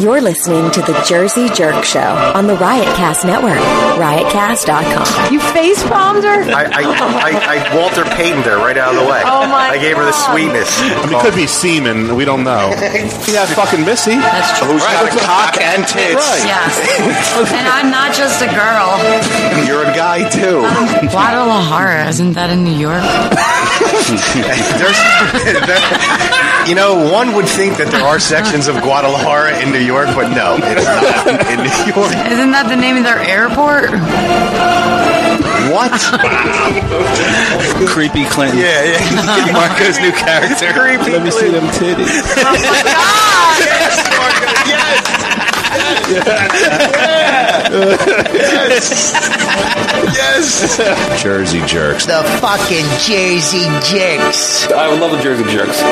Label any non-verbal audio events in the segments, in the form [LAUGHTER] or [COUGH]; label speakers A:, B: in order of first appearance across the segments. A: You're listening to The Jersey Jerk Show on the Riotcast Network, riotcast.com.
B: You face palmed her?
C: I, I, I, I Walter Payton her right out of the way.
B: Oh, my
C: I gave her the
B: God.
C: sweetness.
D: I mean, it could be semen. We don't know. [LAUGHS] She had fucking Missy.
E: That's true.
C: Who's got a cock and tits?
D: Right.
E: Yes. and I'm not just a girl.
C: You're a guy [LAUGHS] too.
E: [LAUGHS] Guadalajara, isn't that in New York?
C: There's, there- you know, one would think that there are sections of Guadalajara in New York, but no, it's not in New York.
E: Isn't that the name of their airport?
C: What?
F: Creepy Clinton.
C: [LAUGHS] Yeah, yeah. Marco's new character. Creepy.
D: Let me see them titties.
C: Yes, Marco. Yes. Yes. Yes.
D: Jersey jerks.
G: The fucking Jersey Jicks.
F: I would love the Jersey Jerks.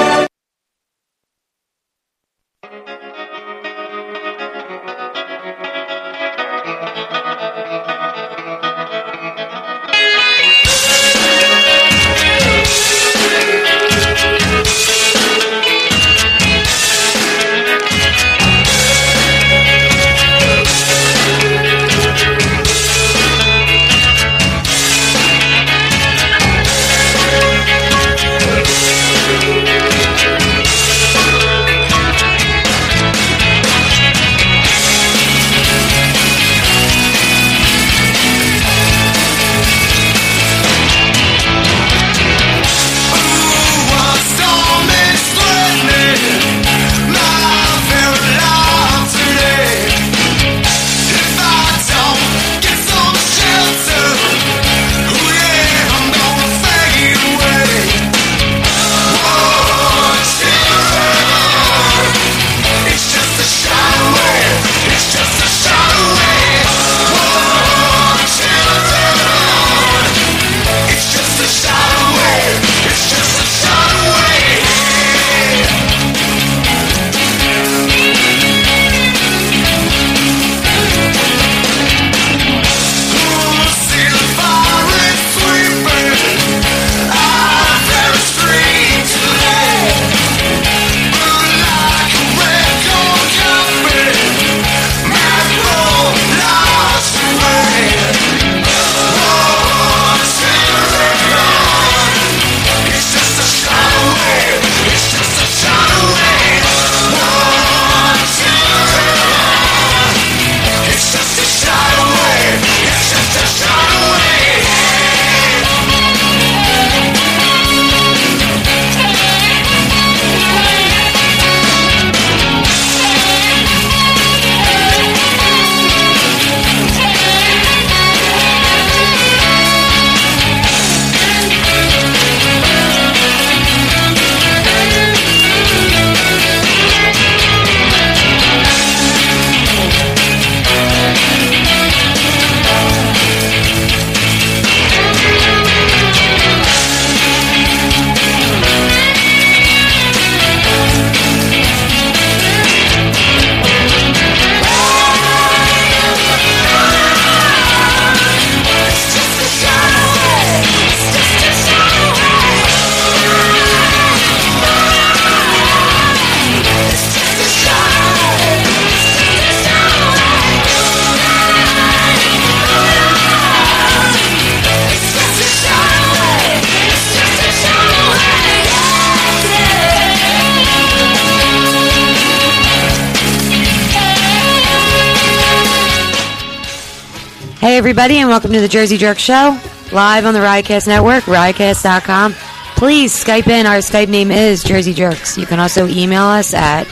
B: Hey, everybody, and welcome to the Jersey Jerk Show, live on the Riotcast Network, riotcast.com. Please Skype in. Our Skype name is Jersey Jerks. You can also email us at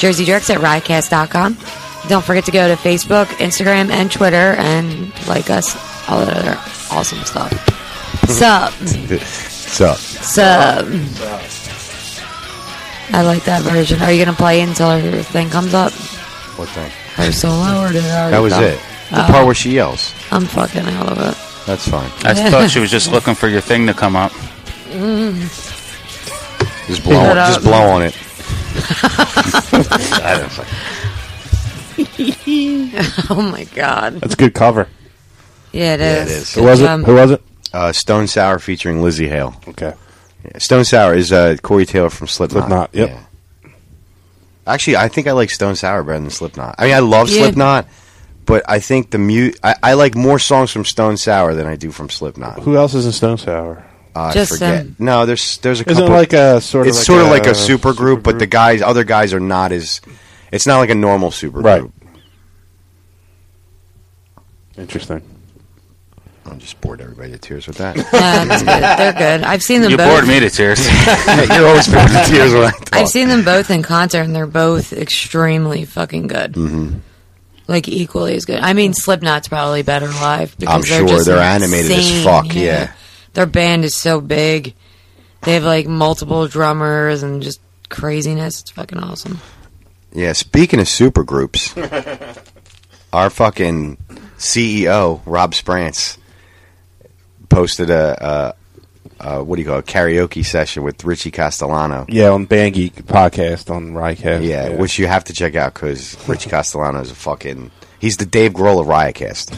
B: jerseyjerks at riotcast.com. Don't forget to go to Facebook, Instagram, and Twitter and like us, all that other
E: [LAUGHS]
B: awesome stuff. Sup,
C: So,
B: sup. I like that version. Are you going to play it until her thing comes up?
C: what thing?
B: Her solo, or did it already
C: That was
B: come?
C: it. The part where she yells.
B: I'm fucking out of it. [LAUGHS]
C: That's fine.
F: I thought she was just looking for your thing to come up.
C: Just blow,
B: Shut up.
C: just blow on it. I
B: [LAUGHS]
C: don't know.
B: Oh my god.
D: That's a good cover.
B: Yeah, it is.
C: Yeah, it is.
D: Who was it?
B: Um,
D: Who was it?
C: Uh, Stone Sour featuring Lizzie Hale.
D: Okay.
C: Yeah, Stone Sour is uh, Corey Taylor from Slipknot.
D: Slipknot, yep.
C: Yeah. Actually, I think I like Stone Sour better than Slipknot. I mean, I love
B: Yeah.
C: Slipknot, but I think the mute. I, I like more songs from Stone Sour than I do from Slipknot.
D: Who else is in Stone Sour? um,
C: Uh,
B: Just
C: I forget.
B: them.
C: No, there's there's a
D: Isn't
C: couple.
D: it like a sort of
C: it's
D: like
C: sort of
D: a
C: like a super group, but the
D: supergroup?
C: guys, other guys, are not as. It's not like a normal super
D: Right.
C: group.
D: Interesting.
C: I'm just bored everybody to tears with that.
B: Nah, that's good. They're good. I've seen them
F: You
B: both.
F: bored me to tears. [LAUGHS]
C: You're always bored to tears when I talk.
B: I've seen them both in concert, and they're both extremely fucking good. Mm-hmm. Like equally as good. I mean, Slipknot's probably better live. Because
C: I'm
B: they're
C: sure.
B: just
C: They're animated as
B: insane.
C: fuck, yeah.
B: their band is so big. They have like multiple drummers and just craziness. It's fucking awesome.
C: Yeah, speaking of supergroups, our fucking CEO Rob Sprance posted a, a, a what do you call it, a karaoke session with Richie Castellano.
D: Yeah, on Band Geek podcast on Riotcast.
C: Yeah, which you have to check out because Richie Castellano is a fucking. He's the Dave Grohl of Riotcast.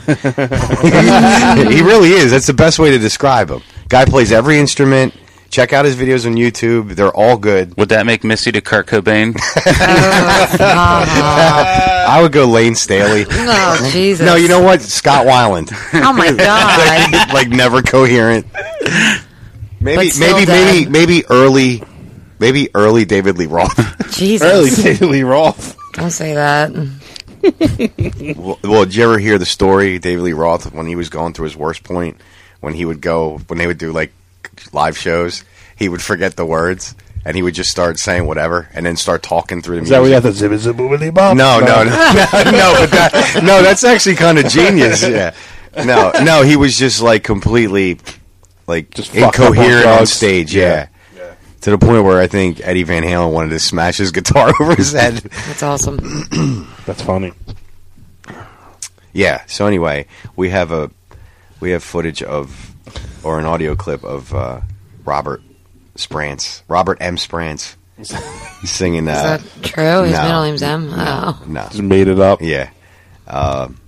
C: he really is. That's the best way to describe him. Guy plays every instrument. Check out his videos on YouTube. They're all good.
F: Would that make Missy to Kurt
D: [LAUGHS]
F: Cobain?
C: I would go Lane Staley. [LAUGHS]
B: Oh Jesus!
C: No, you know what? Scott Weiland.
B: Oh
C: [LAUGHS]
B: my god!
C: like, like never coherent.
B: But
C: Maybe
B: still
C: maybe
B: done.
C: maybe maybe early maybe early David Lee Roth.
B: Jesus!
D: early Daily Roth.
B: Don't say that.
C: well, well, did you ever hear the story David Lee Roth when he was going through his worst point when he would go when they would do like live shows, he would forget the words and he would just start saying whatever and then start talking through the
D: Is
C: music.
D: that where you have the zibba zibba willy bop?
C: No, no, no, no, [LAUGHS] no, but that, no, that's actually kind of genius. Yeah. No, no, he was just like completely like
D: Just fucked up on
C: incoherent on,
D: drugs.
C: stage. Yeah. To the point where I think Eddie Van Halen wanted to smash his guitar [LAUGHS] over his head.
B: That's awesome.
D: That's funny.
C: Yeah. So anyway, we have a we have footage of or an audio clip of uh, Robert Sprance, Robert M. Sprance,
B: Is
C: singing that.
B: that true? His
C: Uh, no.
B: middle name's M. Oh.
C: No.
D: Just made it up.
C: Yeah. Um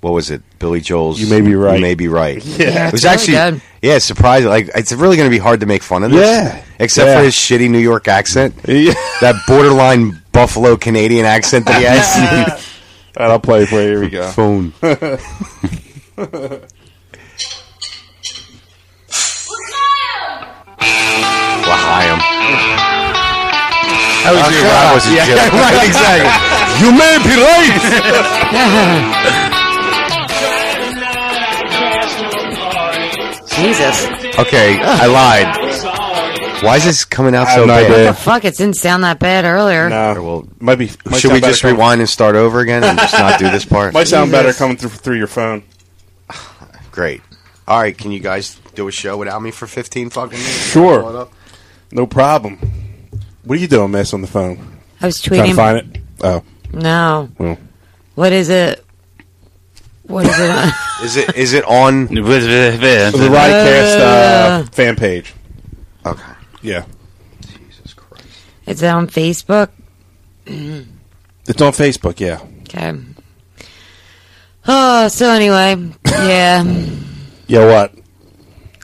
C: what was it? Billy Joel's.
D: You May Be Right.
C: You may be right.
D: Yeah.
C: it was
B: it's really
C: actually
B: good.
C: yeah, surprising. Like it's really going to be hard to make fun of this.
D: Yeah.
C: Except
D: Yeah.
C: for his shitty New York accent,
D: [LAUGHS] Yeah.
C: that borderline Buffalo Canadian accent that
B: [LAUGHS]
C: he [LAUGHS] has.
D: Alright, I'll play it for you. Here we go.
C: Phone. Lahayim.
F: I was your I
C: [LAUGHS]
F: was a joke.
C: Oh, right, exactly. you may be right.
B: Jesus!
C: Okay, I lied. Why is this coming out [LAUGHS]
D: I
C: so
D: have no
C: bad?
D: idea.
B: Fuck! It didn't sound that bad earlier.
D: No.
C: Well,
D: might be. might
C: Should we
D: sound
C: just
D: better coming-
C: rewind and start over again and just not do this part?
D: [LAUGHS] Might sound better
B: Jesus.
D: coming through through your phone.
C: Great. All right, can you guys do a show without me for 15 fucking minutes?
D: Sure.
C: Hold up.
D: No problem. What are you doing, mess on the phone?
B: I was
D: Trying to
B: tweeting.
D: find it. Oh,
B: No.
D: well.
B: What is it? What is it? on- [LAUGHS]
C: Is it is it on?
D: The
F: Right.
D: Riotcast uh, fan page.
C: Okay.
D: Yeah,
C: Jesus Christ.
B: Is it on Facebook?
D: it's on Facebook. Yeah,
B: Okay. Oh, so anyway, yeah.
D: yeah. What?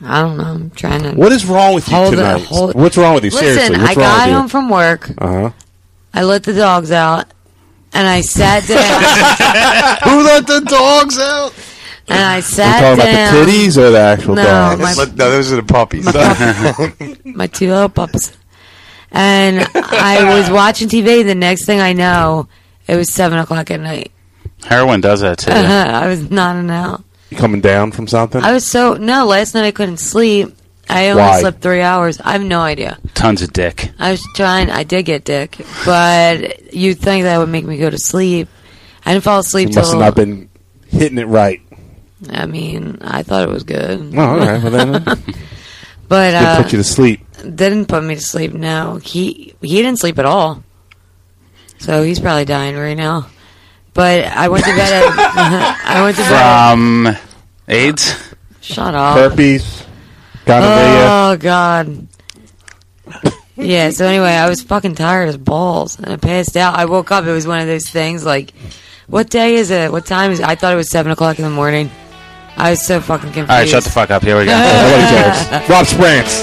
B: I don't know. I'm trying to.
D: What is wrong with you
B: Hold it,
D: tonight?
B: hold-
D: What's wrong with you?
B: Listen,
D: Seriously,
B: I
D: what's wrong
B: got
D: with
B: home from work.
D: you? Uh huh.
B: I let the dogs out, and I sat
D: [LAUGHS]
B: down.
C: Who let the dogs out?
B: and I
D: We're
B: sat
D: talking
B: down.
D: about the titties or the actual
B: No,
D: dog?
B: my-
C: Let- [LAUGHS] no, those are the puppies.
B: [LAUGHS] my two little pups. And I was watching TV. The next thing I know, it was seven o'clock at night. Uh-huh,
F: Heroin does that too.
B: I was not an out.
D: You coming down from something?
B: I was so no. Last night I couldn't sleep. I only
D: Why?
B: slept three hours. I have no idea.
F: Tons of dick.
B: I was trying. I did get dick, but you'd think that would make me go to sleep. I didn't fall asleep
D: you must
B: till.
D: have not been hitting it right.
B: I mean, I thought it was good,
D: Oh, all right. Well, then uh,
B: but
D: [LAUGHS] they
B: uh,
D: put you to sleep.
B: didn't put me to sleep. No, he he didn't sleep at all. So he's probably dying right now. But I went to bed. At,
F: [LAUGHS]
B: [LAUGHS] I went to bed. At,
F: From AIDS?
B: shut up.
D: Herpes, gonorrhea.
B: Oh god. yeah. So anyway, I was fucking tired as balls, and I passed out. I woke up. It was one of those things like, what day is it? What time is? It? I thought it was seven o'clock in the morning. I was so fucking confused.
F: All right, shut the fuck up. Here we go.
D: Nobody cares. Rob Sprance.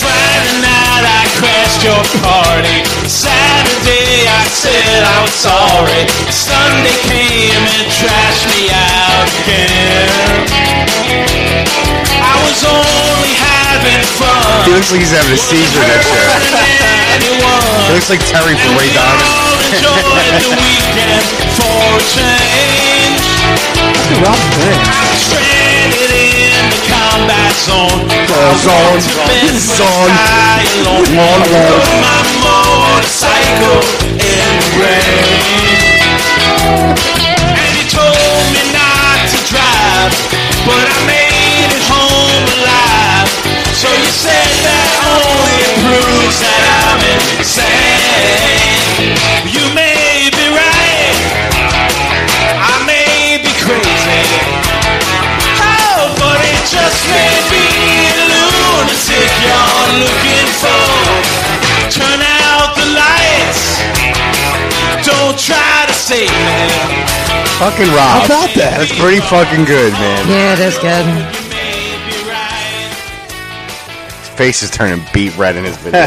H: Friday night your party. Saturday, I said I was sorry. Sunday came and trashed me out again. I was only having fun.
C: He looks like he's having a seizure next year. He looks like Terry from Ray
H: [LAUGHS] Enjoyed the
C: Donovan.
H: weekend for a change. I was stranded in the combat zone.
F: Zone,
H: To bed with
F: zone,
H: I alone.
F: Lord, Lord.
H: Put my motorcycle in the rain. And he told me not to drive, but I made it home alive. So you said that only proves that I'm insane. You may be right, I may be crazy. Oh, but it just may be a lunatic you're looking for. Turn out the lights. Don't try to save me.
C: fucking Rob.
H: How about that?
C: That's pretty fucking good, man.
B: Yeah, that's good.
C: His [LAUGHS] face is turning beet red in his [LAUGHS] video.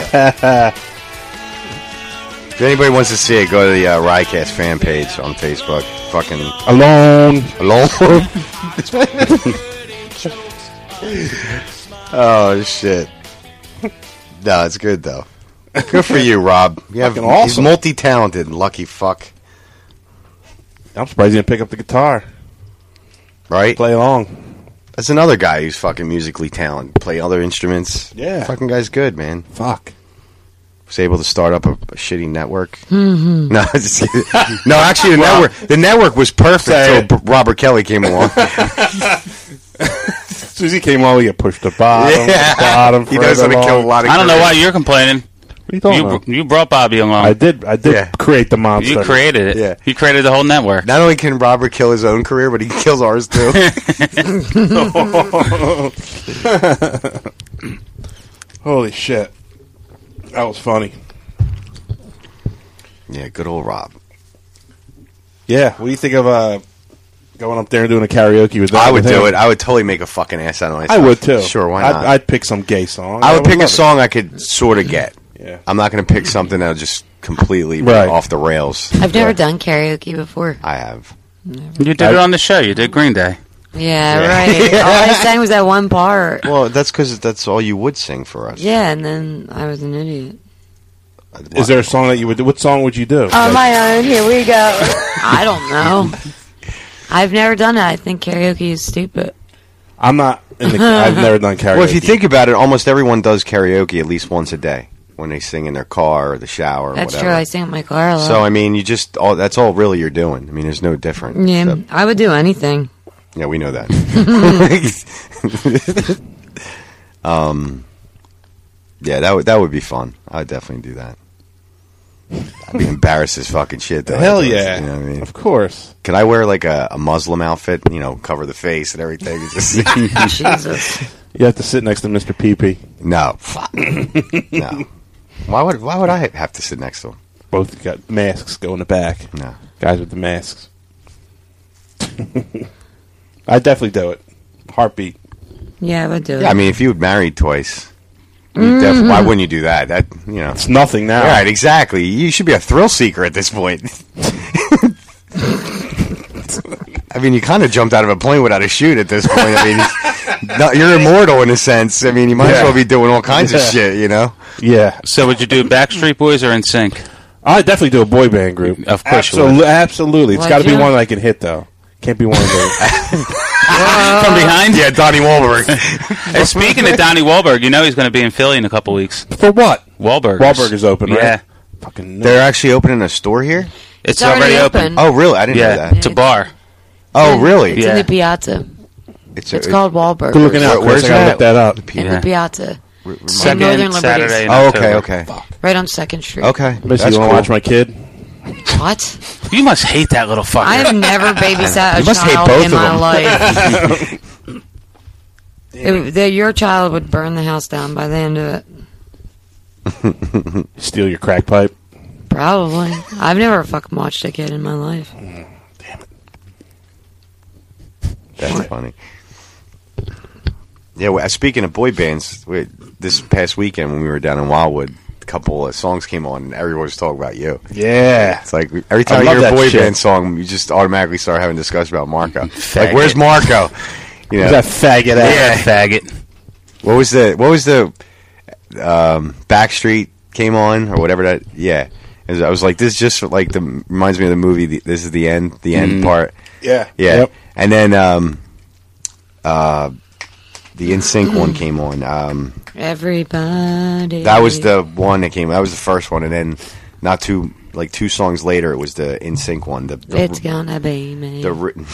C: if anybody wants to see it, go to the uh, Riotcast fan page on Facebook. Fucking
D: Alone.
C: alone. [LAUGHS] oh shit. No, it's good though. Good for you, Rob. You have,
D: Fucking awesome.
C: He's multi-talented, lucky fuck.
D: I'm surprised you didn't pick up the guitar.
C: Right?
D: Play along.
C: That's another guy who's fucking musically talented. Play other instruments.
D: Yeah.
C: Fucking guy's good, man.
D: Fuck.
C: Was able to start up a, a shitty network. [LAUGHS] no, I just kidding. no,
D: [LAUGHS]
C: actually, the network the network was perfect
D: Say
C: until B- Robert Kelly came
D: [LAUGHS]
C: along.
D: Susie came on. We get pushed to bottom.
C: Yeah.
D: to
C: [LAUGHS]
D: Bottom.
C: he knows how to
D: further
C: kill a
D: along.
C: lot of.
F: I don't know
C: careers.
F: why you're complaining.
D: What are you talking
F: You,
D: about?
F: you brought Bobby along.
D: I did. I did
C: Yeah.
D: create the monster.
F: You created it.
C: Yeah.
F: You created the whole network.
C: Not only can Robert kill his own career, but he [LAUGHS] kills ours too.
D: [LAUGHS] Holy shit. That was funny.
C: yeah, good old Rob.
D: Yeah. What do you think of uh, going up there and doing a karaoke with?
C: I would
D: with him?
C: do it. I would totally make a fucking ass out of
D: I
C: myself.
D: would too.
C: Sure, why
D: I'd-
C: not?
D: I'd,
C: i
D: pick some gay song.
C: would pick
D: love
C: a
D: it.
C: song I could sort of get.
D: Yeah.
C: I'm not going to pick something that'll just completely
D: Right.
C: off the rails.
B: I've never done karaoke before.
C: I have.
F: You did it on the show. You did Green Day.
B: Yeah, right. All I sang was that
F: [LAUGHS]
B: one part.
C: Well, that's because that's all you would sing for us.
B: Yeah, and then I was an idiot.
D: Is there a song that you would? do? What song would you do?
B: On Uh, my own, here we go. [LAUGHS] I don't know. I've never done it. I think karaoke is stupid.
D: I'm not. In the, I've never done karaoke.
C: [LAUGHS] Well, if you think about it, almost everyone does karaoke at least once a day when they sing in their car or the shower or
B: That's
C: whatever.
B: true. I sing at my car a lot.
C: so I mean, you just all that's all really you're doing. I mean, there's no different.
B: yeah,
C: So-
B: I would do
C: [LAUGHS]
B: anything.
C: yeah, we
B: [LAUGHS]
C: know that. [LAUGHS] um, yeah, that would that would be fun. I'd definitely do that. I'd be embarrassed as fucking shit. Though,
D: hell
C: afterwards,
D: yeah,
C: You know what I mean?
D: of course.
C: Could I wear like a, a Muslim outfit? You know, cover the face and everything. It's just-
B: Jesus.
D: You have to sit next to Mr. Peepee.
C: no, Fuck. no. Why would why would I have to sit next to him?
D: Both got masks. Go in the back.
C: No.
D: Guys with the masks. [LAUGHS] I definitely do it. Heartbeat.
B: Yeah, I would do it.
C: Yeah, I mean, if you had married twice, you def- why wouldn't you do that? That you know.
D: It's nothing now.
C: All right, exactly. You should be a thrill seeker at this point. [LAUGHS] I mean, you kind of jumped out of a plane without a chute at this point. I mean, [LAUGHS] no, you're immortal in a sense. I mean, you might as
D: Yeah.
C: well be doing all kinds of
D: Yeah.
C: shit, you know?
D: Yeah.
F: So would you do Backstreet Boys or In Sync?
D: I definitely do a boy band group.
F: Of course you
D: Absolu- absolutely. It's
B: Would
D: got to be
B: you?
D: one that I can hit though. Can't be one that
F: From behind?
C: Yeah,
F: [LAUGHS]
C: Donnie Wahlberg.
F: And speaking of Donnie Wahlberg, you know he's going to be in Philly in a couple weeks.
D: [LAUGHS] for what?
F: Wahlberg.
D: Wahlburgers open, right?
F: Yeah.
D: Fucking
C: They're
D: nerd.
C: actually opening a store here?
F: It's, already, open.
C: Oh, really? I didn't know
F: Yeah.
C: that.
F: It's a bar.
C: Oh, really?
B: It's in
F: Yeah.
B: the piazza. It's
C: a-
B: called Wahlberg.
D: Good looking out,
C: Where- where's
D: Chris. I gotta
C: that?
D: look that up.
B: In
F: Yeah.
B: the piazza.
F: Second
B: Northern Liberties.
F: Saturday. in
C: Oh, okay,
F: October.
C: okay.
B: Right on 2nd Street.
C: Okay.
D: Missy,
C: That's
D: you want
C: cool.
D: to watch my kid?
B: What?
F: You must hate that little fucker.
B: I have
C: [LAUGHS]
B: never babysat a
C: You must hate
B: child
C: both
B: in
C: of
B: my
C: them.
B: life.
C: [LAUGHS]
B: It- the- your child would burn the house down by the end of it.
D: Steal your crack pipe.
B: Probably. I've never fucking watched a kid in my life.
C: That's funny. Yeah, well, speaking of boy bands, we, this past weekend when we were down in Wildwood, couple of songs came on, and everyone was talking about you.
D: Yeah.
C: It's like we- every
D: I
C: time you
D: love
C: hear a
D: that
C: boy
D: shit.
C: band song, you just automatically start having discussion about
D: [LAUGHS]
C: Marco. like, where's Marco? You know,
D: That faggot
C: Yeah.
D: ass.
F: faggot.
C: what was the what was the um, Backstreet came on or whatever that? Yeah, And I was like, this just like the reminds me of the movie. The, this is the end, the end
D: Mm.
C: part.
D: Yeah.
C: Yeah,
D: Yep.
C: and then um, uh, the InSync one came on. Um,
B: Everybody.
C: that was the one that came. That was the first one, and then not too like two songs later, it was the InSync one. The, the
B: It's gonna be me.
C: the [LAUGHS] written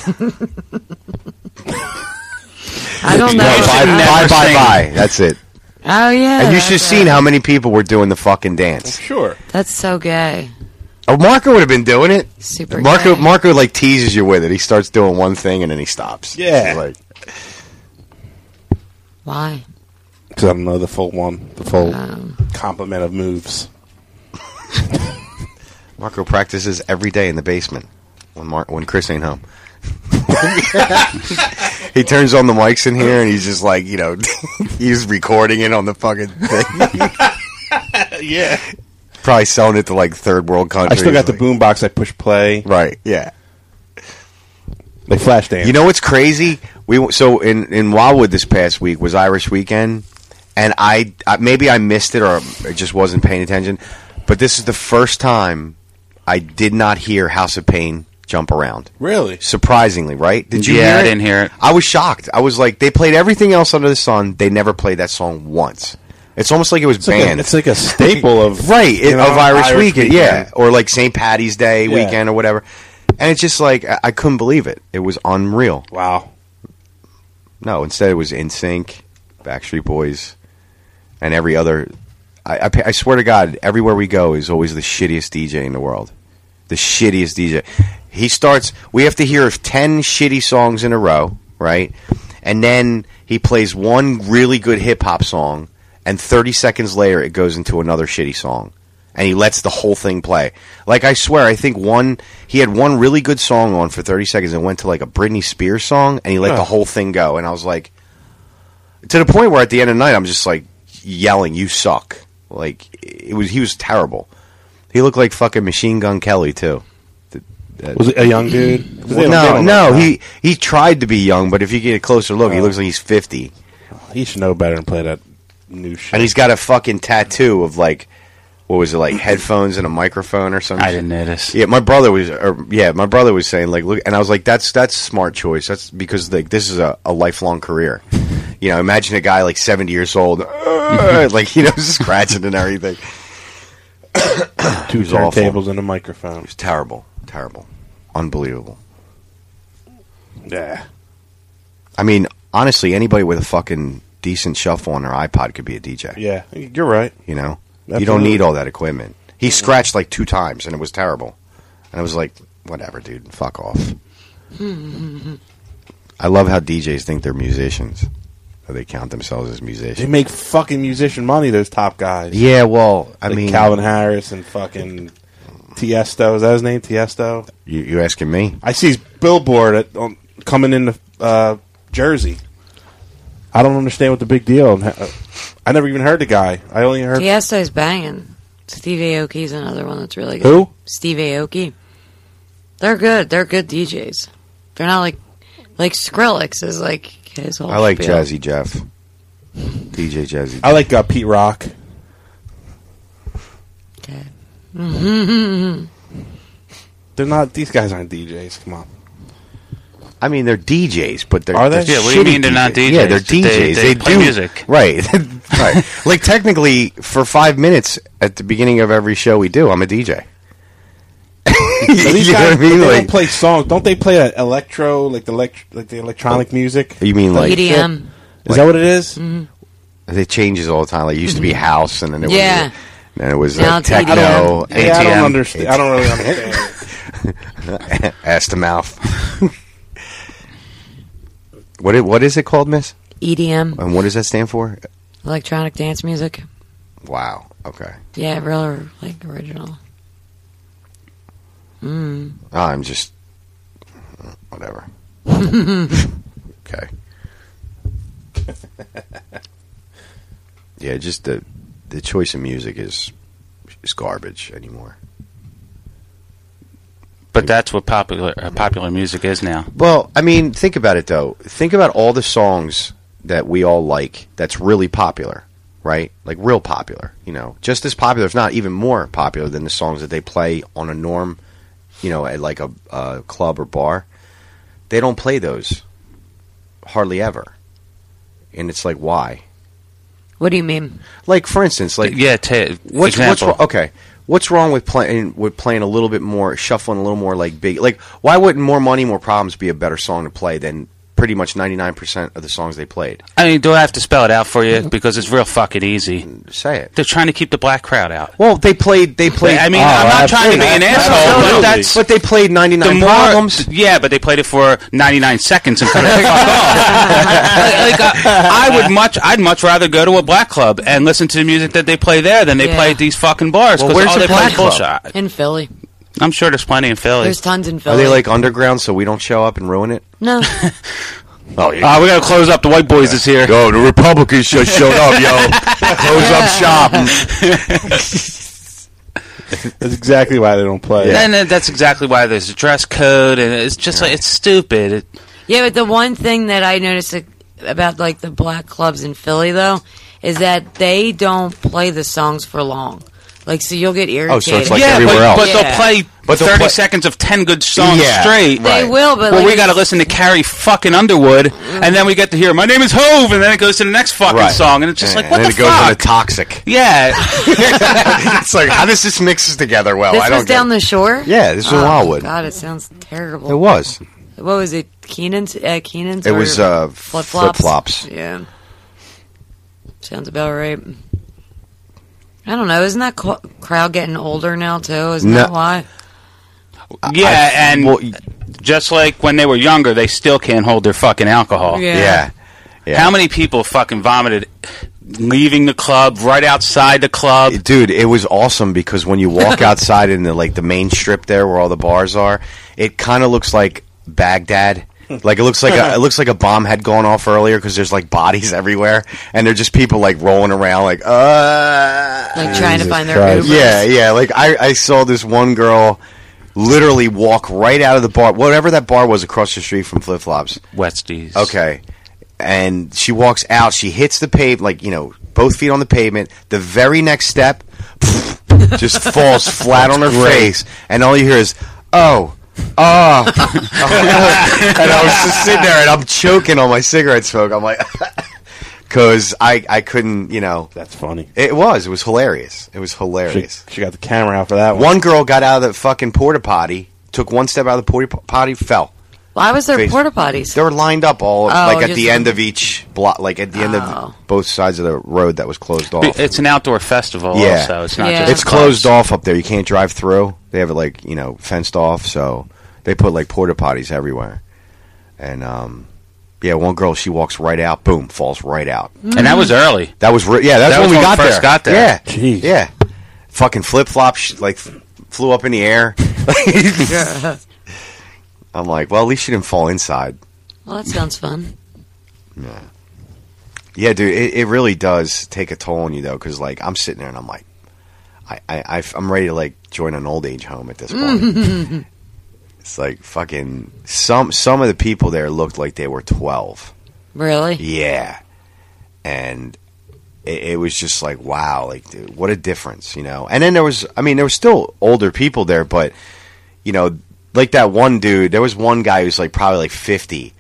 B: I don't know.
C: bye
F: should
C: bye
F: never
C: bye
F: sing.
C: bye.
B: [LAUGHS]
C: That's it.
B: oh yeah.
C: And you
B: that's
C: should have
B: right.
C: seen how many people were doing the fucking dance.
D: Sure.
B: That's so gay.
C: Oh, Marco would have been doing it.
B: Super
C: Marco,
B: gay.
C: Marco like teases you with it. He starts doing one thing and then he stops.
D: Yeah.
C: It's like
B: Why?
D: Because I don't know the full one, the full
B: Um,
D: complement of moves.
C: Marco practices every day in the basement when Mar- when Chris ain't home. [LAUGHS] he turns on the mics in here and he's just like you know [LAUGHS] he's recording it on the fucking thing.
D: Yeah.
C: Probably selling it to like third world
D: I
C: countries.
D: still got the
C: like-
D: boombox. I push play.
C: Right. Yeah.
D: Like Flashdance.
C: You know what's crazy? We so in in Wildwood this past week was Irish weekend, and I, I maybe I missed it or I just wasn't paying attention, but this is the first time I did not hear House of Pain jump around.
D: Really?
C: Surprisingly, right? Did you?
F: Yeah,
C: hear
F: I
C: it?
F: didn't hear it.
C: I was shocked. I was like, they played everything else under the sun. They never played that song once. It's almost like it was
D: It's like,
C: banned.
D: a, it's [LAUGHS] like a staple of
C: Right,
D: you
C: it-
D: know,
C: of Irish, weekend, yeah, or like St. Patty's Day
D: Yeah.
C: weekend or whatever. And it's just like I, I couldn't believe it. It was unreal.
D: Wow.
C: No, instead it was In Sync, Backstreet Boys, and every other. I, I, pa- I swear to God, everywhere we go is always the shittiest DJ in the world. The shittiest DJ. He starts. We have to hear ten shitty songs in a row, right? And then he plays one really good hip hop song, and thirty seconds later it goes into another shitty song, and he lets the whole thing play. Like I swear, I think one he had one really good song on for thirty seconds and went to like a Britney Spears song, and he let the whole thing go. And I was like, to the point where at the end of the night I'm just like yelling, "You suck!" Like it was he was terrible. He looked like fucking Machine Gun Kelly too.
D: Was it a young dude?
C: no, no, he he tried to be young, but if you get a closer look, he
D: Oh.
C: looks like he's fifty,
D: He should know better and play that new shit.
C: and he's got a fucking tattoo of like what was it like headphones and a microphone or something.
F: I didn't notice.
C: Yeah, my brother was, or, yeah, my brother was saying like, look, and I was like, that's that's smart choice. That's because like this is a, a lifelong career. You know, imagine a guy like seventy years old, uh, like you know, [LAUGHS] scratching and everything.
D: two
C: was awful.
D: turntables and a microphone.
C: It's terrible, terrible, unbelievable.
D: Yeah.
C: I mean, honestly, anybody with a fucking decent shuffle on their iPod could be a DJ.
D: Yeah. You're right.
C: You know, you don't
D: Absolutely.
C: need all that equipment. He scratched like two times, and it was terrible. And I was like, whatever, dude, fuck [LAUGHS] off. I love how DJs think they're musicians. How they count themselves as
D: They
C: musicians.
D: make fucking musician money, those top guys.
C: Yeah, well, I
D: Like
C: mean,
D: Calvin Harris and fucking Tiesto. Is that his name? Tiesto?
C: you, you asking me?
D: I see his billboard at, on, coming into uh, Jersey. I don't understand what the big deal. and ha- uh, I never even heard the guy. I only heard
B: Tiesto's banging. Steve Aoki's another one that's really good.
D: Who?
B: Steve Aoki. They're good. They're good DJs. They're not like like Skrillex is like his whole.
C: I like
B: spiel.
C: Jazzy Jeff, DJ Jazzy.
D: I like uh, Pete Rock.
B: Okay.
C: [LAUGHS]
D: They're not. These guys aren't DJs. Come on.
C: I mean, they're DJs, but they're
D: Are they?
C: they're
D: Yeah,
F: what do you
C: shitty
F: mean they're not
C: Yeah, they're
F: DJs?
C: DJs.
F: They- they play
C: do
F: music.
C: [LAUGHS] right, right. like technically, for five minutes at the beginning of every show we do, I'm a DJ.
D: But these
C: you know
D: guys,
C: what I mean?
D: They don't
C: Like,
D: play songs. Don't they play that electro, like the elect- like the electronic music? Is
C: you mean like
B: EDM.
D: that what it is?
C: it changes all the time? Like it used to be house, and then it
B: Mm-hmm. Yeah.
C: was and it was
B: Now
C: like
B: it's EDM.
C: techno,
D: Yeah, I
F: ATM.
D: don't understand. I don't really understand.
C: ass to mouth. [LAUGHS] what it, what is it called, Miss?
B: EDM.
C: And what does that stand
B: E
C: for?
B: Electronic dance music.
C: Wow. Okay.
B: Yeah, real or like original.
C: Ah, I'm just
B: [LAUGHS]
C: whatever. okay. [LAUGHS] yeah, just the the choice of music is is garbage anymore.
I: But that's what popular uh, popular music is now.
C: Well, I mean, think about it though. Think about all the songs that we all like that's really popular, right? Like real popular, you know. Just as popular, if not even more popular than the songs that they play on a norm, you know, at like a, a club or bar. They don't play those hardly ever. And it's like why?
B: What do you mean?
C: Like for instance, like
I: yeah, ta-
C: What's what's
I: example.
C: wrong? Okay, what's wrong with playing with playing a little bit more shuffling, a little more like big? Like why wouldn't more money, more problems be a better song to play than pretty much ninety nine percent of the songs they played?
I: I mean, do I have to spell it out for you?
C: Mm-hmm.
I: Because it's real fucking easy.
C: Say it.
I: They're trying to keep the black crowd out.
C: Well, they played. They played.
I: I mean, I'm not trying to be an asshole, but that's
C: Oh, but they played ninety
I: the
C: nine
I: more.
C: problems.
I: Yeah, but they played it for 99 seconds and could have fucked off. like, uh, I would much, I'd much rather go to a black club and listen to the music that they play there than they
B: Yeah.
I: play at these fucking bars
C: Well,
I: because
C: where's
I: all
C: the
I: they play
C: black
I: is
C: club?
I: bullshit.
B: In Philly.
I: I'm sure there's plenty in Philly.
B: There's tons in Philly.
C: Are they like underground so we don't show up and ruin it? [LAUGHS]
B: No.
C: Oh, yeah.
I: Uh, we gotta close up. The white boys is here.
F: Yo, the Republicans just showed up, yo. Close up shop.
D: [LAUGHS] That's exactly why they don't play.
I: And then uh, that's exactly why there's a dress code, and it's just like it's stupid. It,
B: Yeah, but the one thing that I noticed like, about like the black clubs in Philly though is that they don't play the songs for long. Like so you'll get irritated.
C: Oh, so it's like
I: yeah, but,
C: everywhere else.
I: but
B: Yeah.
I: they'll play
C: But they'll
I: 30
C: play-
I: seconds of 10 good songs
C: Yeah,
I: straight.
B: they will, but
I: well,
B: like,
I: we got to listen to Carrie fucking Underwood, and then we get to hear "My Name Is Hove," and then it goes to the next fucking
C: Right.
I: song, and it's just like, what
C: and
I: the
C: then it goes into
I: fuck?
C: toxic. [LAUGHS]
I: yeah,
C: it's like how does this mixes together well?
B: This
C: oh, I don't
B: was down the shore.
C: Yeah, this was in
B: Oh,
C: Wildwood.
B: God, it sounds terrible.
C: It was.
B: What was it? Keenan's? Uh, Keenan's?
C: It
B: or
C: was, uh,
B: flip-flops?
C: flip-flops.
B: Yeah. Sounds about right. I don't know. Isn't that co- crowd getting older now too? Isn't
C: No.
B: that why?
C: [LAUGHS]
I: yeah, and
C: well,
I: just like when they were younger, they still can't hold their fucking alcohol.
B: Yeah.
C: yeah. yeah.
I: How many people fucking vomited leaving the club right outside the club?
C: dude it was awesome because when you walk outside in the like the main strip there where all the bars are it kind of looks like baghdad like it looks like a, it looks like a bomb had gone off earlier because there's like bodies everywhere and they're just people like rolling around like uh
B: Like trying to
D: Jesus
B: find their
D: Christ.
B: Uber.
C: yeah yeah like i i saw this one girl literally walk right out of the bar whatever that bar was across the street from flip flops
I: Westies.
C: Okay. And she walks out. She hits the pavement, like, you know, both feet on the pavement. The very next step, [LAUGHS] just falls flat on her face. And all you hear is, oh, oh. [LAUGHS] and I was just sitting there and I'm choking on my cigarette smoke. I'm like, [LAUGHS] because I, I couldn't, you know.
D: That's funny.
C: It was. It was hilarious. It was
D: She,
C: hilarious.
D: she got the camera out for that one.
C: One girl got out of the fucking porta potty, took one step out of the porta potty, fell.
B: Why was there
C: Face-
B: porta potties?
C: They were lined up all
B: Oh,
C: like at
B: just
C: the
B: like-
C: end of each block, like at the end
B: Oh.
C: of both sides of the road that was closed off.
I: B- It's an outdoor festival,
C: Yeah.
I: also. It's not
B: Yeah.
I: just
C: it's closed off up there. You can't drive through. They have it like you know fenced off, so they put like porta potties everywhere. And um, yeah, one girl she walks right out, boom, falls right out.
I: and that was early.
C: That was re- yeah, that's
I: That
C: when we
I: was when
C: got
I: we first
C: there.
I: got there.
C: Yeah,
D: Jeez.
C: yeah, fucking flip flop sh- like f- flew up in
B: [LAUGHS]
C: the air. [LAUGHS] I'm like, well, at least she didn't fall inside.
B: Well, that sounds fun.
C: Yeah, dude, it, it really does take a toll on you though, because like I'm sitting there and I'm like, I, I am ready to like join an old age home at this point. it's like fucking some some of the people there looked like they were twelve.
B: Really?
C: Yeah, and it, it was just like wow, like dude, what a difference, you know. And then there was, I mean, there was still older people there, but you know, like that one dude. There was one guy who's like probably like fifty.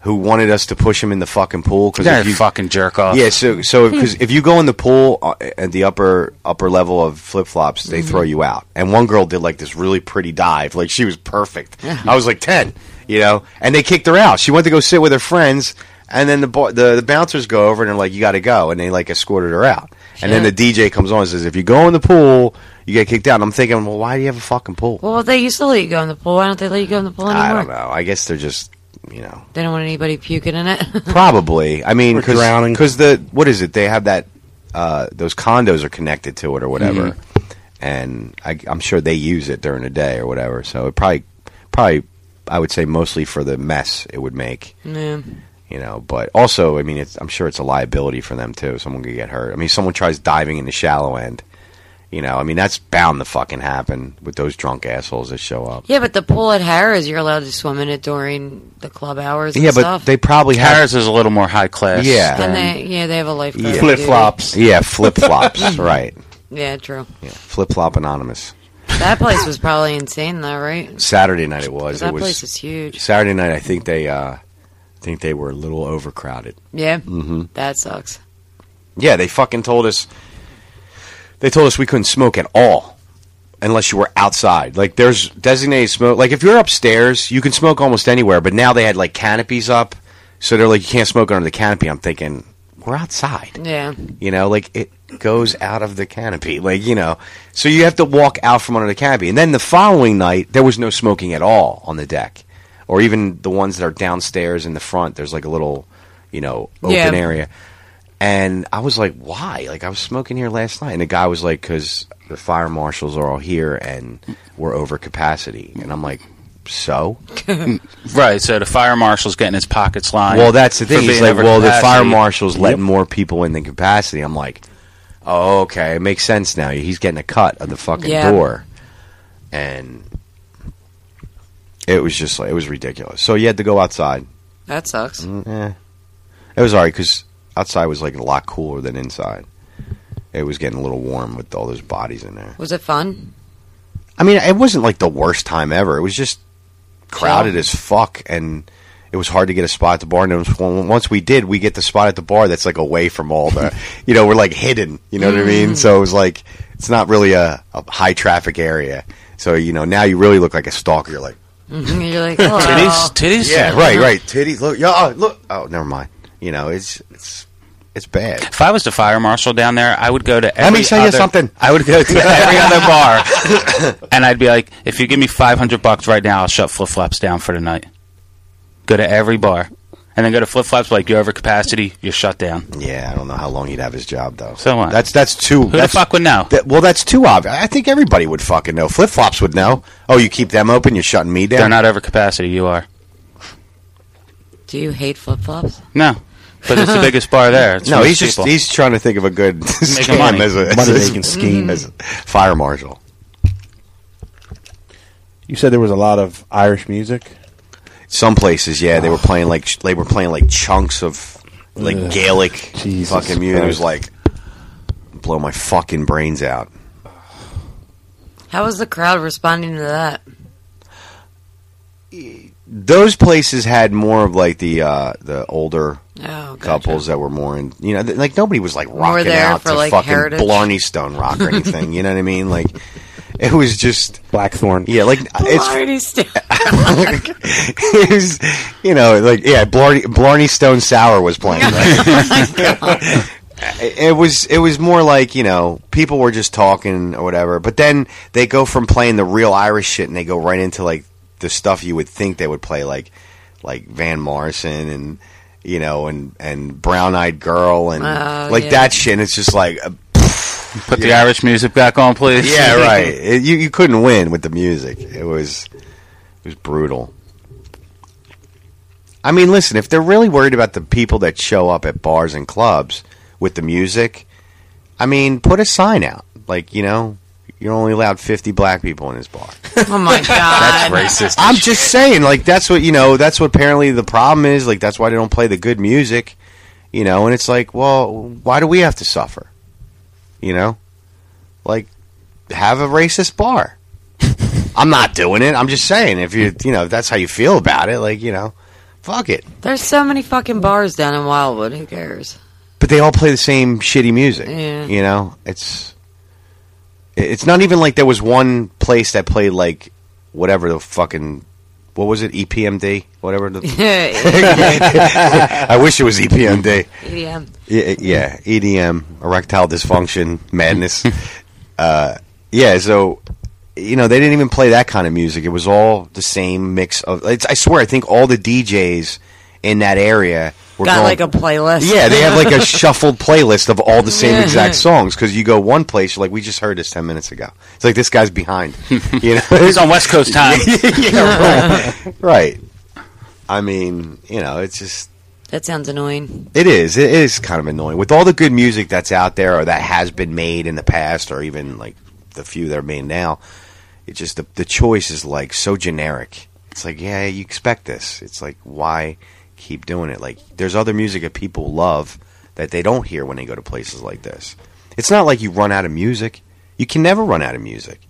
C: Who wanted us to push him in the fucking pool? Because
I: They're fucking jerk off.
C: yeah, so so because if you go in the pool uh, at the upper upper level of flip flops, they throw you out. And one girl did like this really pretty dive, like she was perfect. I was like ten, you know, and they kicked her out. She went to go sit with her friends, and then the bo- the, the bouncers go over and they're like, "You got to go," and they like escorted her out. And then the
B: Shit.
C: DJ comes on and says, "If you go in the pool, you get kicked out." And I'm thinking, well, why do you have a fucking pool?
B: Well, they used to let you go in the pool. Why don't they let you go in the pool anymore?
C: I don't know. I guess they're just you know
B: They don't want anybody puking in it. [LAUGHS]
C: Probably. I mean,
D: Or drowning.
C: because the what is it? They have that uh, those condos are connected to it or whatever, and I, I'm sure they use it during the day or whatever. So it probably probably I would say mostly for the mess it would make,
B: yeah.
C: you know. But also, I mean, it's, I'm sure it's a liability for them too. Someone could get hurt. I mean, someone tries diving in the shallow end. You know, I mean, that's bound to fucking happen with those drunk assholes that show up.
B: Yeah, but the pool at Harrah's, you're allowed to swim in it during the club hours. And
C: Yeah, but
B: stuff.
C: they probably have.
I: Harris is a little more high class.
C: Yeah.
B: Then
I: than-
B: they, yeah, they have a lifeguard. duty.
C: Yeah, flip [LAUGHS] flops. right.
B: Yeah, true.
C: Yeah. Flip flop anonymous.
B: That place was probably insane, though, right?
C: Saturday night it was.
B: That
C: it was
B: place is huge.
C: Saturday night, I think they, uh, I think they were a little overcrowded.
B: Yeah,
C: Mm-hmm.
B: that sucks.
C: Yeah, they fucking told us. They told us we couldn't smoke at all unless you were outside. Like there's designated smoke. Like if you're upstairs, you can smoke almost anywhere. But now they had like canopies up, so they're like you can't smoke under the canopy. I'm thinking we're outside.
B: Yeah,
C: You know, like it goes out of the canopy. Like you know, so you have to walk out from under the canopy. And then the following night, there was no smoking at all on the deck, or even the ones that are downstairs in the front. There's like a little, you know, open
B: Yeah.
C: area. And I was like, why? Like, I was smoking here last night. And the guy was like, because the fire marshals are all here and we're over capacity. And I'm like, so?
I: Right, so the fire marshal's getting his pockets lined.
C: Well, that's the
I: for
C: thing. He's
I: being
C: like,
I: over
C: well, the
I: capacity.
C: fire marshal's letting more people in than capacity. I'm like, oh, okay, it makes sense now. He's getting a cut of the fucking
B: Yeah.
C: door, and it was just like it was ridiculous. So you had to go outside.
B: that sucks.
C: Mm, eh. It was alright because outside was like a lot cooler than inside. It was getting a little warm with all those bodies in there.
B: Was it fun? [LAUGHS]
C: I mean, it wasn't like the worst time ever. It was just crowded as fuck, and it was hard to get a spot at the bar. And it was, well, once we did, we get the spot at the bar that's like away from all
I: [LAUGHS]
C: the, you know, we're like hidden. You know what I
I: Mm-hmm.
C: mean? So it was like it's not really a, a high traffic area. So you know, now you really look like a stalker. You're like,
B: You're like, "Oh." hello.
I: Titties, titties.
C: yeah, right,
I: Uh-huh.
C: right, titties. Look, yeah, oh, look. Oh, never mind. You know, it's it's it's bad.
I: If I was the fire marshal down there, I would go to. Every
C: Let me tell you
I: other-
C: something.
I: I would go to [LAUGHS] every other
C: [LAUGHS]
I: bar, and I'd be like, "If you give me five hundred bucks right now, I'll shut flip flops down for the night." Go to every bar, and then go to flip flops. Like you're over capacity, you're shut down.
C: Yeah, I don't know how long he'd have his job though.
I: So what?
C: That's that's too.
I: Who
C: that's,
I: the fuck would know?
C: That, well, that's too obvious. I think everybody would fucking know. Flip flops would know. Oh, you keep them open. You're shutting me
I: They're
C: down.
I: not over capacity. You are.
B: Do you hate flip flops?
I: No, but
C: [LAUGHS]
I: it's the biggest bar there. It's
C: no,
I: most
C: he's just
I: people.
C: he's trying to think of a good [LAUGHS]
I: Making
C: scam
I: money.
C: as a
D: Money
C: as a-
D: making scheme.
C: as a fire marshal.
D: You said there was a lot of Irish music.
C: Some places, yeah, they were playing like sh- they were playing like chunks of like
D: Oh. Ugh.
C: Gaelic
D: Jesus
C: fucking music. It was like
D: Christ.
C: blow my fucking brains out.
B: How was the crowd responding to that?
C: Those places had more of like the uh, the older
B: Oh, gotcha.
C: couples that were more in you know th- like nobody was like
B: More
C: rocking
B: there
C: out
B: for,
C: to
B: like,
C: fucking
B: heritage.
C: Blarney Stone rock or anything you know what I mean like it was just
D: Blackthorn.
C: yeah like it's
B: Already still.
C: [LAUGHS] it was, you know like yeah Blarney, Blarney Stone Sour was
B: [LAUGHS]
C: playing right?
B: Oh
C: it [LAUGHS] it was it was more like you know people were just talking or whatever but then they go from playing the real Irish shit and they go right into like the stuff you would think they would play like like Van Morrison and you know and and Brown Eyed Girl and
B: Oh,
C: like
B: yeah.
C: that shit and it's just like uh,
I: put the Irish music back on, please. [LAUGHS]
C: yeah right It- you you couldn't win with the music it was it was brutal I mean listen if they're really worried about the people that show up at bars and clubs with the music I mean put a sign out like you know you're only allowed 50 black people in this bar
B: Oh my god.
I: racist.
C: [LAUGHS] I'm just saying, like that's what you know. That's what apparently the problem is. Like that's why they don't play the good music, you know. And it's like, well, why do we have to suffer? You know, like have a racist bar. I'm not doing it. I'm just saying, if you you know, if that's how you feel about it, like you know, fuck it.
B: There's so many fucking bars down in Wildwood. Who cares? [LAUGHS]
C: But they all play the same shitty music.
B: Yeah.
C: You know, it's it's not even like there was one place that played like whatever the fucking what was it E EPMD whatever the [LAUGHS]
B: yeah.
C: I wish it was EPM day.
B: yeah.
C: Yeah, yeah, EDM, erectile dysfunction, [LAUGHS] madness. uh, yeah, so you know they didn't even play that kind of music. It was all the same mix of. It's, I swear, I think all the DJs in that area were
B: Got
C: going-
B: like a playlist.
C: yeah, they have
B: [LAUGHS]
C: like a shuffled playlist of all the same exact songs because you go one place, you're like, we just heard this ten minutes ago. It's like this guy's [LAUGHS] behind. You know,
I: He's on West Coast [LAUGHS] time.
C: yeah, right. right. I mean, you know, it's just
B: That sounds annoying.
C: It is. It is kind of annoying with all the good music that's out there, or that has been made in the past, or even like the few that are made now. It just the the choice is like so generic. It's like yeah, you expect this. It's like why keep doing it? Like there's other music that people love that they don't hear when they go to places like this. It's not like you run out of music. You can never run out of music.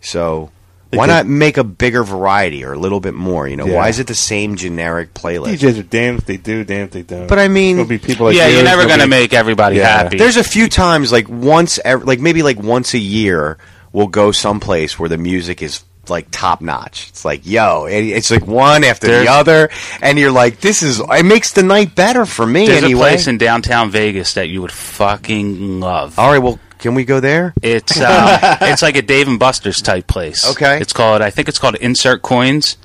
C: So why
D: could-
C: not make a bigger variety or a little bit more? You know,
D: Yeah.
C: why is it the same generic playlist?
D: DJs are damned if they do, damned if they don't.
C: But I mean-
D: There'll be people like
I: yeah,
D: you,
I: you're never
D: there'll
I: gonna
D: be-
I: make everybody
D: Yeah.
I: happy.
C: There's a few times, like once, ev- like maybe like once a year, we'll go someplace where the music is like top notch. It's like, yo, it, it's like one after
I: There's-
C: the other, and you're like, this is it makes the night better for me
I: There's
C: anyway.
I: a place in downtown Vegas that you would fucking love.
C: All right, well, can we go there?
I: [LAUGHS] It's um, it's like a Dave and Buster's type place.
C: Okay.
I: It's called I think it's called Insert Coins.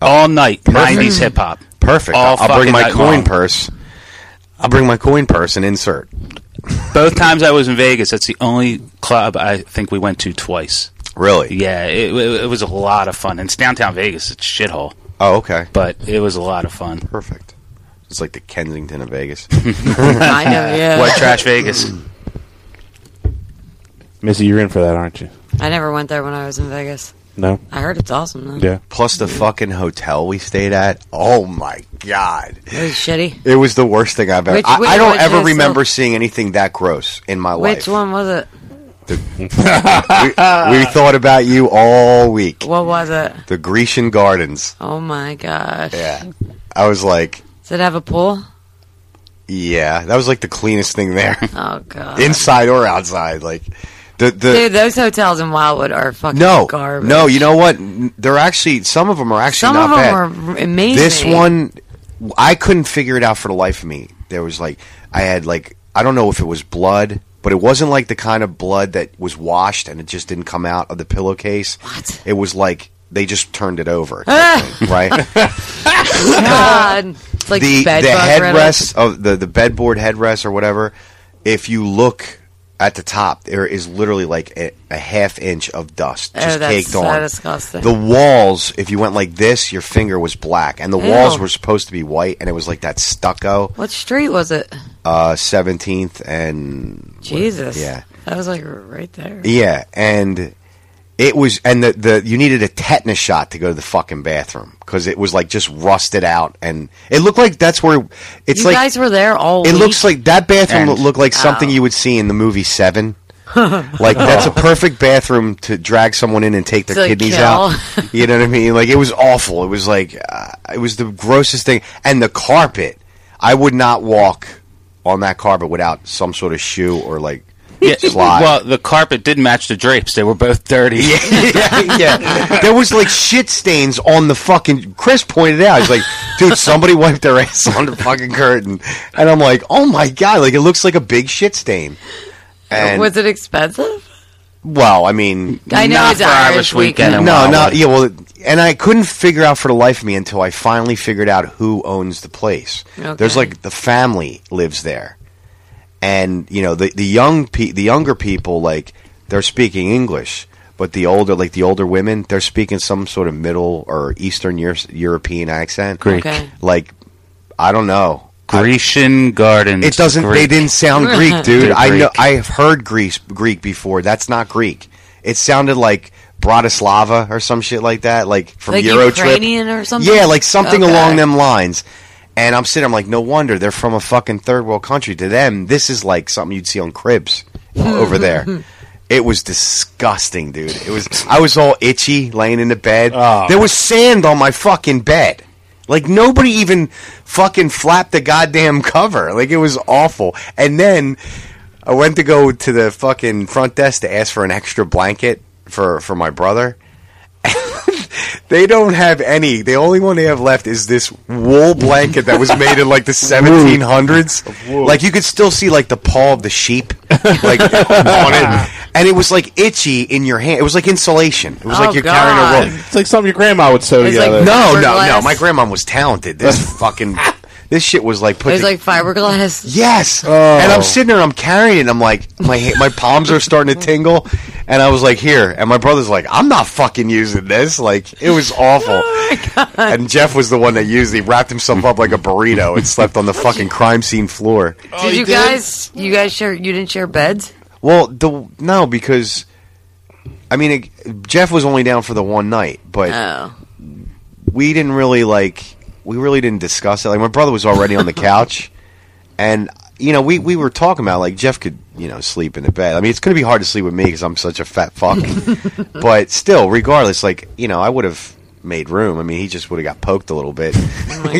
I: All night nineties hip hop.
C: Perfect.
I: All
C: I'll, I'll bring
I: fucking
C: my
I: night
C: coin
I: long.
C: purse. I'll bring my coin purse and insert.
I: Both times I was in Vegas, that's the only club I think we went to twice.
C: Really?
I: Yeah, it, it, it was a lot of fun. And it's downtown Vegas. It's a shithole,
C: Oh, okay.
I: but it was a lot of fun.
C: Perfect. It's like the Kensington of Vegas.
E: Kind
C: [LAUGHS]
E: of, yeah.
I: White [LAUGHS] trash Vegas.
D: Missy, you're in for that, aren't you?
B: I never went there when I was in Vegas.
D: No.
B: I heard it's awesome though.
D: Yeah.
C: Plus the fucking hotel we stayed at. Oh my god.
B: It was shitty.
C: It was the worst thing I've ever.
B: Which-
C: I,
B: which
C: I don't
B: one
C: ever
B: is
C: remember
B: the-
C: seeing anything that gross in my
B: Which
C: life.
B: one was it? [LAUGHS]
C: We thought about you all week.
B: What was it?
C: The Grecian Gardens.
B: Oh my gosh.
C: Yeah, I was like,
B: Does it have a pool?
C: yeah, that was like the cleanest thing there, [LAUGHS]
B: Oh god.
C: inside or outside. Like the the
B: Dude, those hotels in Wildwood are fucking
C: no
B: garbage.
C: no. You know what? They're actually some of them are actually
B: Some of
C: not
B: them are
C: bad.
B: amazing.
C: This one, I couldn't figure it out for the life of me. There was like, I had like, I don't know if it was blood, but it wasn't like the kind of blood that was washed and it just didn't come out of the pillowcase.
B: What? Ah!
C: It was like they just turned it over, type
B: [LAUGHS]
C: thing, right?
B: God. It's like
C: the the
B: bed bug riddles.
C: headrest of the the bedboard headrest or whatever. If you look at the top, there is literally like a, a half inch of dust just
B: oh, that's
C: caked
B: so
C: on.
B: disgusting.
C: The walls, if you went like this, your finger was black, and the walls
B: Ew.
C: were supposed to be white, and it was like that stucco,
B: what street was it?
C: uh, 17th, and
B: Jesus.
C: yeah.
B: That was like right there.
C: yeah, and it was, and the, the you needed a tetanus shot to go to the fucking bathroom because it was like just rusted out, and it looked like that's where it's
B: you
C: like
B: guys were there all
C: it
B: week?
C: looks like that bathroom
I: And-
C: looked like something
B: Oh.
C: you would see in the movie Seven. like that's a perfect bathroom to drag someone in and take their
B: To
C: kidneys
B: kill.
C: out. You know what I mean? Like it was awful. It was like uh, it was the grossest thing. And the carpet, I would not walk on that carpet without some sort of shoe or like
I: [LAUGHS] Yeah,
C: slide.
I: well, the carpet did match the drapes. They were both
C: [LAUGHS]
I: dirty.
C: yeah, yeah. There was like shit stains on the fucking. Chris pointed out, he's like, "Dude, somebody wiped their ass [LAUGHS] on the fucking curtain," and I'm like, "Oh my god!" Like it looks like a big shit stain. And
B: was it expensive?
C: well, I mean,
B: I know
I: Not
B: it's
I: for
B: Irish,
I: Irish weekend.
B: weekend.
I: and
C: no, no,
I: Wildwood.
C: yeah, well, and I couldn't figure out for the life of me until I finally figured out who owns the place.
B: Okay.
C: There's like the family lives there, and you know the the young pe- the younger people like they're speaking English, but the older like the older women they're speaking some sort of Middle or Eastern Eur- European accent.
I: Greek.
B: Okay.
C: Like I don't know.
I: Grecian Gardens.
C: It doesn't.
I: Greek.
C: They didn't sound
I: [LAUGHS]
C: Greek, dude.
I: They're
C: I know.
I: Greek.
C: I've heard Greece Greek before. That's not Greek. It sounded like Bratislava or some shit like that, like from
B: Like
C: Eurotrip.
B: Ukrainian or something?
C: Yeah, like something
B: Okay.
C: along them lines. And I'm sitting. I'm like, no wonder they're from a fucking third world country. To them, this is like something you'd see on Cribs
B: [LAUGHS]
C: over there. It was disgusting, dude. It was. I was all itchy, laying in the bed. There was sand on my fucking bed. Like nobody even fucking flapped the goddamn cover. Like it was awful. And then I went to go to the fucking front desk to ask for an extra blanket for for my brother. [LAUGHS] They don't have any. The only one they have left is this wool blanket that was made in like the 1700s. Like you could still see like the paw of the sheep, like [LAUGHS] on it, and it was like itchy in your hand. It was like insulation. It was
B: Oh,
C: like you're
B: God.
C: carrying a roll.
D: It's like something your grandma would sew
B: It's like-
D: together.
C: No, no, no.
B: Fiberglass.
C: My grandma was talented. This fucking this shit was like put.
B: It was
C: to-
B: like fiberglass.
C: [LAUGHS] Yes, and I'm sitting there, I'm carrying it. And I'm like, my ha- my palms are starting to tingle, and And I was like, here. And my brother's like, I'm not fucking using this. Like, it was awful. and Jeff was the one that used it. He wrapped himself up like a burrito and slept on the fucking crime scene floor.
B: did you guys? You guys share? You didn't share
C: [LAUGHS]
B: beds?
C: Well, the no, because I mean, it, Jeff was only down for the one night, but
B: Oh.
C: we didn't really like we really didn't discuss it. Like my brother was already on
B: [LAUGHS]
C: the couch, and you know we we were talking about like Jeff could you know sleep in the bed. I mean, it's going to be hard to sleep with me because I'm such a
B: [LAUGHS]
C: fat fuck. but still, regardless, like you know, I would have made room. I mean, he just would have got poked a little bit.
B: Oh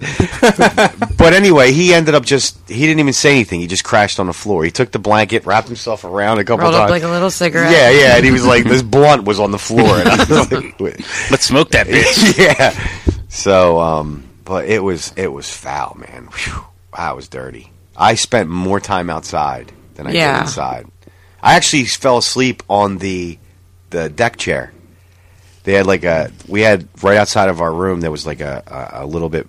C: but anyway, he ended up just he didn't even say anything. He just crashed on the floor. He took the blanket, wrapped himself around a couple
B: Rolled up
C: times.
B: like a little cigarette.
C: Yeah, yeah. And he was like, this blunt was on the floor. And I was like,
I: let's smoke that bitch.
C: yeah. So, um, but it was it was foul, man. Whew, I was dirty. I spent more time outside than I
B: Yeah.
C: did inside. I actually fell asleep on the the deck chair. They had like a we had right outside of our room there was like a a, a little bit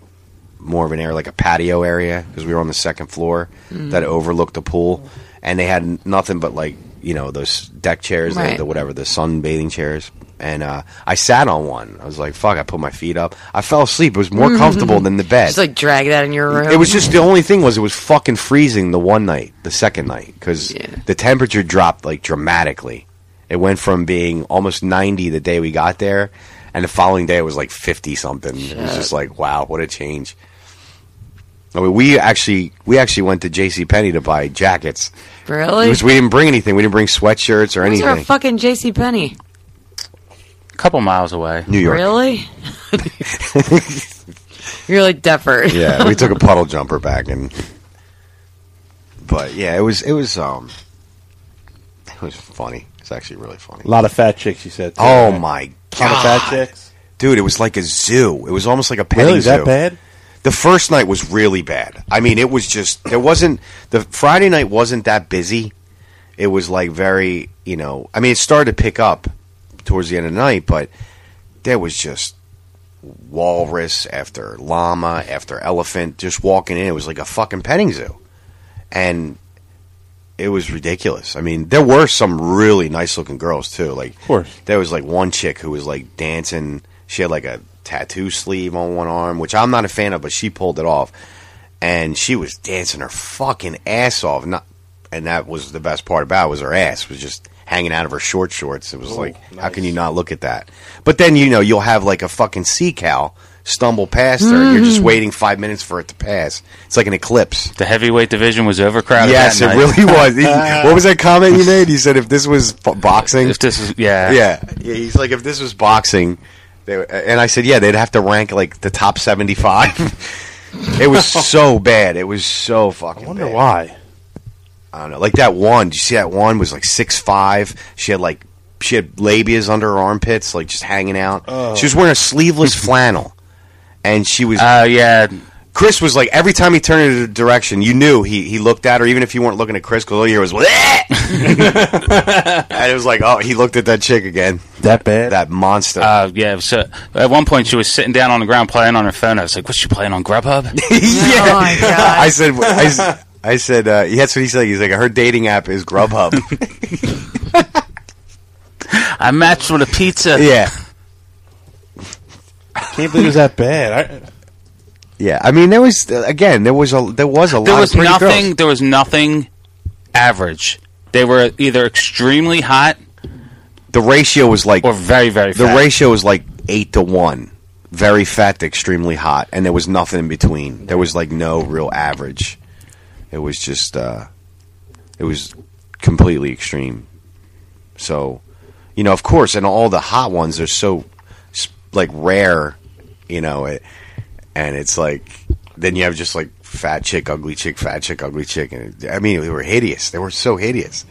C: more of an area like a patio area because we were on the second floor
J: Mhm.
C: that overlooked the pool and they had nothing but like you know those deck chairs the-
J: Right.
C: the whatever the sunbathing chairs and uh, I sat on one I was like fuck I put my feet up I fell asleep it was more comfortable than the bed
B: Mm-hmm. Just like drag that in your room.
C: it was just the only thing was it was fucking freezing the one night, the second night, because the temperature dropped like dramatically. It went from being almost ninety the day we got there, and the following day it was like fifty something. It was just like wow, what a change. I mean, we actually we actually went to J.C. Penney to buy jackets
B: really.
C: because we didn't bring anything. We didn't bring sweatshirts or
B: These are a
C: anything.
B: fucking J.C. Penney.
I: A couple miles away.
C: New York. [LAUGHS]
B: Really? You're like Deffer.
C: yeah, we took a puddle jumper back and. But yeah, it was it was um, it was funny. It's actually really funny.
D: A lot of fat chicks, you said. too,
C: Oh
D: right?
C: my
D: Lot of
C: god,
D: fat chicks.
C: dude! It was like a zoo. It was almost like a petting
D: Really? That
C: zoo.
D: bad?
C: The first night was really bad. I mean, it was just there wasn't the Friday night wasn't that busy. It was like very you know. I mean, it started to pick up towards the end of the night, but there was just walrus after llama after elephant just walking in. It was like a fucking petting zoo, and it was ridiculous. I mean, there were some really nice looking girls too. Like, of
D: course,
C: there was like one chick who was like dancing. She had like a tattoo sleeve on one arm, which I'm not a fan of, but she pulled it off, and she was dancing her fucking ass off. Not, and that was the best part about it was her ass was just hanging out of her short shorts. It was like, how can you not look at that? But then you know you'll have like a fucking sea cow stumble past her. and You're just
I: Mhm.
C: waiting five minutes for it to pass. It's like an eclipse.
I: The heavyweight division was overcrowded.
C: Yes,
I: that
C: it
I: night.
C: really was. He- what was that comment you made? You said if this was bo- boxing, if
I: this was yeah,
C: yeah, yeah. He's like if this was boxing, they, w- uh, and I said yeah, they'd have to rank like the top seventy-five. [LAUGHS] it was so bad. It was so fucking. I wonder
D: why.
C: I don't know. Like that one. Did you see that one was like six five? She had like she had labias under her armpits, like just hanging out.
I: Oh.
C: She was wearing a sleeveless flannel, and she was.
I: Oh yeah.
C: Chris was like every time he turned in a direction, you knew he he looked at her, even if you weren't looking at Chris, because all you hear [LAUGHS] was. "Bleh!" and it was like, oh, he looked at that chick again.
D: That bad?
C: That monster.
I: Uh, yeah. So at one point she was sitting down on the ground playing on her phone. I was like, "What's she playing on
C: [LAUGHS]
I: Grubhub?"
C: [LAUGHS] yeah. I said, I, s- I said, uh, yeah, that's what he said. He's like, her dating app is
I: [LAUGHS]
C: Grubhub.
I: I matched with a pizza.
C: yeah.
D: Can't believe it was that bad. I,
C: Yeah, I mean, there was uh, again, there was a there was a
I: There
C: lot
I: was
C: of pretty
I: nothing.
C: girls.
I: There was nothing average. They were either extremely hot.
C: The ratio was like
I: or very very.
C: The
I: fat.
C: ratio was like eight to one, very fat to extremely hot, and there was nothing in between. There was like no real average. It was just, uh, it was completely extreme. So, you know, of course, and all the hot ones are so s- like rare, you know, it, and it's like then you have just like fat chick, ugly chick, fat chick, ugly chick, and I mean, they were hideous. They were so hideous.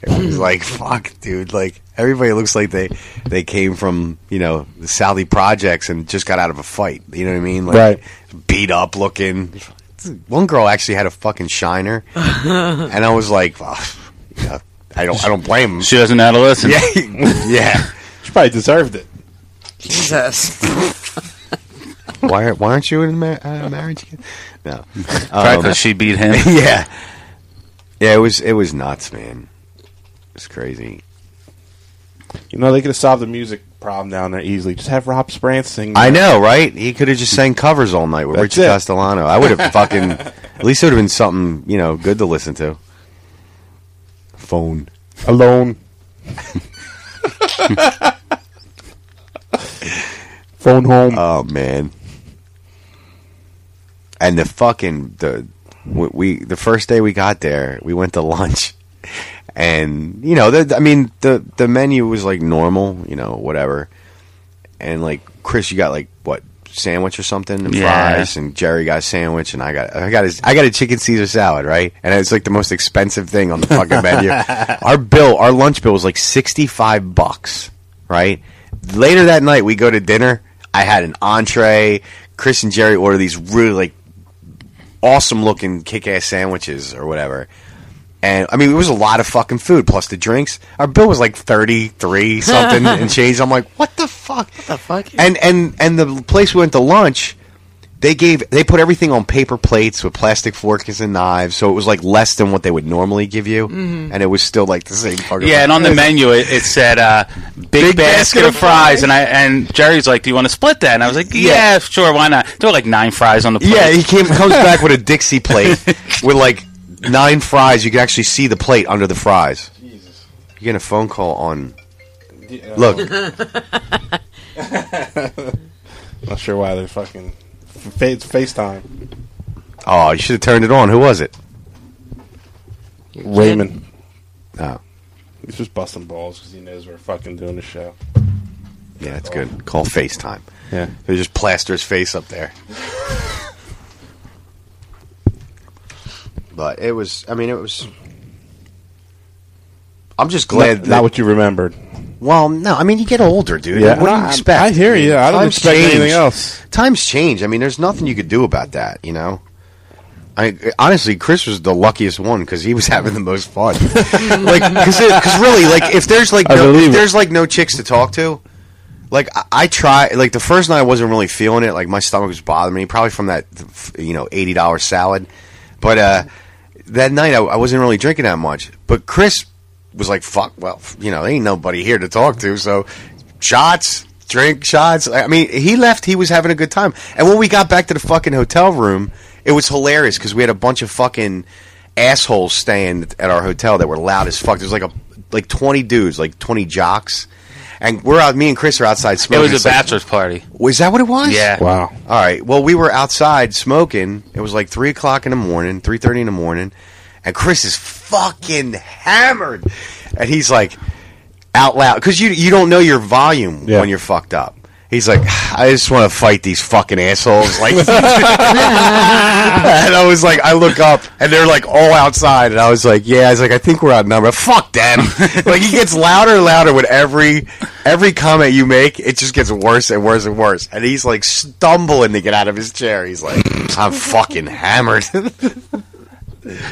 C: It was like, [LAUGHS] fuck, dude. Like everybody looks like they they came from you know the Saudi projects and just got out of a fight. You know what I mean? Like
D: Right.
C: Beat up looking. One girl actually had a fucking shiner, and I was like, well, you know, I don't, I don't blame him.
I: She was an adolescent.
C: Yeah, yeah.
D: she probably deserved it.
B: Jesus.
C: Why, aren't- why aren't you in a mar- uh, marriage? Again? No, Oh,
I: Probably 'cause she beat him.
C: [LAUGHS] yeah, yeah. It was, it was nuts, man. It's crazy.
D: You know, they could have solved the music problem down there easily. Just have Rob Sprant sing.
C: I know, right? He could have just sang covers all night with
D: That's
C: Richie
D: it.
C: Castellano. I would have fucking. At least it would have been something you know good to listen to. Phone
D: [LAUGHS] alone. Phone home.
C: Oh man. And the fucking the we- we the first day we got there, we went to [LAUGHS] lunch, and you know, the, I mean, the the menu was like normal, you know, whatever. And like Chris, you got like what sandwich or something, and
I: Yeah.
C: fries, and Jerry got a sandwich, and I got I got his I got a chicken Caesar salad, right? And it's like the most expensive thing on the fucking menu. our bill, our lunch bill was like sixty five bucks, right? Later that night, we go to dinner. I had an entree. Chris and Jerry order these really like awesome looking kick ass sandwiches or whatever. And I mean, it was a lot of fucking food plus the drinks. Our bill was like thirty
B: [LAUGHS]
C: three something and change. I'm like, what the fuck? What
B: the fuck?
C: And and and the place we went to lunch, they gave they put everything on paper plates with plastic forks and knives, so it was like less than what they would normally give you,
B: Mm-hmm.
I: Mhm.
C: and it was still like the same. fucking-
I: Yeah, and on the menu it, it said uh, big, basket, of fries, and I and Jerry's like, "Do you want to split that?" And I was like, "Yeah, sure, why not?" There were like nine fries on the plate.
C: Yeah, he came comes back
I: [LAUGHS]
C: with a Dixie plate with like nine fries. You can actually see the plate under the fries. You get a phone call on. Look,
D: [LAUGHS] Not sure why they're fucking fa- it's FaceTime.
C: oh, you should have turned it on. Who was it?
D: Raymond.
C: Oh,
D: He's just busting balls because he knows we're fucking doing the show.
C: yeah, that's good. Call FaceTime.
D: Yeah.
C: They just plaster his face up there. but it was, I mean, it was. I'm just glad
D: Not,
C: that.
D: not what you remembered.
C: well, no, I mean, you get older, dude.
D: Yeah.
C: Like, what
D: No,
C: do you
D: I-
C: expect?
D: I hear you. I don't
C: Times
D: expect anything
C: change.
D: else.
C: Times change. I mean, there's nothing you could do about that, you know? I honestly, Chris was the luckiest one because he was [LAUGHS] having the most
D: [LAUGHS]
C: fun. like, because really, like, if there's like
D: I
C: no,
D: believe
C: if
D: it.
C: there's like no chicks to talk to, like I, I try. Like the first night, I wasn't really feeling it. Like my stomach was bothering me, probably from that you know eighty dollar salad. But uh, that night, I, I wasn't really drinking that much. But Chris was like, "Fuck, well, you know, ain't nobody here to talk to." So shots, drink shots. I mean, he left. He was having a good time. And when we got back to the fucking hotel room, it was hilarious because we had a bunch of fucking assholes staying at our hotel that were loud as fuck. There's like a like twenty dudes, like twenty jocks, and we're out. Me and Chris are outside
I: It
C: smoking.
I: was
C: It's
I: a
C: like-
I: bachelor's party.
C: was that what it was?
I: Yeah.
D: Wow.
C: All right. Well, we were outside smoking. It was like three o'clock in the morning, three thirty in the morning, and Chris is fucking hammered, and he's like out loud because you you don't know your volume when you're fucked up. He's like, I just want to fight these fucking assholes. Like, [LAUGHS] and I was like, I look up, and they're like all outside, and I was like, yeah, I was like, I think we're outnumbered. Fuck them. like he gets louder and louder with every every comment you make. It just gets worse and worse and worse. And he's like stumbling to get out of his chair. He's like, I'm fucking hammered. [LAUGHS]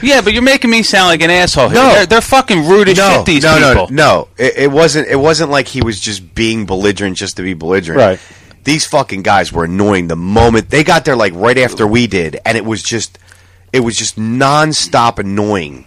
I: Yeah, but you're making me sound like an asshole. Here. they're, they're fucking rude as shit. These
C: no,
I: people.
C: No, no, it, it wasn't. It wasn't like he was just being belligerent just to be belligerent.
D: Right.
C: These fucking guys were annoying the moment they got there, like right after we did, and it was just, it was just nonstop annoying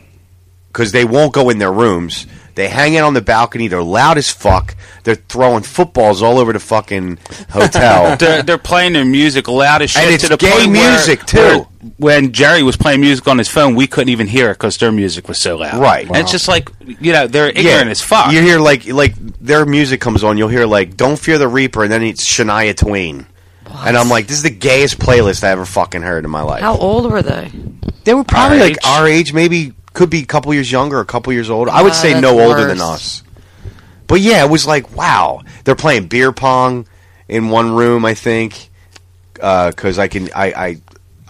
C: because they won't go in their rooms. They hang out on the balcony. They're loud as fuck. They're throwing footballs all over the fucking
I: [LAUGHS]
C: hotel.
I: they're, they're playing their music loud as shit
C: And it's
I: to the
C: gay
I: point where-
C: music, too.
I: where when Jerry was playing music on his phone, we couldn't even hear it because their music was so loud.
C: Right.
I: And it's
C: Wow.
I: just like you know they're ignorant as fuck.
C: You hear like like their music comes on, you'll hear like "Don't Fear the Reaper," and then it's Shania Twain, and I'm like, this is the gayest playlist I ever fucking heard in my life.
B: How old were they?
C: They were probably
B: Our
C: like our age, maybe could be a couple years younger, a couple years older. I would
B: Wow,
C: say
B: Oh, that's
C: no
B: the
C: older than
B: worst.
C: us. But yeah, it was like wow, they're playing beer pong in one room. I think because I can I. I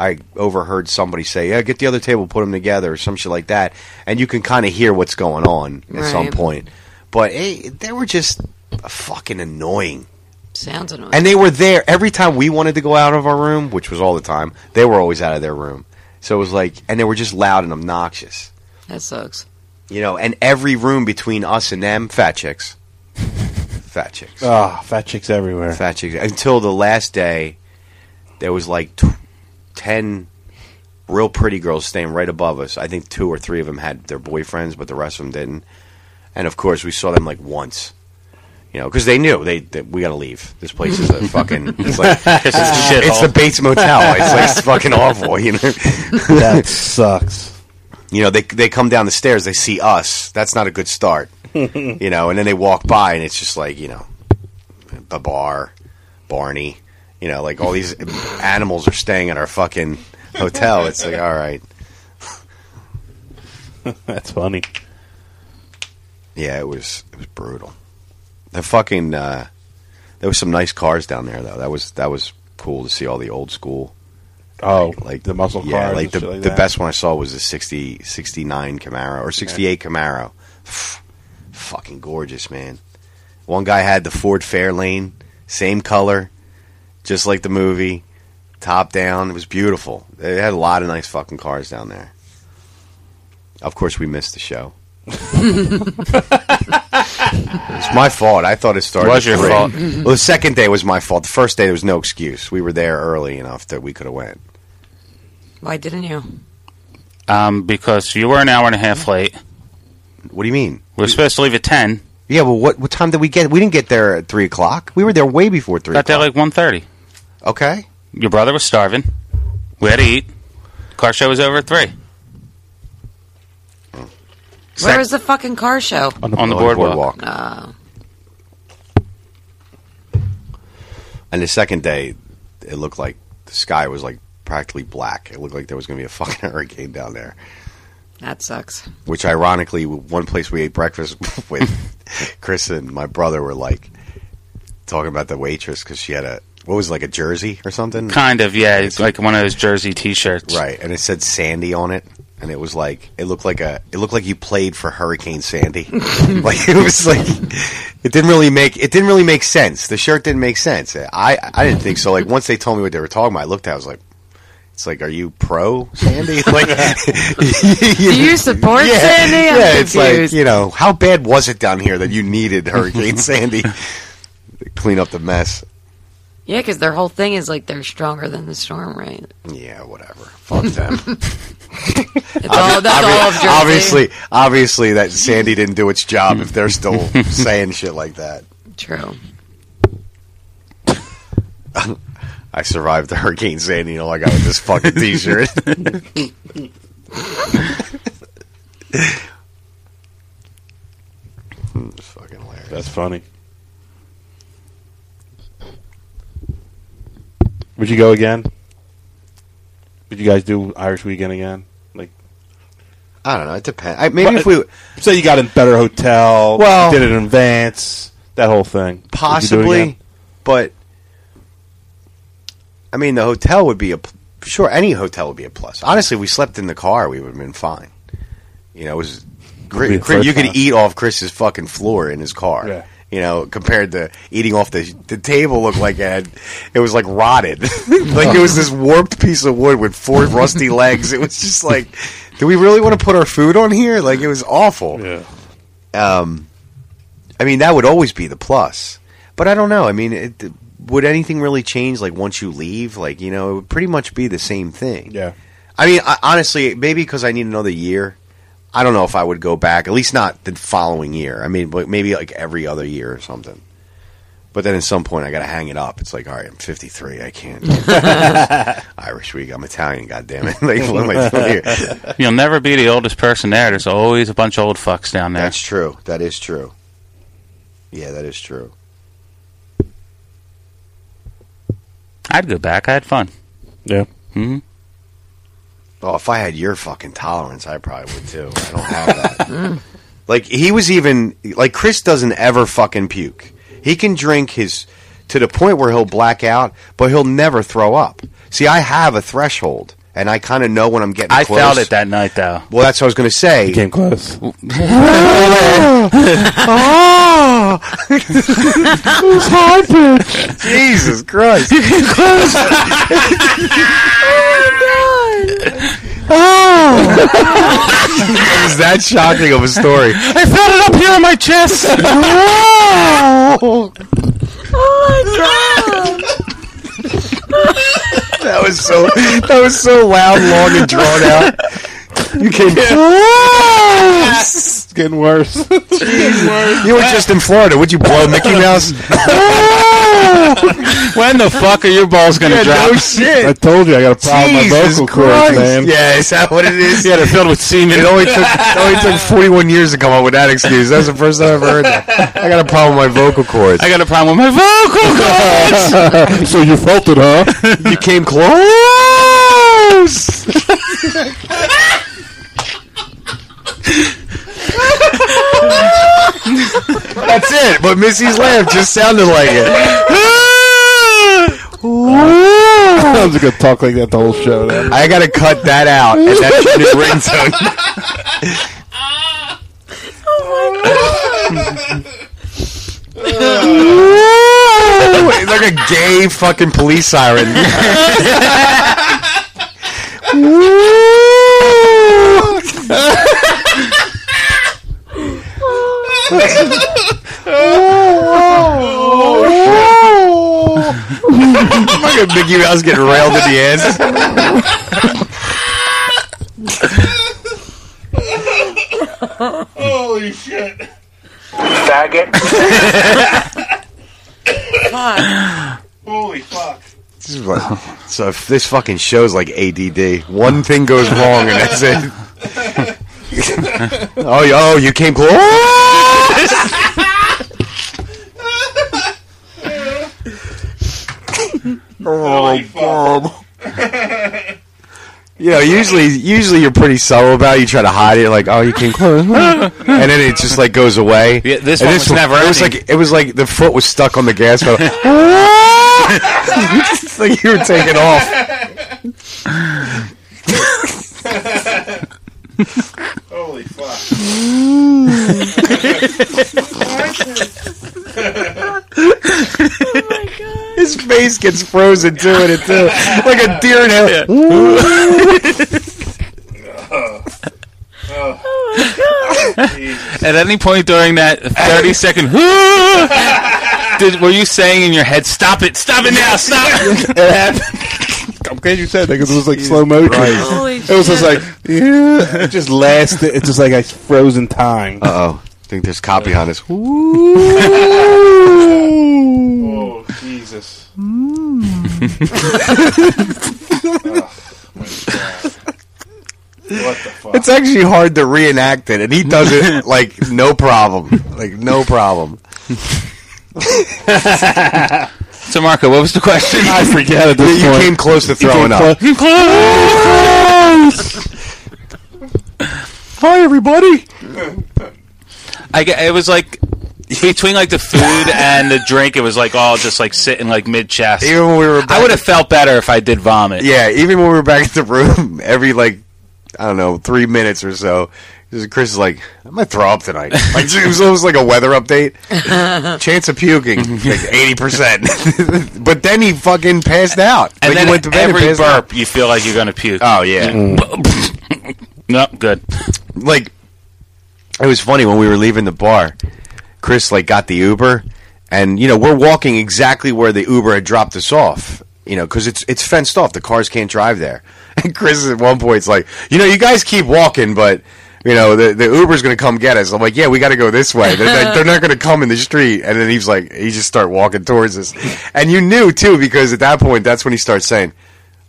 C: I overheard somebody say, "Yeah, get the other table, put them together," or some shit like that, and you can kind of hear what's going on at some
B: Right.
C: point. But eh, they were just fucking annoying.
B: Sounds annoying.
C: And they were there every time we wanted to go out of our room, which was all the time. They were always out of their room, so it was like, and they were just loud and obnoxious,
B: that sucks.
C: you know. And every room between us and them, fat chicks, [LAUGHS] fat chicks,
D: Ah, fat
C: [LAUGHS]
D: chicks everywhere.
C: fat chicks. Until the last day, there was like t- ten real pretty girls staying right above us. I think two or three of them had their boyfriends, but the rest of them didn't. And of course, we saw them like once. You know, because they knew they, that we got to leave. This place is a fucking. It's like
I: [LAUGHS] It's a shithole.
C: it's the Bates Motel. It's like it's fucking awful. You know, that sucks. You know, they they come down the stairs. They see us. That's not a good start. You know, and then they walk by, and it's just like you know, the bar, Barney. You know, like all these animals are staying at our fucking hotel. It's like all right.
D: That's funny.
C: Yeah, it was it was brutal. The fucking uh, there was some nice cars down there though. That was that was cool to see all the old school.
D: Oh,
C: like, like
D: the muscle
C: yeah,
D: cars
C: like
D: and
C: the
D: shit like
C: the
D: that.
C: best one I saw was the 60, 69 Camaro or sixty eight Camaro. Pff, fucking gorgeous, man. One guy had the Ford Fairlane, same color, just like the movie, top down. It was beautiful. They had a lot of nice fucking cars down there. Of course, we missed the
D: [LAUGHS]
C: show. It's my fault. I thought it started.
I: Was your
C: at three.
I: fault.
C: Well, the second day was my fault. The first day there was no excuse. We were there early enough that we could have went.
B: Why didn't you?
I: Um, because you were an hour and a half late.
C: What do you mean?
I: We were supposed to leave at ten.
C: Yeah, well, what what time did we get? We didn't get there at three o'clock. We were there way before three.
I: Got there like one thirty.
C: Okay.
I: Your brother was starving. We had to eat. Car show was over at three.
B: Where was the fucking car show?
I: On the- On the on the boardwalk. boardwalk.
B: Oh.
C: And the second day, it looked like the sky was like practically black. It looked like there was going to be a [LAUGHS] fucking hurricane down there.
B: that sucks.
C: Which, ironically, one place we ate breakfast [LAUGHS] with [LAUGHS] Chris and my brother were like talking about the waitress because she had a what was it, like a jersey or something.
I: Kind of, yeah. It's like one of those jersey T-shirts.
C: Right, and it said Sandy on it, and it was like it looked like a it looked like you played for
B: [LAUGHS]
C: Hurricane Sandy. [LAUGHS] like it was like it didn't really make it didn't really make sense. The shirt didn't make sense. I I didn't think so. Like once they told me what they were talking about, I looked at, it, I was like. It's like, are you pro
B: [LAUGHS]
C: Sandy? Like,
B: Do you support
C: [LAUGHS] yeah,
B: Sandy? I'm
C: yeah, it's like
B: confused.
C: you know, how bad was it down here that you needed
B: [LAUGHS]
C: Hurricane Sandy to clean up the mess?
B: Yeah, because their whole thing is like they're stronger than the storm, right?
C: Yeah, whatever. Fuck them.
B: It's all, that's
C: Obvi-
B: all of Jersey.
C: obviously, obviously, that Sandy didn't do its job if they're still [LAUGHS] saying shit like that.
B: True.
C: I survived the Hurricane Sandy, and all I got was this fucking T-shirt. [LAUGHS] fucking hilarious.
D: That's funny. Would you go again? Would you guys do Irish weekend again? Like
C: I don't know. It depends. I, maybe if we
D: say you got a better hotel,
C: Well-
D: you did it in advance, that whole thing. Would you do it again?
C: possibly, but I mean, the hotel would be a p- sure. Any hotel would be a plus. Honestly, if we slept in the car, we would have been fine. You know, it was
D: be
C: great.
D: the first
C: you could
D: time.
C: eat off Chris's fucking floor in his car.
D: Yeah.
C: You know, compared to eating off the the table, looked like it, had, it was like rotted. [LAUGHS] like it was this warped piece of wood with four rusty legs. It was just like, do we really want to put our food on here? Like it was awful.
D: Yeah.
C: Um, I mean, that would always be the plus. But I don't know. I mean, it, would anything really change? Like once you leave, like you know, it would pretty much be the same thing.
D: Yeah.
C: I mean, I, honestly, maybe because I need another year. I don't know if I would go back. At least not the following year. I mean, but maybe like every other year or something. But then at some point, I got to hang it up. It's like, all right, I'm 53. I can't. Irish week. I'm Italian. God damn it! [LAUGHS] Like, what am I doing here?
I: You'll never be the oldest person there. There's always a bunch of old fucks down there.
C: That's true. That is true. Yeah, that is true.
I: I'd go back. I had fun.
D: Yeah.
I: hmm
C: Oh, if I had your fucking tolerance, I probably would too. I don't have that. like he was even like Chris doesn't ever fucking puke. He can drink his to the point where he'll black out, but he'll never throw up. See, I have a threshold, and I kind of know when I'm getting.
I: I
C: close.
I: felt it that night though.
C: Well, that's what I was going to
D: [LAUGHS]
C: say.
D: Came close.
C: [LAUGHS] oh, who's Jesus Christ!
I: Oh!
C: It was that shocking of a [LAUGHS] story.
I: I felt it up here in my
C: [LAUGHS]
I: chest.
C: oh That was so. That was [LAUGHS] so loud, long, and drawn out. You came.
D: getting [LAUGHS] worse.
C: You were just in Florida. Would you
D: [LAUGHS]
C: blow Mickey Mouse?
I: [LAUGHS] when the fuck are your balls gonna
C: Yeah,
I: drop?
C: no shit.
D: I told you I got a problem with my
C: Jesus
D: vocal
C: Christ.
D: cords, man.
C: Yeah, is that what it
D: [LAUGHS]
C: is?
I: Yeah, they're filled with semen.
C: It only took it only took 41 years to come up with that excuse. That's the first time I've ever heard that. I got a problem with my vocal cords.
I: I got a problem with my [LAUGHS] vocal cords.
D: so you felt it, huh?
C: [LAUGHS] you came
D: [LAUGHS]
C: close. That's it. But Missy's laugh just sounded like it.
D: I'm just gonna talk like that the whole show. Now.
C: [LAUGHS] I gotta cut that out, and that should be ringtone. [LAUGHS] It's like a gay fucking police siren. [LAUGHS] Fucking Mickey Mouse getting railed in the ass.
H: Holy shit. Holy fuck.
C: This is what- so if this fucking show's like ADD. One thing goes wrong and that's it. [LAUGHS] oh, you- oh, you came [LAUGHS] Oh, close. oh, God. You know, usually, usually you're pretty subtle about it. You try to hide it, like, oh, you came close, [LAUGHS] and then it just like goes away.
I: Yeah, this
C: And
I: one was never
C: It was
I: ending.
C: like it was like the foot was stuck on the gas pedal. [LAUGHS] it's like you were taking off.
H: Holy fuck.
C: His face gets frozen doing it too, like a deer in hell.
I: At any point during that [LAUGHS] 30 second, did, were you saying in your head, "Stop it! Stop it now! [LAUGHS] Stop!"
D: I'm glad you said that because it was like slow motion. It was just like yeah. It just lasted. It's just like I froze in time.
C: Oh, I think there's copy on this.
D: [LAUGHS]
H: Oh, Jesus.
C: It's actually hard to reenact it, and he does it like no problem, like no problem.
I: so, Marco, what was the question?
D: I forget at
C: You
D: this point.
C: came close to throwing up.
D: Close. Hi, everybody.
I: I get, it was like between like
C: [LAUGHS]
I: the food and the drink, it was like all just like sitting like mid chest.
C: Even when we were, back,
I: I would have felt better if I did vomit.
C: yeah. Even when we were back at the room, [LAUGHS] every like I don't know, three minutes or so. Chris is like, I might throw up
I: [LAUGHS]
C: tonight. Like it was almost like a weather update. Chance of
I: [LAUGHS]
C: puking, like eighty percent. [LAUGHS] But then he fucking passed out.
I: And
C: Like,
I: then
C: he went to bed and
I: every
C: passed out.
I: burp, you feel like you're gonna puke.
C: Oh yeah. [LAUGHS]
I: nope, good.
C: Like it was funny when we were leaving the bar. Chris like got the Uber, and you know we're walking exactly where the Uber had dropped us off. You know because it's it's fenced off. The cars can't drive there. [LAUGHS] And Chris at one point's like, you know, you guys keep walking, but. You know the the Uber's gonna come get us. I'm like, yeah, we got to go this way. They're, not- they're not gonna come in the street. And then he's like, he just start walking towards us. And you knew too because at that point, that's when he starts saying,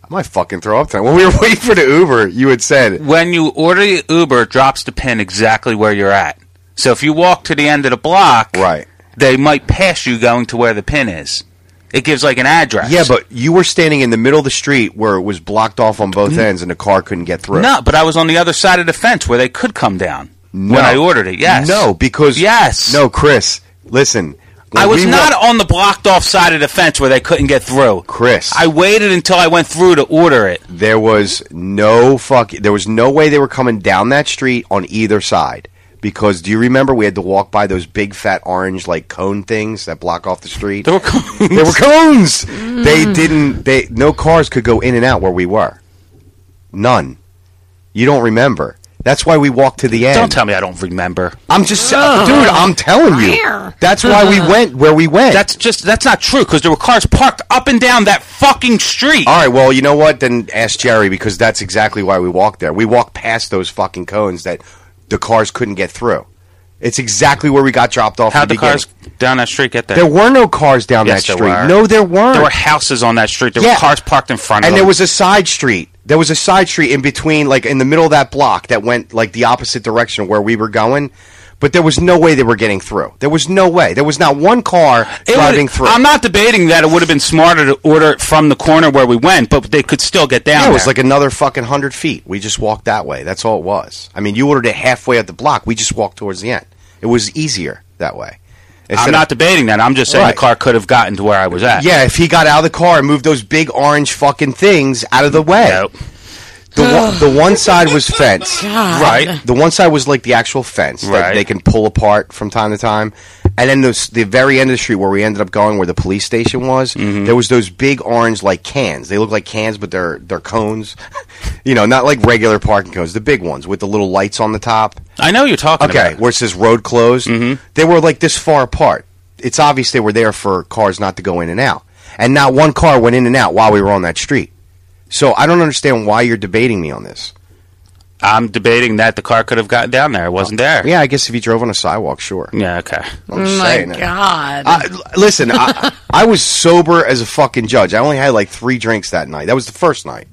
C: "I might fucking throw up tonight." When we were [LAUGHS] waiting for the Uber, you had said,
I: When you order the Uber, it drops the pin exactly where you're at. So if you walk to the end of the block,
C: Right.
I: they might pass you going to where the pin is. It gives like an address.
C: Yeah, but you were standing in the middle of the street where it was blocked off on both ends and the car couldn't get through.
I: no, but I was on the other side of the fence where they could come down
C: No.
I: when I ordered it. Yes,
C: No, because
I: Yes.
C: No, Chris, listen. When
I: I was
C: we wa-
I: not on the blocked off side of the fence where they couldn't get through.
C: Chris.
I: I waited until I went through to order it.
C: there was no fuck there was no way they were coming down that street on either side. Because do you remember we had to walk by those big fat orange like cone things that block off the street?
I: They were [LAUGHS] coming.
C: They were cones.
I: Mm.
C: They didn't. They no cars could go in and out where we were. None. You don't remember. That's why we walked to the end.
I: Don't tell me I don't remember.
C: I'm just,
I: Uh-huh.
C: dude. I'm telling you. That's why we went where we went.
I: That's just that's not true because there were cars parked up and down that fucking street.
C: all right. Well, you know what? Then ask Jerry because that's exactly why we walked there. We walked past those fucking cones that the cars couldn't get through. It's exactly where we got dropped off.
I: How'd
C: in
I: the
C: the beginning.
I: cars down that street get there?
C: There were no cars down
I: Yes,
C: that
I: there
C: street.
I: were.
C: No, there weren't.
I: There were houses on that street. There
C: Yeah.
I: were cars parked in front of
C: and
I: them.
C: there was a side street. There was a side street in between, like in the middle of that block that went like the opposite direction where we were going. But there was no way they were getting through. There was no way. There was not one car
I: It would-
C: driving through.
I: I'm not debating that it would have been smarter to order it from the corner where we went, but they could still get down.
C: Yeah, it was
I: there.
C: like another fucking hundred feet. We just walked that way. That's all it was. I mean, you ordered it halfway up the block. We just walked towards the end. It was easier that way. Instead
I: I'm
C: of-
I: not debating that. I'm just saying
C: Right.
I: the car could have gotten to where I was at.
C: Yeah, if he got out of the car and moved those big orange fucking things out of the way. The one, the one side was fenced.
I: God. Right.
C: The one side was like the actual fence that
I: Right.
C: they can pull apart from time to time. And then those, the very end of the street where we ended up going, where the police station was, there was those big orange like cans. They look like cans, but they're they're cones. [LAUGHS] you know, not like regular parking cones. The big ones with the little lights on the top.
I: I know you're talking
C: Okay,
I: about.
C: where it says road closed. They were like this far apart. It's obvious they were there for cars not to go in and out. And not one car went in and out while we were on that street. So I don't understand why you're debating me on this.
I: I'm debating that the car could have gotten down there. It wasn't there.
C: Yeah, I guess if you drove on a sidewalk, sure.
I: Yeah, okay.
C: I'm just
B: my
C: saying it.
B: God.
C: I- l-
B: [LAUGHS]
C: listen, I, I was sober as a fucking judge. I only had like three drinks that night. That was the first night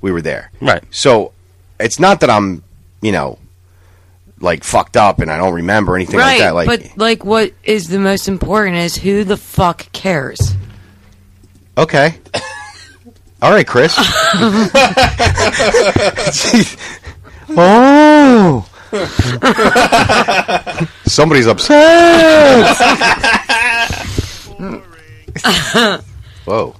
C: we were there.
I: Right.
C: So it's not that I'm, you know, like fucked up and I don't remember anything
B: right,
C: like that. Like,
B: but like, what is the most important is who the fuck cares.
C: okay. All right, [LAUGHS] Chris. oh. Somebody's [LAUGHS] upset. Whoa.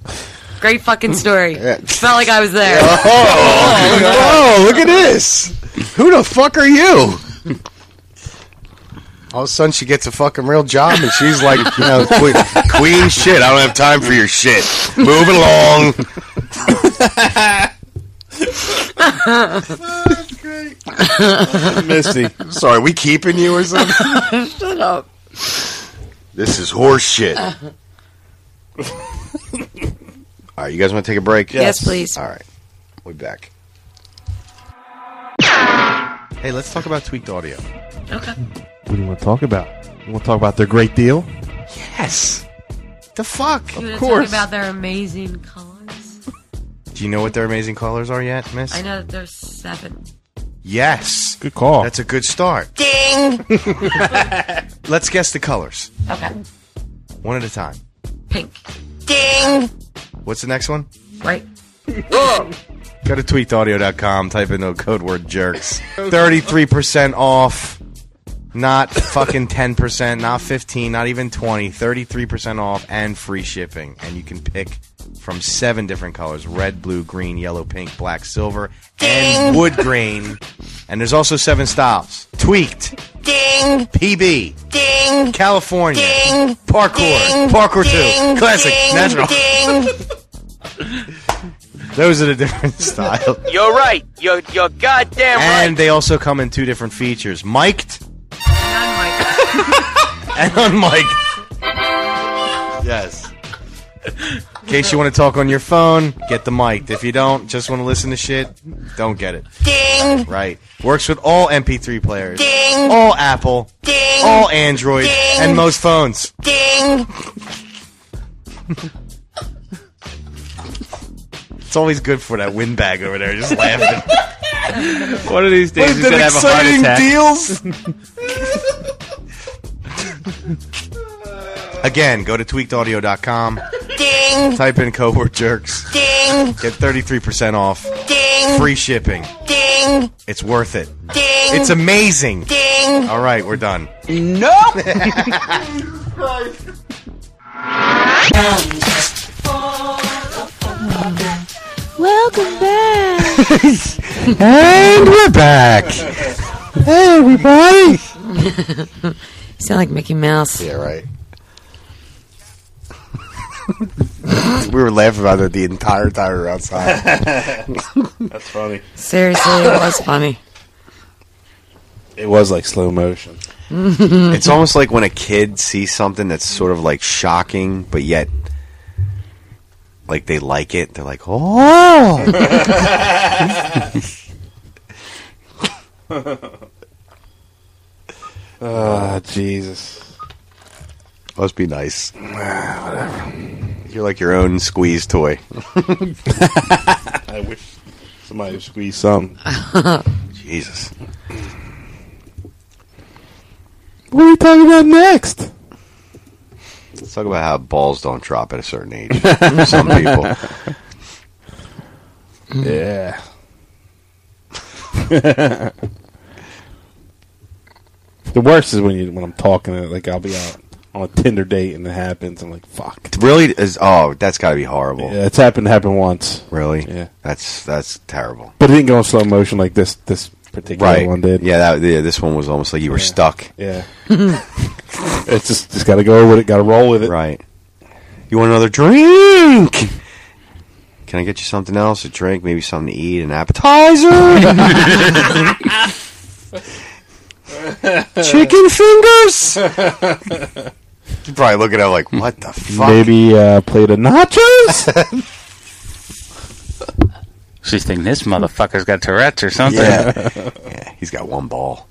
B: Great fucking story. Felt like I was there.
C: Oh, look at this. Who the fuck are you? All of a sudden, she gets a fucking real job, and she's like, you know, queen, queen shit. I don't have time for your shit. Move along.
D: Misty.
C: Sorry, we keeping you or something?
B: [LAUGHS] Shut up. Uh.
C: This is horse shit. All right, you guys want to take a break?
B: Yes, Yes. please.
C: All right, we'll be back. Hey, let's talk about tweaked audio.
B: Okay.
D: What do you want to talk about? You want to talk about their great deal?
C: Yes. The fuck?
B: Of
C: course.
B: about their amazing colors.
C: Do you know what their amazing colors are yet, miss?
B: I know that there's seven.
C: Yes. Good
D: call.
C: That's a good start.
B: Ding.
C: [LAUGHS] Let's guess the colors.
B: Okay.
C: One at a time.
B: Pink. Ding.
C: What's the next one?
B: Right.
C: Go to tweakedaudio.com, type in the code word jerks. 33% off. Not fucking 10%, not 15, not even 20. 33% off and free shipping. And you can pick from seven different colors red, blue, green, yellow, pink, black, silver, and wood grain. And there's also seven styles tweaked, ding, PB, ding, California, ding, parkour, parkour 2, classic, national. Those are the different [LAUGHS] styles.
J: You're right. You're you're goddamn
C: And they also come in two different features mic'd and unmic'd. yes. In case you want to talk on your phone, get the mic'd. If you don't, just want to listen to shit, don't get it.
H: Ding.
C: Right. Works with all MP3 players,
H: Ding.
C: all Apple,
H: Ding.
C: all Android,
H: Ding.
C: and most phones.
H: Ding.
C: It's always good for that windbag over there, just laughing.
I: One of these
H: days he's gonna have a heart attack. [LAUGHS]
C: Again, go to tweakedaudio.com.
H: Ding.
C: Type in code jerks.
H: Ding.
C: Get 33% off.
H: Ding.
C: Free shipping.
H: Ding.
C: It's worth it.
H: Ding.
C: It's amazing.
H: Ding.
C: All right, we're done.
H: No.
B: Welcome back.
H: and
C: we're back. Hey, everybody.
B: sound like Mickey Mouse.
C: Yeah, right. [LAUGHS] we were laughing about it the entire time we were outside.
D: That's funny.
B: Seriously, it was funny.
D: It was like slow motion.
C: it's almost like when a kid sees something that's sort of like shocking, but yet like they like it. They're like, oh.
D: Oh, Jesus.
C: Must be nice. Whatever. [SIGHS] You're like your own squeeze toy.
D: I wish somebody would squeeze some.
C: Jesus.
D: What are we talking about next?
C: Let's talk about how balls don't drop at a certain age.
D: [LAUGHS]
C: Some people.
D: Yeah. [LAUGHS] the worst is when you when I'm talking to like I'll be out on a Tinder date and it happens. I'm like, fuck.
C: Really? Is oh, that's got to be horrible.
D: Yeah, it's happened happened once.
C: Really?
D: Yeah.
C: That's that's terrible.
D: But it didn't go in slow motion like this this particular
C: Right.
D: one did.
C: Yeah, that, yeah. This one was almost like you were stuck.
D: [LAUGHS] Yeah. it's just just gotta go with it, gotta roll with it.
C: Right. You want another drink? Can I get you something else? A drink, maybe something to eat, an [LAUGHS] appetizer, [LAUGHS] chicken
D: [LAUGHS]
C: fingers. you probably look at it like, what the fuck?
D: Maybe uh plate of [LAUGHS] nachos?
I: She's thinking this motherfucker's got Tourette's or something.
C: Yeah. yeah, he's got one ball.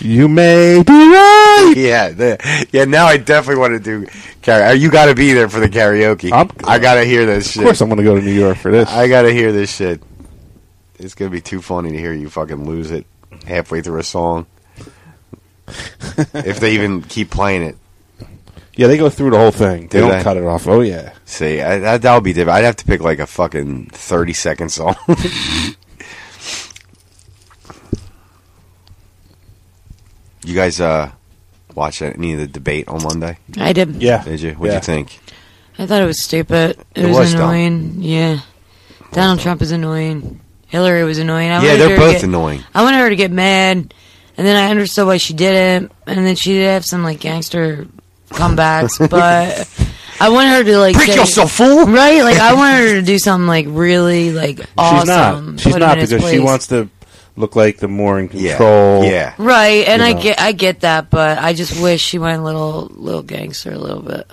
D: you may be right. [LAUGHS]
C: Yeah, the, yeah. Now I definitely want to do karaoke. You got to be there for the karaoke. i got to hear this shit.
D: Of course I'm gonna go to New York for this.
C: I gotta hear this shit. It's gonna be too funny to hear you fucking lose it halfway through a
D: [LAUGHS]
C: song. if they even keep playing it,
D: Yeah, they go through the whole thing.
C: Do
D: They Do not
C: they?
D: cut it off. Oh yeah.
C: see, I, that that would be different. I'd have to pick like a fucking thirty second song. [LAUGHS] you guys uh, watch any of the debate on Monday?
B: I did.
D: Yeah.
C: Did you? What'd
D: Yeah.
C: you think?
B: I thought it was stupid. It,
C: It
B: was,
C: was dumb.
B: annoying. Yeah. Donald Trump is annoying. Hillary was annoying. I
C: Yeah,
B: wanted
C: they're
B: her to
C: both
B: get-
C: annoying.
B: I wanted her to get mad, and then I understood why she did it, and then she did have some like gangster comebacks, but I want her to like
H: Break
B: say-
H: yourself,
C: fool!
B: Right? Like I want her to do something like really like awesome.
D: She's not. She's
B: put him
D: not
B: in his
D: because she
B: place.
D: wants to look like the more in control.
C: Yeah.
B: Right, and
D: You
B: I
D: know.
B: get I get that, but I just wish she went a little little gangster a little bit.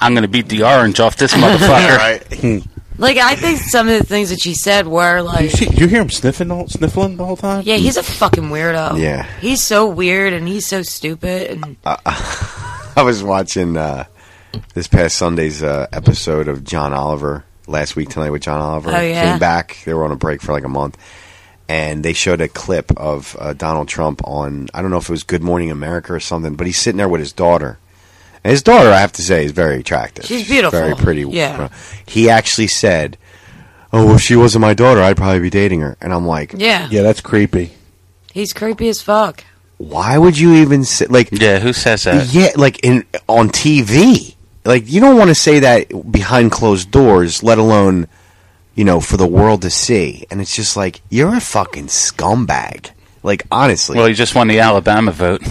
I: I'm gonna beat the orange off
C: [LAUGHS]
I: this motherfucker.
B: Like I think some of the things that she said were like
D: Did you, see- you hear him sniffing, the whole, sniffling the whole time?
B: Yeah, he's a fucking weirdo.
C: Yeah. Uh,
B: He's so weird and he's so stupid and
C: [LAUGHS] I was watching uh, this past Sunday's uh, episode of John Oliver last week tonight with John Oliver.
B: Oh, yeah?
C: Came back. They were on a break for like a month, and they showed a clip of uh, Donald Trump on I don't know if it was Good Morning America or something, but he's sitting there with his daughter. And his daughter, I have to say, is very attractive.
B: She's beautiful.
C: very pretty. Uh,
B: Yeah.
C: He actually said, "Oh, well, if she wasn't my daughter, I'd probably be dating her." And I'm like,
B: Yeah.
D: yeah, that's creepy.
B: he's creepy as fuck.
C: Why would you even say like?
I: Yeah, who says that?
C: Uh, Yeah, like in on TV. Like you don't want to say that behind closed doors, let alone you know for the world to see. And it's just like you're a fucking scumbag. Like honestly, [LAUGHS]
I: Well, he just won the Alabama vote.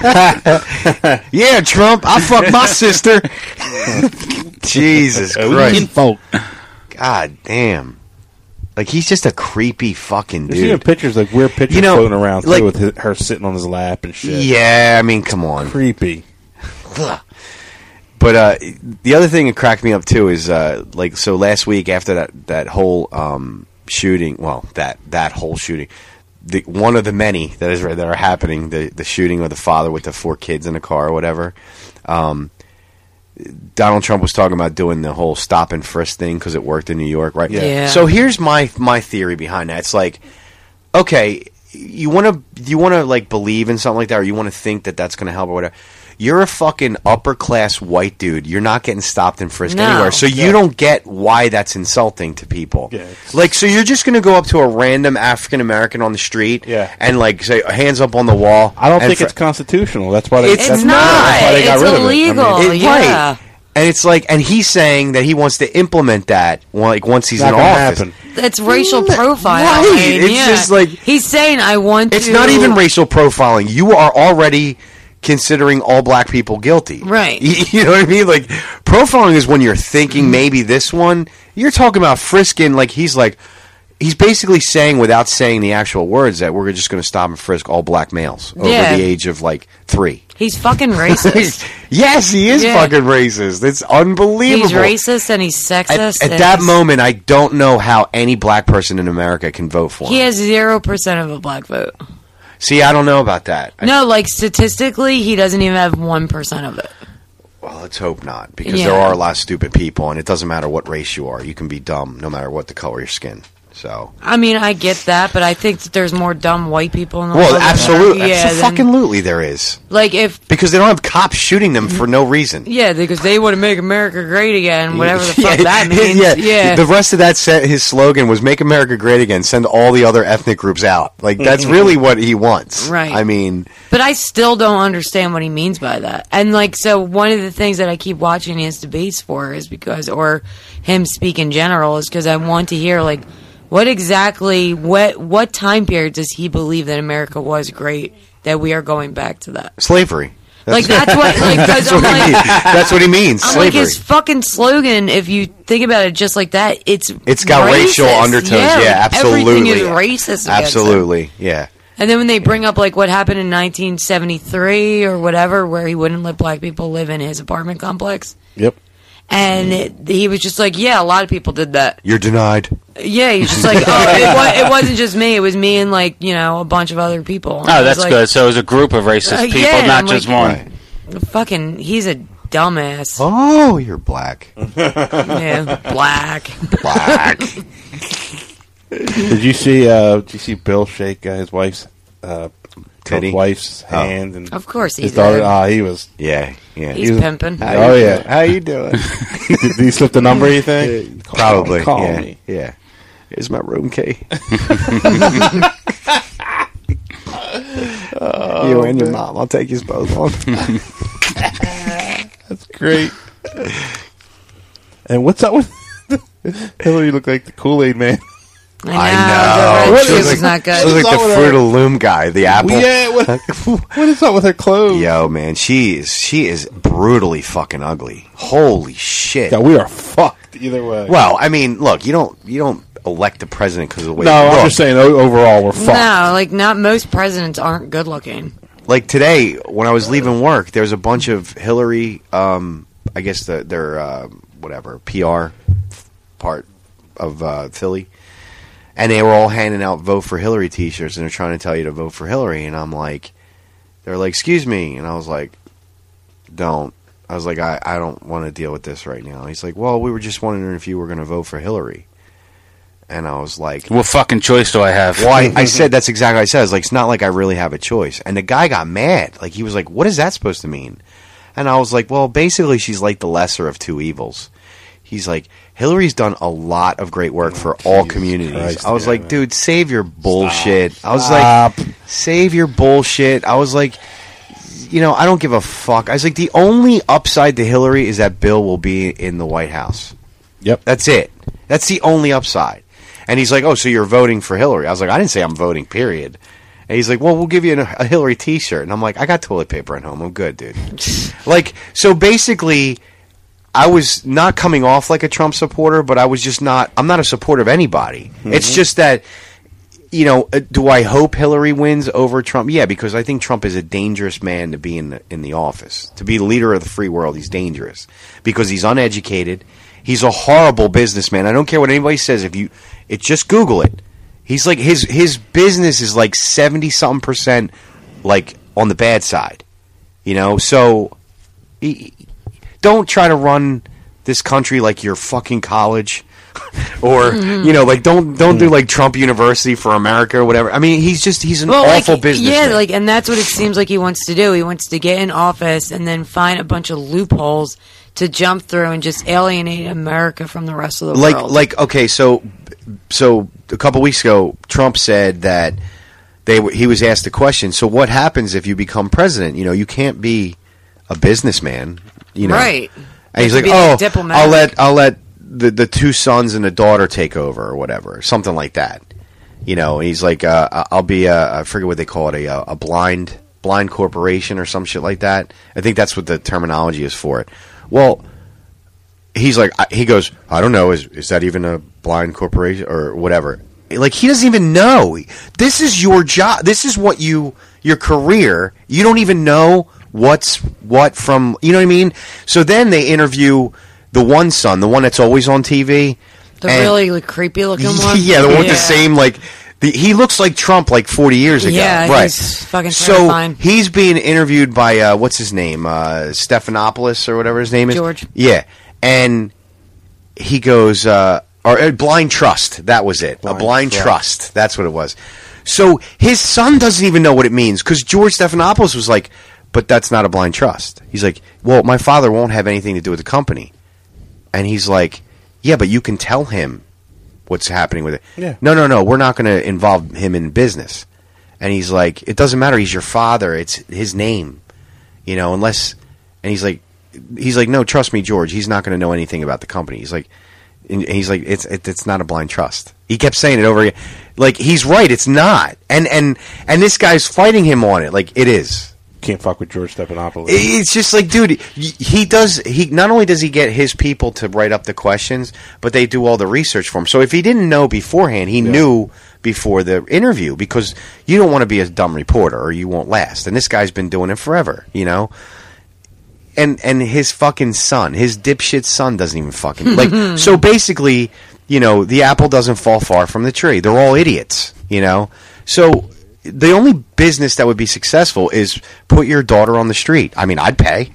C: yeah, yeah, Trump, I fucked my sister. Jesus
I: Uh,
H: Open
C: Christ,
D: folk.
C: God damn. Like he's just a creepy fucking
D: You're seeing
C: dude.
D: pictures like weird pictures
C: You know,
D: floating around too,
C: like-
D: with his, her sitting on his lap and shit.
C: Yeah, I mean, come on.
D: creepy.
C: But uh, the other thing that cracked me up too is uh, like so last week after that that whole um, shooting, well that that whole shooting, the, one of the many that is that are happening, the the shooting of the father with the four kids in the car or whatever. Um, Donald Trump was talking about doing the whole stop and frisk thing because it worked in New York, right?
H: Yeah. Yeah.
C: So here's my my theory behind that. It's like, okay, you want to you want to like believe in something like that, or you want to think that that's going to help or whatever. You're a fucking upper class white dude. You're not getting stopped and frisked
H: No.
C: anywhere, so you don't get why that's insulting to people.
H: Yeah,
C: Like, so you're just going to go up to a random African American on the street,
D: Yeah.
C: and like say hands up on the wall.
D: I don't
C: and
D: think
C: fr-
D: it's constitutional. That's why they.
C: It's
D: that's
C: not.
D: That's why they got
B: It's
D: rid of it. I mean,
B: illegal.
C: It-
B: yeah.
C: Right. And it's like, and he's saying that he wants to implement that, like once he's
D: Not
C: in
D: gonna
C: office.
D: happen.
B: It's racial profiling.
C: Mm, right. It's
B: yeah.
C: just like-
B: he's saying I want
C: It's
B: to
C: not even racial profiling. You are already considering all black people guilty.
B: Right. Mm-hmm.
C: You, [LAUGHS] you know what I mean? Like profiling is when you're thinking maybe this one. You're talking about frisking. Like he's like, he's basically saying without saying the actual words that we're just going to stop and frisk all black males over
B: Yeah.
C: the age of like
B: [LAUGHS]
C: three.
B: He's
C: [LAUGHS]
B: fucking racist.
C: yes, he is
B: Yeah.
C: fucking racist. It's unbelievable.
B: he's racist and he's
C: At,
B: sexist.
C: at
B: and
C: that
B: he's-
C: moment, I don't know how any black person in America can vote for him.
B: he has zero percent of a black vote.
C: See, I don't know about that.
B: No, like statistically, he doesn't even have one percent of it.
C: Well, let's hope not, because
B: Yeah.
C: there are a lot of stupid people, and it doesn't matter what race you are. You can be dumb no matter what the color of your skin. So,
B: I mean, I get that, but I think that there's more dumb white people in the
C: well,
B: world. than-
C: absolutely,
B: yeah, than-
C: fucking absolutely, there is
B: like if
C: because they don't have cops shooting them for no reason. [LAUGHS]
B: yeah, because they want to make America great again, whatever the fuck
C: Yeah,
B: that means. Yeah,
C: The rest of that set, his slogan was "Make America Great Again." Send all the other ethnic groups out. Like that's really what he wants.
B: Mm-hmm. Right.
C: I mean,
B: But I still don't understand what he means by that. And like, so one of the things that I keep watching his debates for is because, or him speak in general, is because I want to hear like, what exactly, what what time period does he believe that America was great? That we are going back to that.
C: slavery.
B: Like, that's what- like, 'cause
C: that's,
B: I'm
C: what he
B: like-
C: means. [LAUGHS] that's what he means.
B: I'm like
C: slavery.
B: his [LAUGHS] fucking slogan. If you think about it, just like that, it's
C: It's got racial
B: racist.
C: undertones.
B: Yeah,
C: Yeah,
B: like, Everything is
C: absolutely.
B: racist. against them.
C: Absolutely. Yeah.
B: And then when they bring up like what happened in 1973 or whatever, where he wouldn't let black people live in his apartment complex,
D: Yep.
B: and it- he was just like, "Yeah, a lot of people did that."
C: You're denied.
B: Yeah, he's just like, "Oh, it, wa- it wasn't just me; it was me and like you know a bunch of other people." And I
I: Oh,
B: was
I: that's
B: like,
I: good. So it was a group of
B: Uh,
I: racist people,
B: yeah,
I: not
B: I'm
I: just
B: like-
I: one.
B: Fucking, he's a dumbass.
C: Oh, you're black.
B: yeah, black.
C: Black.
D: Did you see? Uh, did you see Bill shake uh, his wife's uh,
C: Titty?
D: Trump's wife's
C: Oh.
D: hand? And
B: Of course he
D: his daughter.
B: did.
D: Ah, he was.
C: Yeah, yeah.
D: he
B: He's
D: was-
B: pimping. How
D: Oh
B: you
D: yeah.
C: doing? How you doing?
D: did, did he slip the number? You think? Call-
C: Probably.
D: Call
C: yeah.
D: me.
C: Yeah. Is my room key? you and your mom. I'll take you both on.
D: That's great. and what's up with [LAUGHS] Hillary? Looked like the Kool Aid man.
C: I
D: the
C: know.
D: red
C: She
D: juice is not good.
C: She was like the Fruit of the Loom guy, the apple.
D: Yeah. [LAUGHS] [LAUGHS] What, what is up with her clothes?
C: Yo, man, she is she is brutally fucking ugly. Holy shit!
D: Yeah, we are fucked either way.
C: Well, I mean, look, you don't you don't elect the president because of the way.
D: no,
C: you
D: I'm
C: look.
D: just saying. o- Overall, we're fucked.
B: No, like not most presidents aren't good looking.
C: like today when I was leaving work, there was a bunch of Hillary. Um, I guess the, their uh, whatever PR part of uh, Philly, and they were all handing out "Vote for Hillary" T-shirts, and they're trying to tell you to vote for Hillary. And I'm like, they're like, "Excuse me," and I was like, "Don't." I was like, I, I don't want to deal with this right now. He's like, well, we were just wondering if you were going to vote for Hillary. And I was like,
I: What fucking choice do I
C: [LAUGHS]
I: have?
C: well, I, I said that's exactly what I said. It's like it's not like I really have a choice. And the guy got mad. Like he was like, "What is that supposed to mean?" And I was like, "Well, basically, she's like the lesser of two evils." He's like, "Hillary's done a lot of great work for all communities."
D: Oh, Christ,
C: I was
D: yeah,
C: like,
D: man.
C: "Dude, save your bullshit." I was
D: Stop.
C: like, "Save your bullshit." I was like. You know, I don't give a fuck. I was like, the only upside to Hillary is that Bill will be in the White House.
D: Yep.
C: That's it. That's the only upside. And he's like, "Oh, so you're voting for Hillary?" I was like, "I didn't say I'm voting." Period. And he's like, "Well, we'll give you an, a Hillary T-shirt." And I'm like, "I got toilet paper at home. I'm good, dude." like, so basically, I was not coming off like a Trump supporter, but I was just not. I'm not a supporter of anybody. It's just that. You know, uh, do I hope Hillary wins over Trump? Yeah, because I think Trump is a dangerous man to be in the, in the office. To be leader of the free world, he's dangerous because he's uneducated. He's a horrible businessman. I don't care what anybody says. If you, it just Google it. He's like his his business is like seventy something percent, like on the bad side. You know, so he- don't try to run this country like your fucking college [LAUGHS] or
B: Mm-hmm.
C: you know like don't don't do like Trump University for America or whatever. I mean, he's just he's an awful
B: like,
C: business.
B: Yeah, like, and that's what it seems like he wants to do. He wants to get in office and then find a bunch of loopholes to jump through and just alienate America from the rest of the
C: like
B: world.
C: like okay, so so a couple weeks ago Trump said that they were- he was asked the question, so what happens if you become president? You know, you can't be a businessman, you know.
B: right?
C: And he's
B: You
C: like,
B: have to be,
C: "Oh,
B: diplomatic."
C: I'll let I'll let the the two sons and the daughter take over or whatever, something like that." You know, and he's like, uh, I- "I'll be a I forget what they call it a uh, a blind blind corporation or some shit like that." I think that's what the terminology is for it. Well, he's like I- he goes, "I don't know, is is that even a blind corporation or whatever?" Like he doesn't even know. This is your job. This is what you your career. You don't even know what's what from, you know what I mean? So then they interview the one son, the one that's always on TV.
B: the
C: and- [LAUGHS]
B: really like, creepy looking one.
C: yeah, the one with the same like The, he looks like Trump like 40 years ago.
B: Yeah,
C: right.
B: he's fucking
C: so
B: terrifying.
C: he's being interviewed by uh, what's his name, uh, Stephanopoulos or whatever his name is.
B: George.
C: Yeah, and he goes, uh, or uh, blind trust. That was it. a blind
K: Trust.
C: trust. That's what it was. So his son doesn't even know what it means because George Stephanopoulos was like, but that's not a blind trust. He's like, well, my father won't have anything to do with the company, and he's like, yeah, but you can tell him what's happening with it.
D: Yeah.
C: No, no, no. We're not going to involve him in business. And he's like, it doesn't matter. He's your father. It's his name, you know. Unless, and he's like, he's like, no, trust me, George. He's not going to know anything about the company. He's like, and and he's like, it's it, it's not a blind trust. He kept saying it over again. Like he's right. It's not. And and and this guy's fighting him on it. Like it is.
D: Can't fuck with George Stephanopoulos.
C: It's just like, dude, y- he does. He not only does he get his people to write up the questions, but they do all the research for him. So if he didn't know beforehand, he knew before the interview because you don't want to be a dumb reporter or you won't last. And this guy's been doing it forever, you know. And and his fucking son, his dipshit son, doesn't even fucking like. so basically, you know, the apple doesn't fall far from the tree. They're all idiots, you know. So the only business that would be successful is put your daughter on the street. I mean, I'd pay.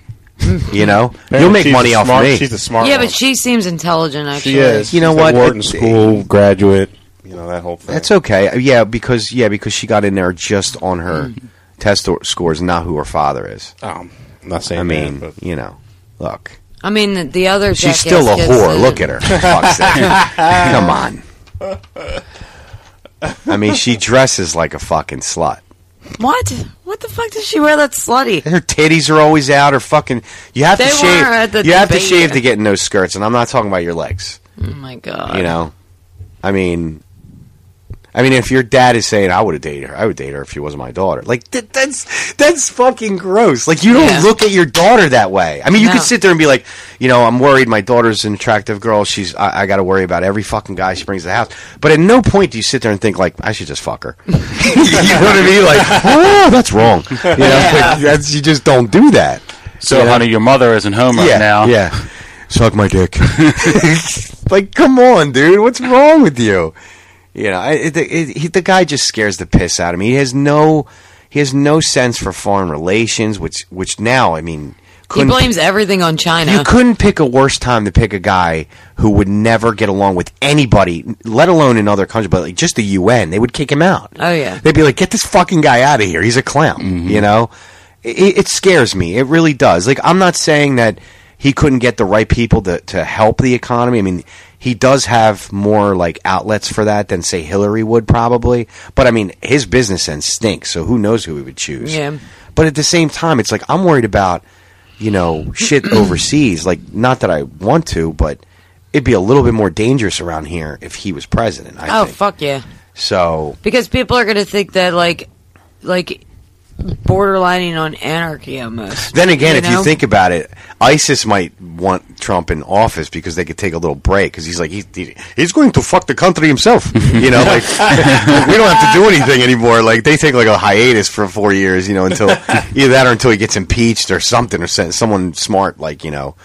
C: You know, you'll make
D: She's
C: money
D: a
C: off
D: smart-
C: of me.
D: she's a smart
B: yeah, but she seems intelligent. Actually,
D: She is.
C: You know
D: She's a
C: what?
D: Wharton
C: It-
D: School graduate. You know that whole thing.
C: That's okay. Uh, Yeah, because yeah, because she got in there just on her test or- scores, not who her father is.
D: Um, I'm not saying.
C: I
D: that,
C: mean,
D: but-
C: you know, look,
B: I mean, the, the other
C: she's still a
B: jackass
C: whore.
B: gets
C: Look at her. For
B: [LAUGHS]
C: fuck's sake. Come on. I mean, she dresses like a fucking slut.
B: What? What the fuck does she wear? That
C: [LAUGHS]
B: slutty.
C: Her titties are always out. Or fucking, you have
B: They
C: to shave.
B: were at the
C: you have to
B: debate.
C: shave to get in those skirts, and I'm not talking about your legs.
B: Oh my god.
C: You know, I mean, I mean, if your dad is saying I would have dated her, I would date her if she wasn't my daughter. Like th- that's that's fucking gross. Like you don't
K: Yeah.
C: look at your daughter that way. I mean, you
K: No.
C: could sit there and be like, you know, I'm worried my daughter's an attractive girl. She's I, I got to worry about every fucking guy she brings to the house. But at no point do you sit there and think like I should just fuck her. [LAUGHS] you know what I mean? Like, oh, that's wrong. You
K: [LAUGHS]
C: know, like, that's you just don't do that.
I: So,
C: You know?
I: honey, your mother isn't home right
C: yeah,
I: now.
C: Yeah. Suck my dick. [LAUGHS] like, come on, dude. What's wrong with you? You know, I, it, it, he, the guy just scares the piss out of me. He has no, he has no sense for foreign relations, which, which now, I mean,
B: He
C: couldn't,
B: blames everything on China.
C: you couldn't pick a worse time to pick a guy who would never get along with anybody, let alone in other countries, but like just the UN, they would kick him out.
B: oh yeah.
C: They'd be like, "Get this fucking guy out of here. He's a clown." You know, it, it scares me. It really does. Like, I'm not saying that he couldn't get the right people to to help the economy. I mean, he does have more like outlets for that than say Hillary would probably. But I mean, his business end stinks. So who knows who he would choose?
B: Yeah.
C: But at the same time, it's like I'm worried about you know shit overseas. Like, not that I want to, but. It'd be a little bit more dangerous around here if he was president. I
B: oh
C: think.
B: fuck yeah.
C: So
B: Because people are gonna think that like, like, borderlining on anarchy almost.
C: Then again, if
B: know?
C: you think about it, ISIS might want Trump in office because they could take a little break because he's like he's he, he's going to fuck the country himself. You know,
D: [LAUGHS]
C: like we don't have to do anything anymore. Like they take like a hiatus for four years, you know,
D: [LAUGHS]
C: until either that or until he gets impeached or something or sent someone smart like you know.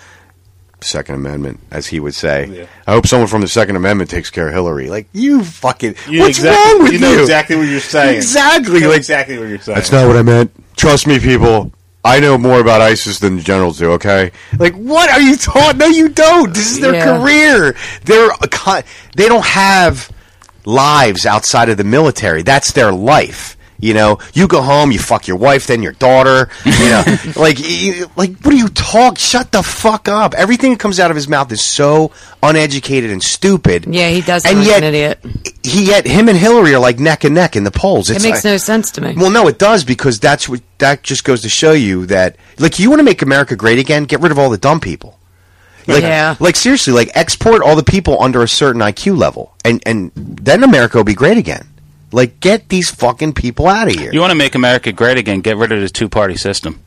C: Second Amendment, as he would say. I hope someone from the Second Amendment takes care of Hillary. Like you fucking,
D: You
C: what's
D: exactly-
C: wrong with
D: you
C: you?
D: know exactly what you're saying.
C: Exactly,
D: You know
C: like-
D: exactly what you're saying.
C: That's not what I meant. Trust me, people. I know more about ISIS than the generals do. Okay, like what are you taught? No, you don't. This is their
K: Yeah.
C: career. They're a con- they don't have lives outside of the military. That's their life. You know, you go home, you fuck your wife, then your daughter. You
B: [LAUGHS]
C: know, like, you- like what do you talk? Shut the fuck up. Everything that comes out of his mouth is so uneducated and stupid.
B: Yeah, he does.
C: And
B: sound like
C: yet,
B: an idiot.
C: he yet him and Hillary are like neck and neck in the polls.
B: It makes no sense to me.
C: [LAUGHS] Well, no, it does because that's what that just goes to show you that like you want to make America great again, get rid of all the dumb people. Like,
B: Yeah.
C: like seriously, like export all the people under a certain IQ level, and and then America will be great again. Like, get these fucking people out of here.
I: You want to make America great again? Get rid of the two-party system.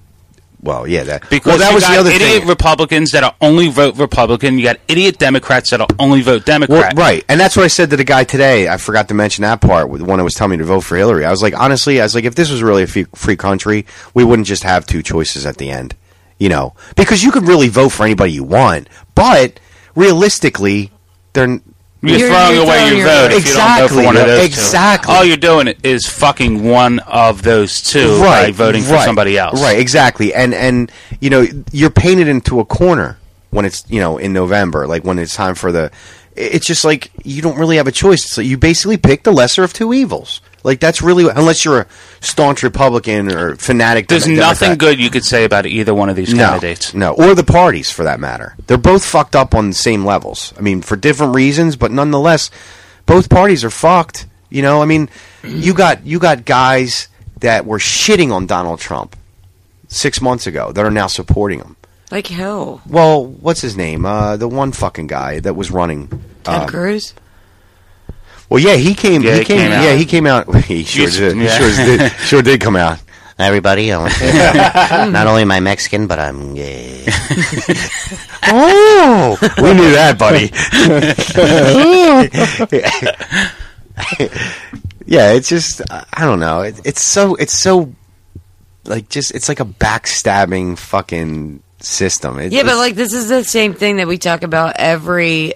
C: Well, yeah, that
I: because
C: well, that
I: you
C: was
I: got
C: the other
I: idiot
C: thing.
I: Republicans that'll only vote Republican. You got idiot Democrats that'll only vote
C: Well,
I: Democrat.
C: right, and that's what I said to the guy today. I forgot to mention that part with- when I was telling me to vote for Hillary. I was like, honestly, I was like, if this was really a fe- free country, we wouldn't just have two choices at the end, you know, because you could really vote for anybody you want, but realistically, they're n-
I: You're,
F: You're-
I: throwing
F: you're
I: away
F: throwing
I: your
F: your
I: vote if you don't vote
F: Exactly.
I: for one of those
F: Exactly.
I: two. All you're doing is fucking one of those two by voting for
C: right,
I: somebody else.
C: Right, exactly. And and you know, you're painted into a corner when it's you know in November, like when it's time for the. It's just like you don't really have a choice. So you basically pick the lesser of two evils. Like that's really unless you're a staunch Republican or fanatic.
I: There's
C: Dem-
I: nothing
C: Democrat.
I: good you could say about either one of these
C: no,
I: candidates.
C: No, or the parties for that matter. They're both fucked up on the same levels. I mean, for different reasons, but nonetheless, both parties are fucked. You know, I mean, you got you got guys that were shitting on Donald Trump six months ago that are now supporting him.
B: Like who?
C: Well, what's his name? Uh, the one fucking guy that was running.
B: Ted
C: uh,
B: Cruz?
C: well, yeah, he came.
B: Yeah,
C: he
B: he
C: came.
B: came out.
C: yeah, he came out. [LAUGHS] He sure
K: He's-
C: did.
K: yeah.
C: He sure [LAUGHS] did. Sure did come out. Everybody, I want [LAUGHS]
K: to- not only am I Mexican, but I'm gay.
C: oh, we knew that, buddy. [LAUGHS] yeah, it's just I I don't know. It, it's so it's so like just it's like a backstabbing fucking system. It-
B: yeah, but
C: it's-
B: like this is the same thing that we talk about every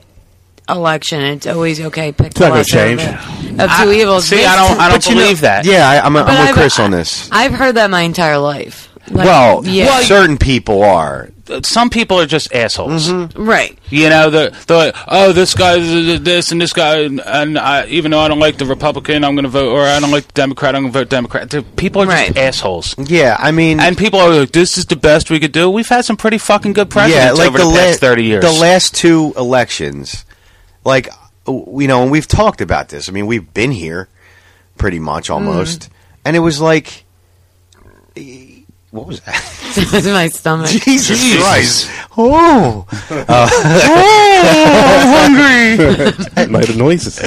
B: election. It's always okay. Pick
C: It's not
B: the
C: gonna
B: lesser
C: change.
B: Of, it- of two evils.
I: see, I don't- I don't
B: But you know-
I: believe that.
C: Yeah, I, I'm,
B: But
C: I'm
B: I've-
C: with Chris on this.
B: I've heard that my entire life. Like,
I: Well,
B: yeah,
I: well,
C: certain people are.
I: Some people are just assholes.
C: Mm-hmm.
B: right. [LAUGHS]
I: You know, they're, they're like, oh, this guy is th- th- this and this guy, and, and I, even though I don't like the Republican, I'm going to vote, or I don't like the Democrat, I'm going to vote Democrat. The people are just assholes.
C: Yeah, I mean,
I: and people are like, this is the best we could do. We've had some pretty fucking good presidents
C: yeah, like
I: over
C: the,
I: the,
C: last
I: past thirty years.
C: the last two elections, like w- you know, and we've talked about this. I mean, we've been here pretty
B: Hmm.
C: much almost, and it was like. What was that?
B: this is my stomach.
C: Jesus,
B: Jesus.
C: Christ! Oh, Uh,
D: Made a noises.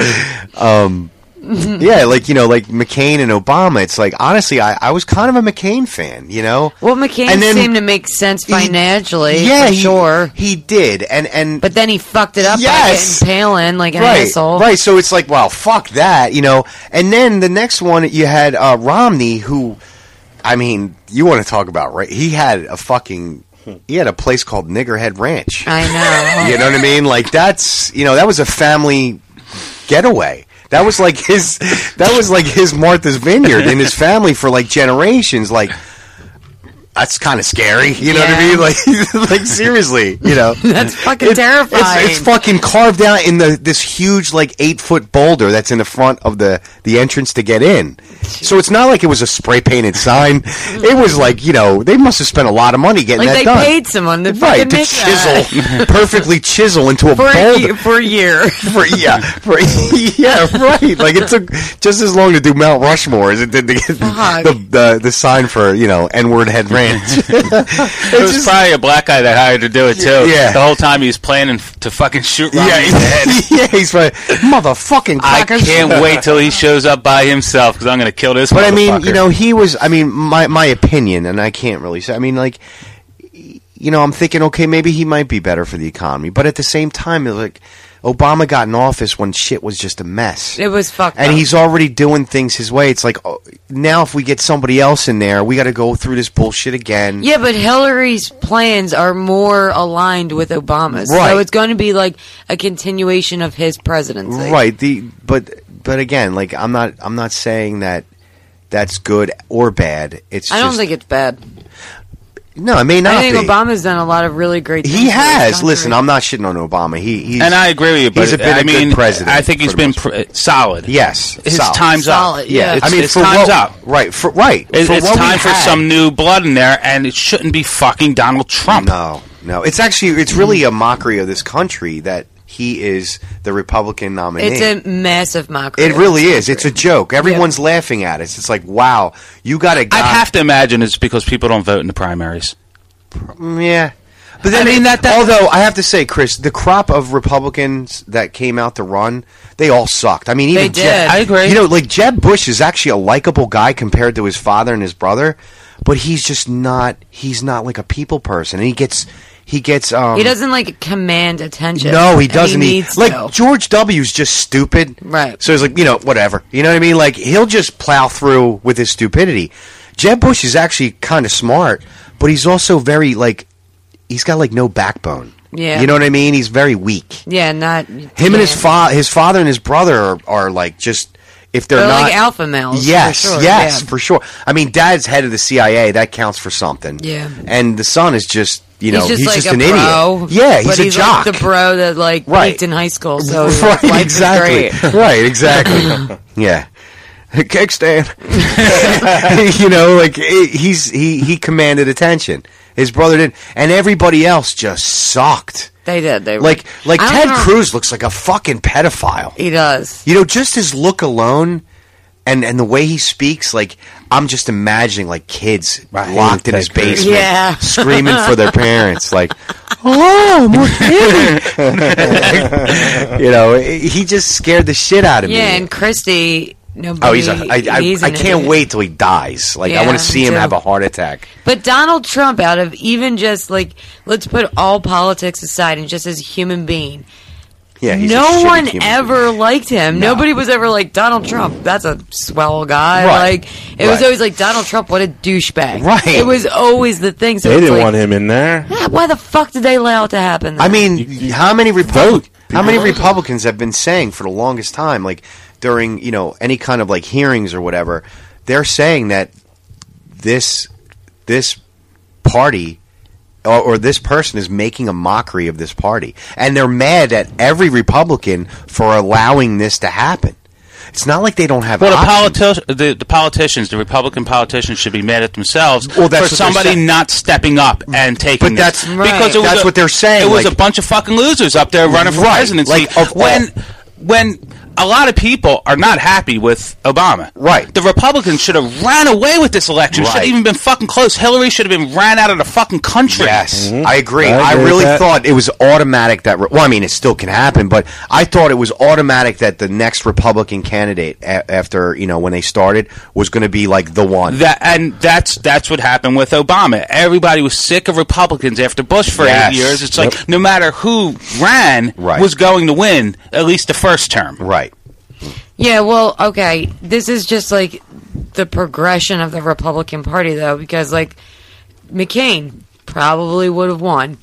C: Um,
I: Hmm.
C: yeah, like you know, like McCain and Obama. It's like honestly, I, I was kind of a McCain fan, you know.
B: Well, McCain
C: And then-
B: seemed to make sense financially.
C: yeah,
B: for
C: he-
B: sure.
C: He did, and and
B: but then he fucked it up
C: Yes!
B: by getting Palin like an
C: right,
B: asshole.
C: right. So it's like, wow, fuck that, you know. And then the next one, you had uh, Romney, who, I mean, you want to talk about right? He had a fucking, he had a place called Niggerhead Ranch.
B: I know.
C: [LAUGHS] you know what I mean? Like that's you know that was a family getaway. That was like his that was like his Martha's Vineyard and his family for like generations. Like that's kind of scary. You know
F: Yeah.
C: what I mean? [LAUGHS] Like like seriously, you
B: [LAUGHS]
C: know
B: that's fucking terrifying.
C: It's, it's fucking carved out in the this huge like eight foot boulder that's in the front of the the entrance to get in. So it's not like it was a spray painted sign. It was like you know they must have spent a lot of money getting
B: like
C: that
B: they
C: done
B: paid someone to
C: right
B: fucking
C: to
B: make that. [LAUGHS]
C: chisel perfectly chisel into a
B: For a
C: boulder
B: year- for a
C: [LAUGHS]
B: year
C: for yeah for, [LAUGHS] yeah right like it took just as long to do Mount Rushmore as it did to get
F: Fuck.
B: Uh-huh.
C: the, the the sign for you know N word head
B: [LAUGHS]
C: ranch
I: it was probably a black guy that hired to do it too.
C: Yeah.
I: the whole time he was planning f- to fucking shoot Romney in the head.
C: yeah [LAUGHS] he's right motherfucking
I: I
C: crackers.
I: can't wait till he shows up by himself because I'm going to kill this.
C: But I mean,
I: motherfucker.
C: you know, he was. I mean, my my opinion, and I can't really say. I mean, like, you know, I'm thinking, okay, maybe he might be better for the economy, but at the same time, it was like, Obama got in office when shit was just a mess,
B: It was fucked
C: and
B: up.
C: he's already doing things his way. It's like oh, now, if we get somebody else in there, we got to go through this bullshit again.
B: Yeah, but Hillary's plans are more aligned with Obama's.
C: Right.
B: So it's going to be like a continuation of his presidency.
C: right. The but but again, like, I'm not I'm not saying that that's good or bad. It's
B: I don't
C: just,
B: think it's bad.
C: no, it may not.
B: I think
C: be.
B: Obama's done a lot of really great things.
C: He
B: for this
C: has.
B: country.
C: Listen, I'm not shitting on Obama. He he's,
I: and I agree with you. But
C: he's been
I: I
C: a
I: mean,
C: good president.
I: I think he's
C: for the
I: been
C: most part.
I: pr- solid.
C: yes.
I: his
C: solid.
I: time's up. it's,
C: I mean,
I: his
C: for
I: time's
C: what-
I: up.
C: Right. For right.
I: It-
C: for
I: it's
C: what we
I: time for
C: had.
I: some new blood in there, and it shouldn't be fucking Donald Trump.
C: No, no. It's actually it's really a mockery of this country that he is the Republican nominee.
B: It's a massive mockery.
C: it really is. It's a joke. Everyone's laughing at us. It's like, wow, you got a guy.
I: I'd have to imagine it's because people don't vote in the primaries.
C: Mm, Yeah. But then, I mean, that, although I have to say, Chris, the crop of Republicans that came out to run, they all sucked. I mean, even
I: They did.
C: Jeb,
I: I agree.
C: You know, like Jeb Bush is actually a likable guy compared to his father and his brother, but he's just not. He's not like a people person, and he gets he gets. Um,
B: he doesn't like command attention.
C: No, he
B: and
C: doesn't.
B: He
C: He
B: needs
C: like
B: to.
C: George W's just stupid,
B: right?
C: So he's like, you know, whatever. You know what I mean? Like he'll just plow through with his stupidity. Jeb Bush is actually kind of smart, but he's also very like he's got like no backbone.
B: Yeah.
C: You know what I mean? He's very weak.
B: Yeah, not
C: Him and his father, his father and his brother are, are like just if they're,
B: They're
C: not
B: like alpha males, for
C: Yes,
B: sure,
C: yes,
B: yeah.
C: for sure. I mean, dad's head of the CIA. That counts for something.
B: Yeah.
C: and the son is just you know
B: he's just like a
C: an
B: bro.
C: idiot. Yeah, he's
B: but
C: a
B: he's
C: jock.
B: Like the bro that like
C: Right.
B: peaked in high school.
C: [LAUGHS]
B: So his
C: right,
B: Oh, life is
C: exactly.
B: great.
C: [LAUGHS] Right, exactly.
B: [LAUGHS]
C: yeah. [LAUGHS] Kickstand. [LAUGHS] you know, like it, he's he he commanded attention. His brother did, and everybody else just sucked.
B: They did. They were-
C: Like like
B: I don't
C: Ted
B: know.
C: Cruz looks like a fucking pedophile.
B: He does.
C: You know, just his look alone. And, and the way he speaks, like I'm just imagining, like kids locked in
D: Ted
C: his
D: Cruz.
C: basement,
D: Yeah.
C: screaming for their
B: [LAUGHS]
C: parents, like
B: Oh, more
C: you know, he just scared the shit out of me.
B: Yeah, and Christy. Nobody.
C: Oh, he's a. I, I,
B: he's
C: I
B: an
C: can't
B: idiot.
C: wait till he dies. Like
B: Yeah,
C: I want to see
B: me
C: him
B: too.
C: have a heart attack.
B: But Donald Trump, out of even just like, let's put all politics aside and just as a human being,
C: Yeah, he's a
B: no
C: shitty
B: one
C: human
B: ever liked him. Nobody was ever like Donald Trump. That's a swell guy.
D: Right.
B: Like it was
D: Right.
B: always like Donald Trump. What a douchebag.
D: Right.
B: It was always the thing. So
D: they
B: it's
D: didn't
B: like,
D: want him in there.
B: "Ah, why the fuck did they allow it to happen?
C: I mean, how many Republic- how many
B: People
C: Republicans have been saying for the longest time, like during you know any kind of like hearings or whatever, they're saying that this this party or, or this person is making a mockery of this party, and they're mad at every Republican for allowing this to happen. It's not like they don't have
I: Well, the,
C: options.
I: politi- the, the politicians, the Republican politicians, should be mad at themselves
C: Well, that's
I: for
C: what they're
I: somebody
C: saying.
I: not stepping up and
C: But
I: taking. this.
C: that's- Right.
I: because it was
C: That's
I: a-
C: what they're saying,
I: It was
C: like-
I: a bunch of fucking losers up there running for
C: Right,
I: presidency.
C: like, of all-
I: when when a lot of people are not happy with Obama, right? The Republicans should have ran away with this election. Should
C: Right.
I: have even been fucking close. Hillary should have been ran out of the fucking country.
C: Yes, I agree. I,
I: agree with
C: really
I: that.
C: thought it was automatic that. Well, I mean, it still can happen, but I thought it was automatic that the next Republican candidate a- after you know when they started was going to be like the one.
I: That and that's that's what happened with Obama. Everybody was sick of Republicans after Bush for
C: Yes.
I: eight years. It's
C: Yep.
I: like no matter who ran
C: Right.
I: was going to win at least the first term.
C: Right.
B: Yeah, well, okay. This is just like the progression of the Republican Party, though, because like McCain probably would have won,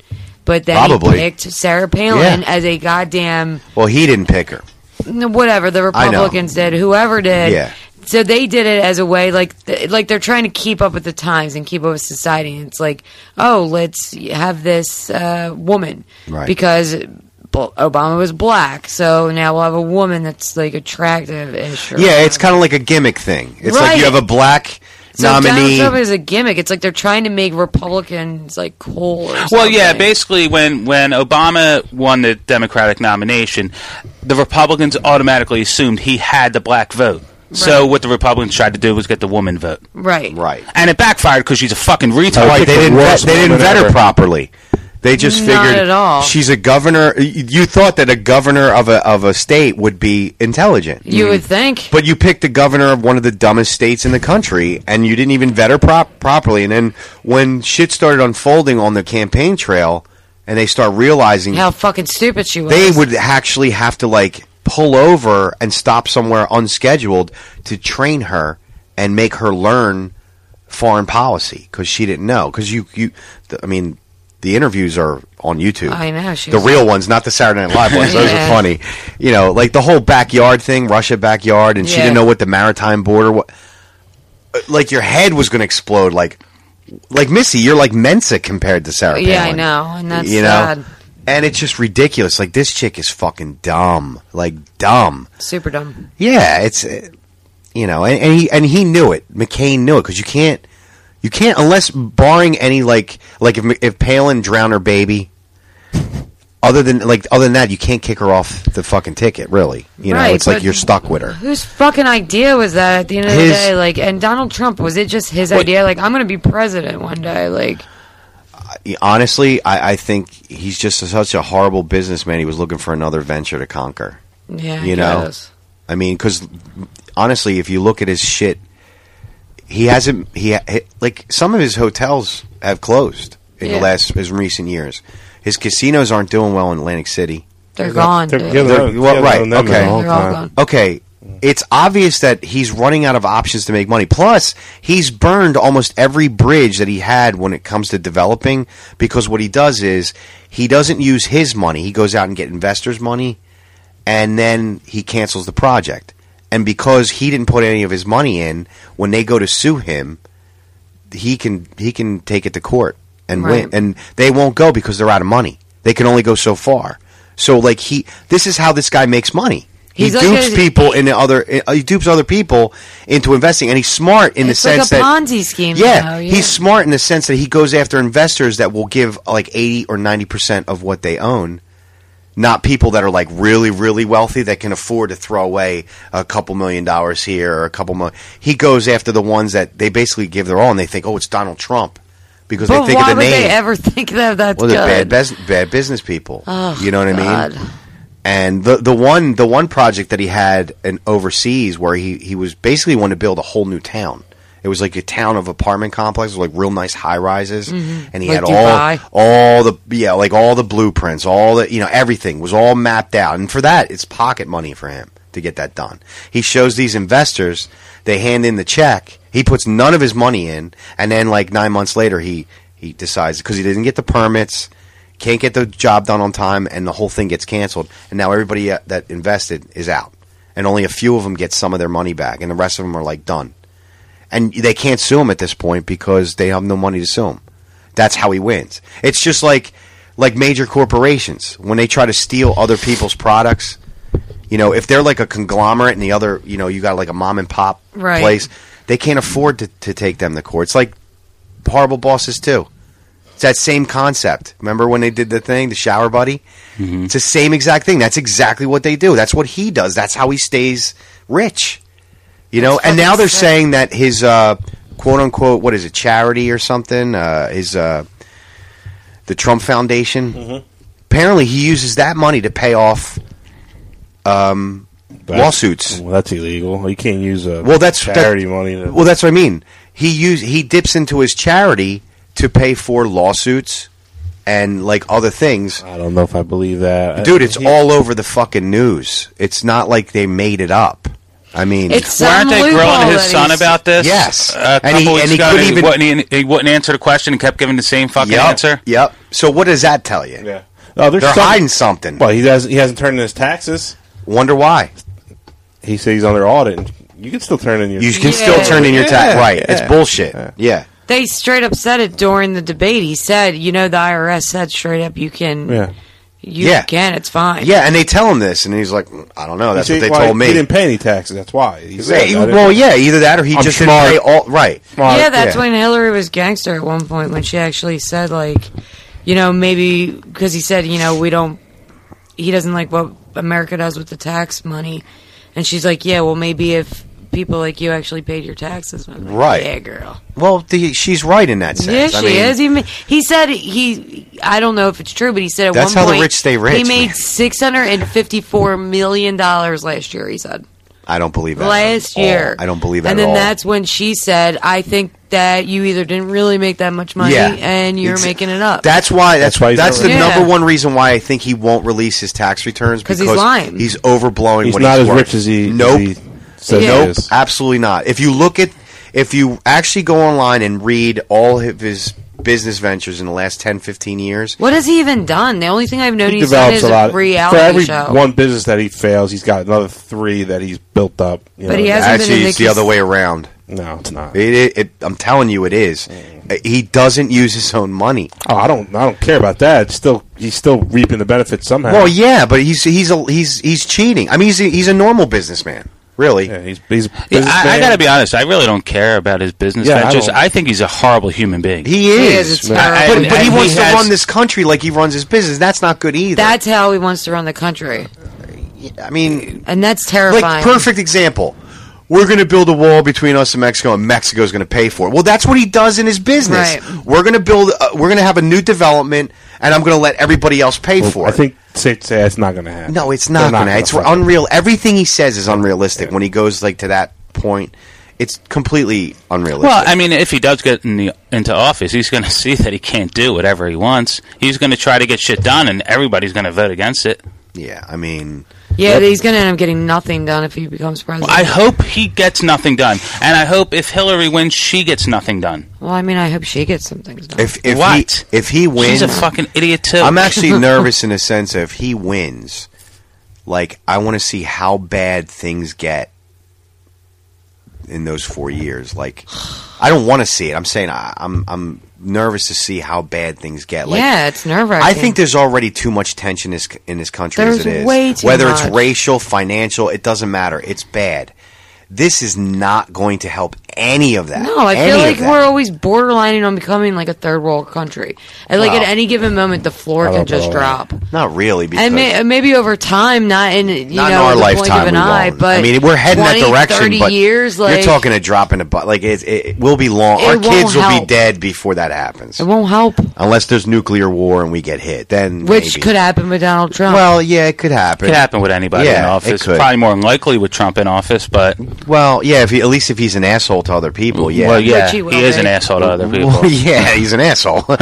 B: but then
C: Probably.
B: he picked Sarah Palin
C: Yeah.
B: as a goddamn
C: Well, he didn't pick her.
B: n- whatever the
C: I know.
B: Republicans did, whoever did.
C: Yeah.
B: So they did it as a way, like, th- like they're trying to keep up with the times and keep up with society. And it's like, oh, let's have this uh, woman
L: Right.
B: because Bo- Obama was black, so now we'll have a woman that's like attractive-ish. or
C: Yeah, it's kind of like a gimmick thing. It's like
B: Right.
C: you have a black
B: So Donald
C: nominee.
B: Trump is a gimmick. It's like they're trying to make Republicans like cool. Or something.
I: Well, yeah, basically when when Obama won the Democratic nomination, the Republicans automatically assumed he had the black vote. So what the Republicans tried to do was get the woman vote.
B: right,
C: right,
I: And it backfired because she's a fucking retard.
C: Right, they didn't vet, they didn't vet her properly. They just
I: Not
C: figured
I: at all.
C: she's a governor. y- You thought that a governor of a of a state would be intelligent.
B: you would think.
C: But you picked the governor of one of the dumbest states in the country, and you didn't even vet her prop- properly. And then when shit started unfolding on the campaign trail, and they start realizing
B: How fucking stupid she was.
C: they would actually have to like pull over and stop somewhere unscheduled to train her and make her learn foreign policy because she didn't know. Because you, you, th- I mean, the interviews are on YouTube.
B: I know, she
C: the
B: was-
C: real ones, not the Saturday Night Live ones.
B: [LAUGHS]
C: Those
B: Yeah.
C: are funny. You know, like the whole backyard thing, Russia backyard, and she
B: Yeah.
C: didn't know what the maritime border. What, like your head was going to explode. Like, like Missy, you're like Mensa compared to Sarah.
B: yeah, I
C: Palin
B: know, and that's
C: you know,
B: sad.
C: and it's just ridiculous. Like this chick is fucking dumb, like dumb.
B: Super dumb.
C: Yeah, it's uh, you know, and, and he and he knew it. McCain knew it because you can't, you can't unless barring any like like if M- if Palin drowned her baby. Other than like other than that, you can't kick her off the fucking ticket. Really, you know,
B: Right,
C: it's like
B: but-
C: you're stuck with her.
B: Whose fucking idea was that? At the end of
C: His-
B: the day, like, and Donald Trump was it just his idea? Like, I'm going to be president one day. Like,
C: Honestly, I, I think he's just such a horrible businessman. He was looking for another venture to conquer.
B: yeah,
C: you know i mean because honestly if you look at his shit he hasn't he, he like some of his hotels have closed in
B: Yeah.
C: the last his recent years his casinos aren't doing well in atlantic city
B: They're They're gone, gone, dude.
D: They're-
C: well,
D: yeah,
C: right
D: they're- they're
C: okay
D: all They're all gone.
C: okay it's obvious that he's running out of options to make money. Plus, he's burned almost every bridge that he had when it comes to developing because what he does is he doesn't use his money. He goes out and get investors' money and then he cancels the project. And because he didn't put any of his money in, when they go to sue him, he can he can take it to court and win
L: Right.
C: and they won't go because they're out of money. They can only go so far. So like he this is how this guy makes money. He
B: He's like
C: dupes
B: a-
C: people in other uh, he dupes other people into investing and he's smart in
B: it's
C: the sense
B: like a
C: that
B: Ponzi scheme.
C: yeah,
B: now,
C: he's smart in the sense that he goes after investors that will give uh, like 80 or 90% of what they own, not people that are like really really wealthy that can afford to throw away a couple million dollars here or a couple million. He goes after the ones that they basically give their all and they think, "Oh, it's Donald Trump." Because
B: but
C: they think
B: why
C: of the
B: would
C: name.
B: they ever think that that's
C: well,
B: good?
C: they're bad, bes- bad business people.
B: Oh,
C: you know what
B: God.
C: I mean? And the the one the one project that he had in overseas where he he was basically wanted to build a whole new town. It was like a town of apartment complexes, like real nice high rises,
B: Mm-hmm.
L: Mhm.
C: and he
L: Like
C: had
L: Dubai.
C: all all the yeah, like all the blueprints, all the you know everything was all mapped out. And for that, it's pocket money for him to get that done. He shows these investors, they hand in the check, he puts none of his money in, and then like nine months later, he he decides because he didn't get the permits, can't get the job done on time, and the whole thing gets canceled. And now everybody uh, that invested is out, and only a few of them get some of their money back, and the rest of them are like done. And they can't sue him at this point because they have no money to sue him. That's how he wins. It's just like like major corporations when they try to steal other people's products. You know, if they're like a conglomerate and the other, you know, you got like a mom and pop
B: Right.
C: place, they can't afford to, to take them to court. It's like horrible bosses too. It's that same concept. Remember when they did the thing, the shower buddy? It's the same exact thing. That's exactly what they do. That's what he does. That's how he stays rich. You know, and now they're saying that his uh, quote unquote what is it charity or something? Uh, his uh, the Trump Foundation. Apparently, he uses that money to pay off um, lawsuits.
D: Well, that's illegal. You can't use a
C: Well, that's that-
D: charity money. To,
C: Well, that's what I mean. He use he dips into his charity to pay for lawsuits and like other things.
D: I don't know if I believe that,
C: dude. It's all over the fucking news. It's not like they made it up. I mean,
I: It's Weren't they grilling his son about this?
C: Yes,
I: a couple
C: and he,
I: weeks
C: and he
I: ago,
C: couldn't
I: he
C: even
I: wouldn't, he wouldn't answer the question and kept giving the same fucking
C: Yep,
I: answer.
C: Yep. So what does that tell you?
D: Yeah. Oh, there's
C: They're
D: some-
C: hiding something.
D: Well, he hasn't. He hasn't turned in his taxes.
C: Wonder why?
D: He said he's under audit. You can still turn in your.
C: You can still turn in your tax.
D: Yeah,
C: Right.
D: yeah.
C: It's bullshit. Yeah.
B: They straight up said it during the debate. He said, you know, the IRS said straight up, you can,
C: Yeah.
B: you
C: Yeah.
B: can, it's fine.
C: Yeah, and they tell him this, and he's like, "Mm, "I don't know. That's
D: He
C: what
D: said,
C: they
D: well,
C: told me."
D: He didn't pay any taxes. That's why. He
C: Yeah,
D: said,
C: he-
D: "I didn't-
C: well, yeah, either that or he
D: I'm
C: just
D: smart.
C: didn't pay all. Right.
B: yeah, that's when Hillary was gangster at one point when she actually said like, you know, maybe because he said, you know, we don't, he doesn't like what America does with the tax money, and she's like, yeah, well, maybe if people like you actually paid your taxes, I'm like,
C: Right.
B: yeah, girl,
C: Well, the, she's right in that sense.
B: yeah,
C: I
B: she
C: mean,
B: is. He, ma- he said he, I don't know if it's true, but he said at
C: That's
B: one
C: how the
B: point
C: rich stay rich,
B: He made
C: man.
B: six hundred and fifty-four million dollars last year. He said
C: I don't believe that.
B: last
C: at all.
B: year.
C: I don't believe that.
B: And
C: at
B: then
C: all.
B: that's when she said, "I think that you either didn't really make that much money
C: Yeah.
B: and you're
C: Exa-
B: making it up."
C: That's why. That's
D: That's why
C: why.
D: he's
C: That's
B: not
C: the
B: rich.
C: number
B: Yeah.
C: one reason why I think he won't release his tax returns
B: 'Cause
C: because
B: he's lying.
C: He's overblowing.
D: He's
C: what
D: not as
C: worth.
D: rich as he- as
C: Nope.
D: he says he
C: nope.
D: is.
C: Absolutely not. If you look at, if you actually go online and read all of his business ventures in the last 10, 15 years,
B: what has he even done? The only thing I've known
D: he
B: he's done
D: develops
B: is
D: a lot.
B: reality
D: For every
B: show.
D: one business that he fails, he's got another three that he's built up. you
B: But
D: know.
B: he hasn't been
C: actually
B: in
C: it's the
B: Nikki's-
C: other way around.
D: No, it's not.
C: It, it, it- I'm telling you, it is. He doesn't use his own money.
D: Oh, I don't. I don't care about that. It's still, he's still reaping the benefits somehow.
C: Well, yeah, but he's he's a, he's he's cheating. I mean, he's a, he's a normal businessman, really. Yeah,
D: he's he's
I: Yeah, I, I got to be honest. I really don't care about his business
C: Yeah, I
I: ventures.
C: don't.
I: I, think he's a horrible human being.
C: He is,
I: I-
C: but,
I: I-
C: but he
I: and
C: wants to
I: has-
C: run this country like he runs his business. That's not good either.
B: That's how he wants to run the country.
C: I mean,
B: and that's terrifying.
C: Like perfect example. We're going to build a wall between us and Mexico, and Mexico's going to pay for it. Well, that's what he does in his business.
B: Right.
C: We're going to build. Uh, we're going to have a new development, and I'm going to let everybody else pay
D: Well,
C: for
D: I
C: it.
D: think it's safe to say it's not going to happen.
C: No, it's
D: They're
C: not. gonna,
D: gonna
C: it's
D: fucking-
C: unreal. Everything he says is unrealistic. When he goes like to that point, it's completely unrealistic.
I: Well, I mean, if he does get in the, into office, he's going to [LAUGHS] see that he can't do whatever he wants. He's going to try to get shit done, and everybody's going to vote against it.
C: Yeah, I mean,
B: Yeah, he's going to end up getting nothing done if he becomes president.
I: I hope he gets nothing done, and I hope if Hillary wins, she gets nothing done.
B: well, I mean, I hope she gets some things done.
C: If if
I: What?
C: he if he wins,
I: She's a fucking idiot too.
B: [LAUGHS]
C: I'm actually nervous in a sense of if he wins, like I want to see how bad things get in those four years. Like I don't want to see it. I'm saying I, I'm I'm nervous to see how bad things get. Like,
B: yeah, it's nerve wracking.
C: I think there's already too much tension is- in this country as
B: There's
C: it is.
B: way too
C: Whether
B: much.
C: it's racial, financial, it doesn't matter. It's bad. This is not going to help any of that.
B: No, I
C: Any
B: feel
C: of
B: like
C: that.
B: we're always borderlining on becoming like a third world country. And like
C: Well,
B: at any given moment, the floor can just drop.
C: Not really, because
B: And may, maybe over time, not in you
C: not
B: know
C: in our
B: the blink
C: lifetime.
B: of an
C: We won't.
B: eye, but
C: I mean, we're heading
B: 20,
C: that direction.
B: 30
C: but
B: years, like
C: you're talking a drop in the butt. Like it, it, it will be long.
B: It
C: Our
B: won't
C: kids will be
B: help.
C: dead before that happens. It
B: won't help
C: unless there's nuclear war and we get hit. Then
B: which
C: maybe.
B: could happen with Donald Trump.
C: Well, yeah, it could happen.
I: Could happen with anybody
C: Yeah,
I: in
C: it
I: office.
C: could.
I: Probably more than likely with Trump in office, but
C: Well, yeah. If he, at least if he's an asshole to other people, yeah.
I: Well, yeah, Which he will he is be. an asshole to other
B: [LAUGHS]
I: people.
C: Well, yeah, he's an asshole. [LAUGHS] but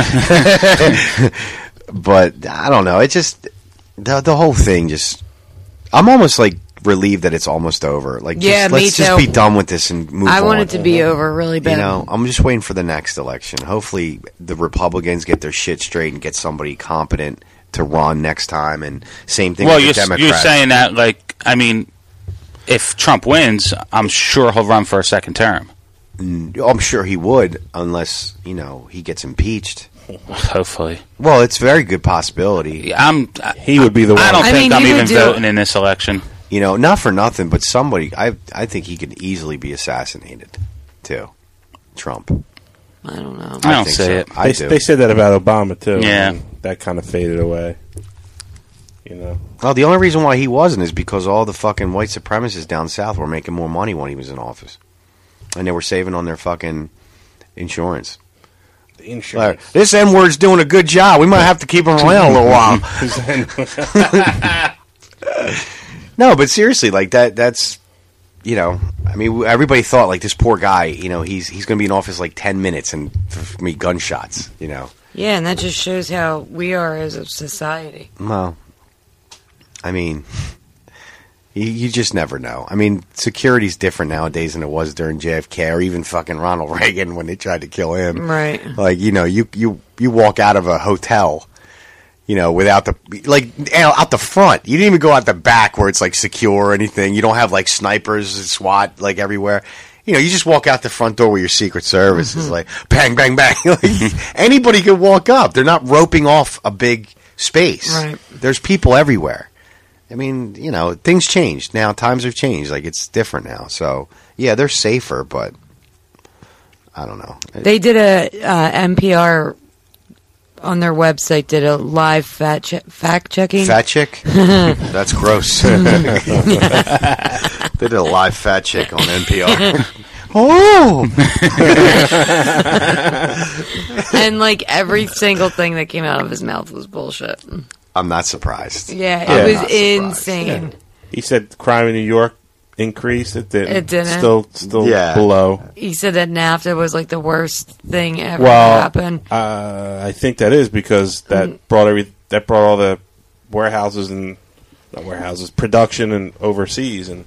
C: I don't know. It just the the whole thing. Just I'm almost like relieved that it's almost over. Like, just,
B: Yeah, me
C: let's just
B: too.
C: be done with this and move.
B: I want
C: on.
B: it to be over really bad.
C: You know, I'm just waiting for the next election. Hopefully, the Republicans get their shit straight and get somebody competent to run next time. And same thing
I: well,
C: with
I: you're,
C: the Democrats.
I: you're saying that like I mean, if Trump wins, I'm sure he'll run for a second term.
C: I'm sure he would, unless you know he gets impeached.
I: Hopefully.
C: Well, it's a very good possibility.
I: I'm.
C: he would be the one.
I: I don't think I'm even voting in this election.
C: You know, not for nothing, but somebody. I I think he could easily be assassinated, too. Trump.
B: I don't know.
D: I don't
I: say it.
C: I
D: they,
C: do.
D: they said that about Obama too.
C: Yeah.
D: and that kind of faded away. You know,
C: Well, the only reason why he wasn't is because all the fucking white supremacists down south were making more money when he was in office, and they were saving on their fucking insurance.
D: the insurance.
C: Like, this N word's doing a good job. We might have to keep him around a little while. no, but seriously, like that. That's you know, I mean, everybody thought like this poor guy. You know, he's he's going to be in office like ten minutes and f- me gunshots. You know,
B: Yeah, and that just shows how we are as a society.
C: well, I mean, [LAUGHS] you, you just never know. I mean, security's different nowadays than it was during JFK or even fucking Ronald [LAUGHS] Reagan when they tried to kill him.
B: Right.
C: Like you know, you you you walk out of a hotel, you know, without the like out out the front. You didn't even go out the back where it's like secure or anything. You don't have like snipers and SWAT like everywhere. You know, you just walk out the front door where your Secret Service
B: Mm-hmm.
C: is like bang, bang, bang. [LAUGHS] Like,
B: [LAUGHS]
C: anybody could walk up. They're not roping off a big space.
B: Right.
C: There's people everywhere. I mean, you know, things changed now. Times have changed. Like it's different now. So yeah, they're safer, but I don't know.
B: They did a uh, NPR on their website did a live fat che- fact checking.
C: Fat chick? [LAUGHS] That's gross. they did a live fat chick on NPR.
B: oh. and like every single thing that came out of his mouth was bullshit.
C: I'm not surprised.
B: Yeah, it
D: Yeah.
B: was
D: Not surprised.
B: insane.
D: He said crime in New York increased. It didn't.
B: It didn't.
D: Still, still
C: Yeah.
D: below.
B: He said that NAFTA was like the worst thing ever
D: well,
B: happened.
D: Uh, I think that is because that
B: Mm.
D: brought every that brought all the warehouses and not warehouses production and overseas and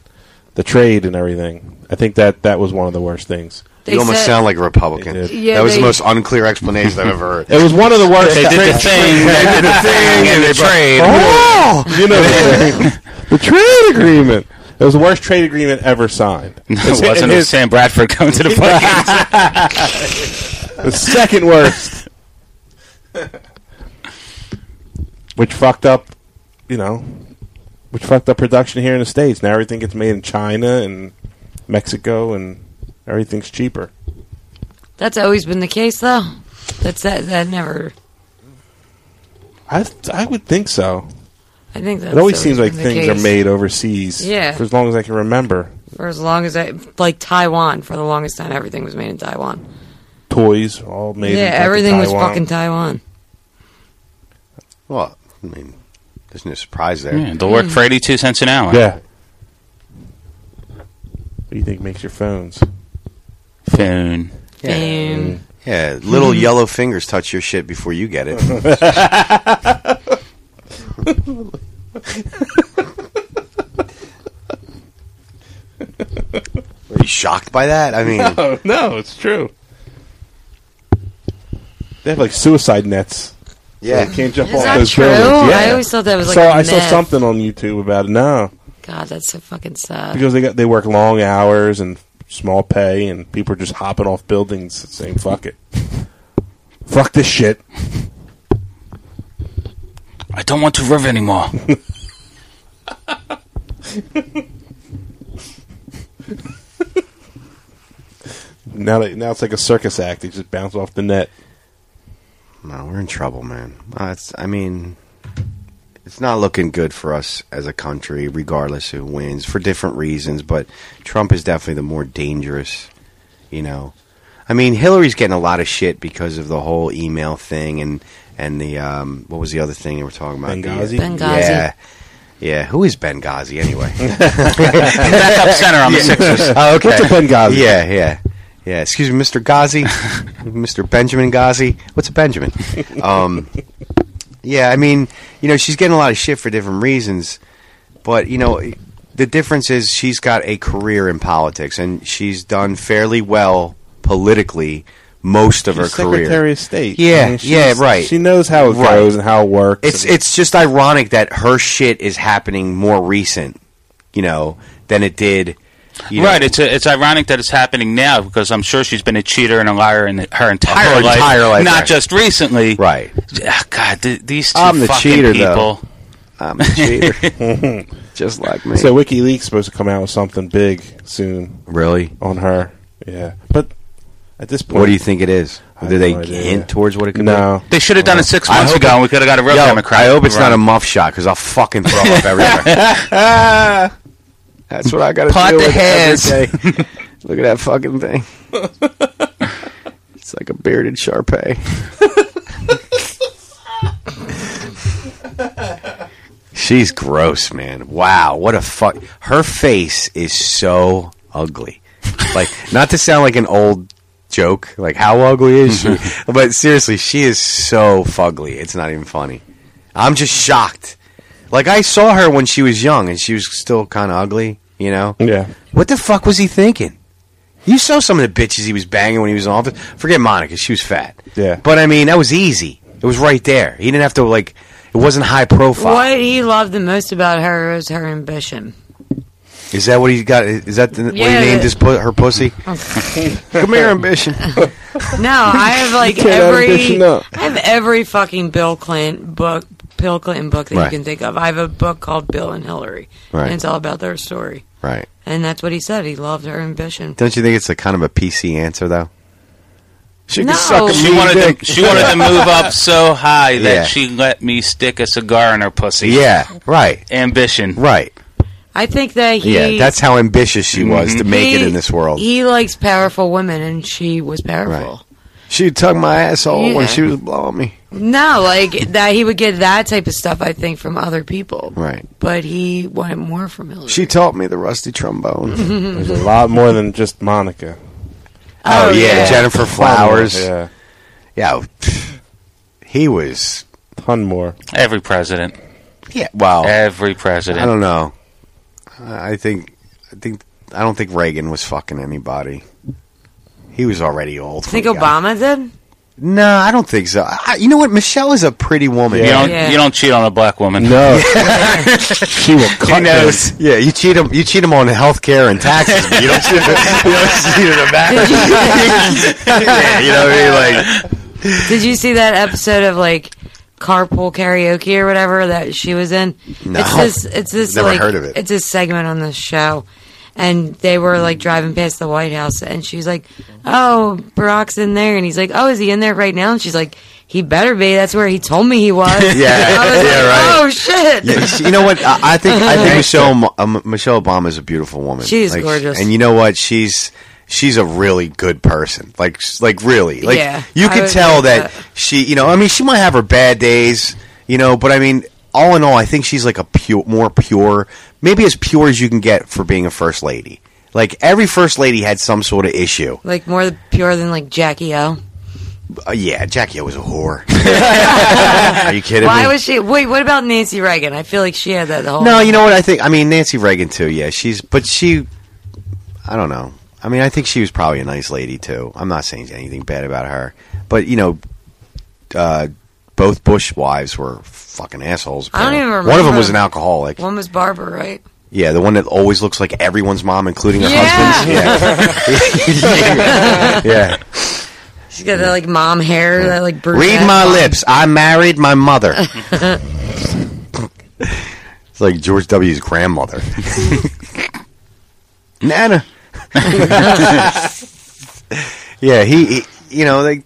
D: the trade and everything. I think that that was one of the worst things.
C: You They almost said- sound like a Republican.
B: Yeah,
C: that was
B: they-
C: the most unclear explanation I've ever
D: [LAUGHS]
C: heard.
D: It was one of the worst.
C: [LAUGHS] They did the thing. They
D: [LAUGHS]
C: did
I: [LAUGHS]
C: the thing and they trade.
D: Oh, you know the, [LAUGHS] the trade agreement. It was the worst trade agreement ever signed.
I: it
C: [LAUGHS]
I: wasn't it Sam Bradford going to the fucking.
D: the second [LAUGHS] worst. which fucked up, you know, which fucked up production here in the states. Now everything gets made in China and Mexico, and everything's cheaper.
B: That's always been the case, though. That's that. That never.
D: I I would think so.
B: I think that's
D: it always
B: always
D: seems like
B: been the
D: things
B: case.
D: are made overseas.
B: Yeah.
D: for as long as I can remember,
B: for as long as I like Taiwan. For the longest time, everything was made in Taiwan.
D: toys all made.
B: yeah,
D: in fucking
B: everything was
D: Taiwan.
B: fucking Taiwan.
C: Well, I mean, there's no surprise there.
I: Yeah, they'll work for eighty-two cents an hour.
D: Yeah. What do you think makes your phones?
I: Phone.
B: Fame.
C: Yeah, little yellow fingers touch your shit before you get it. shocked by that? I mean,
D: no, Oh, no, it's true. They have like suicide nets.
C: Yeah.
D: so you can't jump
B: Is
D: off
B: that
D: those
B: true?
D: buildings. Yeah.
B: I always thought that was, like,
D: So
B: a
D: I saw
B: myth.
D: something on YouTube about it. No,
B: God, that's so fucking sad.
D: because they got they work long hours and small pay, and people are just hopping off buildings saying "fuck it, [LAUGHS] fuck this shit."
I: I don't want to river anymore.
D: Now they, now it's like a circus act. They just bounce off the net.
C: No, we're in trouble, man. Uh, it's, I mean, it's not looking good for us as a country, regardless who wins, for different reasons. But Trump is definitely the more dangerous, you know. I mean, Hillary's getting a lot of shit because of the whole email thing and and the um, what was the other thing they were talking about? The-
D: Benghazi?
C: uh,
D: Benghazi.
C: Yeah. Yeah, who is Benghazi anyway?
I: Backup center
C: [LAUGHS]
I: on the Sixers.
C: Oh, okay.
I: What's a
D: [LAUGHS]
I: Benghazi?
C: Yeah, yeah, yeah. Excuse me, Mr. Ghazi, Mr. Benjamin Ghazi. What's a Benjamin? Um, yeah, I mean, you know, she's getting a lot of shit for different reasons, but you know, the difference is she's got a career in politics and she's done fairly well politically most of
D: She's
C: her career.
D: Secretary of State.
C: Yeah,
D: I mean, she's-
C: yeah, right.
D: She knows how it
C: Right.
D: goes and how it works.
C: It's it's just ironic that her shit is happening more recent, you know, than it did. You know,
I: Right, it's it's ironic that it's happening now because I'm sure she's been a cheater and a liar in her entire,
C: Her
I: life,
C: entire life,
I: not
C: right.
I: just recently. Ah,
C: Right.
I: God, th- these 2
C: I'm the
I: fucking
C: cheater, though.
I: people.
C: I'm the cheater. Just like me.
D: So WikiLeaks supposed to come out with something big soon.
C: Really?
D: On her. Yeah. But at this point
C: What do you think it is?
D: I
C: Do
D: have
C: they
D: no idea.
C: hint towards what it could
D: No.
C: be?
I: They should have done it six months
C: hope
I: ago,
C: it-
I: and we could have got a real
C: Yo,
I: Democrat.
C: I hope it's not a
I: running.
C: muff shot because I'll fucking throw
D: [LAUGHS]
C: up everywhere. That's what I got to
H: Pot
C: do
H: the
C: with it
H: hairs.
C: every day. Look at that fucking thing. It's like a bearded Sharpay. She's gross, man. Wow, what a fuck. Her face is so ugly. Like, not to sound like an old joke, like how ugly is [LAUGHS] she? but seriously, she is so fugly. It's not even funny. I'm just shocked. Like I saw her when she was young and she was still kind of ugly, you know?
D: Yeah.
C: What the fuck was he thinking? You saw some of the bitches he was banging when he was in office. Forget Monica, she was fat.
D: Yeah.
C: But I mean, that was easy. It was right there. He didn't have to like it wasn't high profile.
B: What he loved the most about her was her ambition.
C: Is that what he got? Is that the, what
B: Yeah,
C: he named
B: that-
C: his pu- her
B: [LAUGHS]
C: pussy? Come here, ambition.
B: No, I have like
C: [LAUGHS] You can't have
B: every
C: ambition, no.
B: I have every fucking Bill Clinton book, Bill Clinton book that
C: Right.
B: you can think of. I have a book called Bill and Hillary,
C: Right.
B: and it's all about their story.
C: Right.
B: And that's what he said. He loved her ambition.
C: Don't you think it's a kind of a PC answer though? [LAUGHS] She
B: No.
C: can suck a
I: She
C: mean
I: wanted
C: dick.
I: to, she wanted to move up so high that
C: Yeah.
I: she let me stick a cigar in her pussy.
C: Yeah, right.
I: Ambition.
C: Right.
B: I think that he
C: yeah, that's how ambitious she was to make it
B: he-
C: in this world.
B: He likes powerful women, and she was powerful.
C: She tugged my asshole
B: Yeah.
C: when she was blowing me.
B: No, like that he would get that type of stuff. I think from other people,
C: Right.
B: but he wanted more from Hillary.
C: She taught me the rusty trombone.
D: There's a lot more than just Monica.
C: Oh, yeah. Jennifer
D: Ton more,
C: Flowers.
D: Yeah.
C: Yeah. pff, He was.
D: Ton more.
I: Every president.
C: Yeah. Wow.
I: Every president.
C: Oh. I don't know. I I think. I think. I don't think Reagan was fucking anybody. He was already old.
B: think
C: when he got-
B: Obama did.
C: No, I don't think so. I, you know what? Michelle is a pretty woman.
I: You don't. You don't cheat on a black
D: [LAUGHS]
I: woman.
C: [LAUGHS]
D: No.
C: she will cut knows. Yeah, you cheat him. You cheat him on health care and taxes. but you don't cheat. You don't cheat on the back. [LAUGHS] yeah, you know what I mean? Like.
B: Did you see that episode of like carpool karaoke or whatever that she was in?
C: No.
B: It's this it's this
C: Never
B: like
C: heard of it.
B: it's this segment on the show. And they were like driving past the White House and she's like, "Oh, Barack's in there." And he's like, "Oh, is he in there right now?" And she's like, "He better be. That's where he told me he was."
C: [LAUGHS] Yeah,
B: [LAUGHS] I was
C: yeah,
B: like,
C: right.
B: Oh shit.
C: Yeah, she- you know what? I, I think
B: [LAUGHS]
C: I think Michelle Mo- uh, M- Michelle Obama is a beautiful woman.
B: She's
C: Like,
B: gorgeous.
C: and you know what? She's she's a really good person. Like s- like really. Like
B: Yeah,
C: you
B: I
C: could
B: would
C: tell
B: agree with
C: that, she. You know, I mean, she might have her bad days. You know, but I mean, all in all, I think she's like a pure, more pure, maybe as pure as you can get for being a first lady. Like every first lady had some sort of issue.
B: Like more pure than like Jackie O.
C: Uh, yeah, Jackie O was a whore. [LAUGHS] Are you kidding me?
B: Why was she? Wait, what about Nancy Reagan? I feel like she had that the whole.
C: No, you know what I think. I mean, Nancy Reagan too. Yeah, she's but she. I don't know. I mean, I think she was probably a nice lady too. I'm not saying anything bad about her, but you know, uh, both Bush wives were fucking assholes.
B: I don't even remember.
C: apparently. One of them was an alcoholic.
B: One was Barbara, right?
C: Yeah, the one that always looks like everyone's mom, including her
B: [LAUGHS]
C: husband's. Yeah. [LAUGHS] yeah.
B: She's got that like mom hair, that like brunette
C: Read my
B: mom.
C: lips. I married
B: [LAUGHS]
C: my mother. It's like George W.'s grandmother. [LAUGHS] Nana. [LAUGHS] yeah, he, he- you know, they,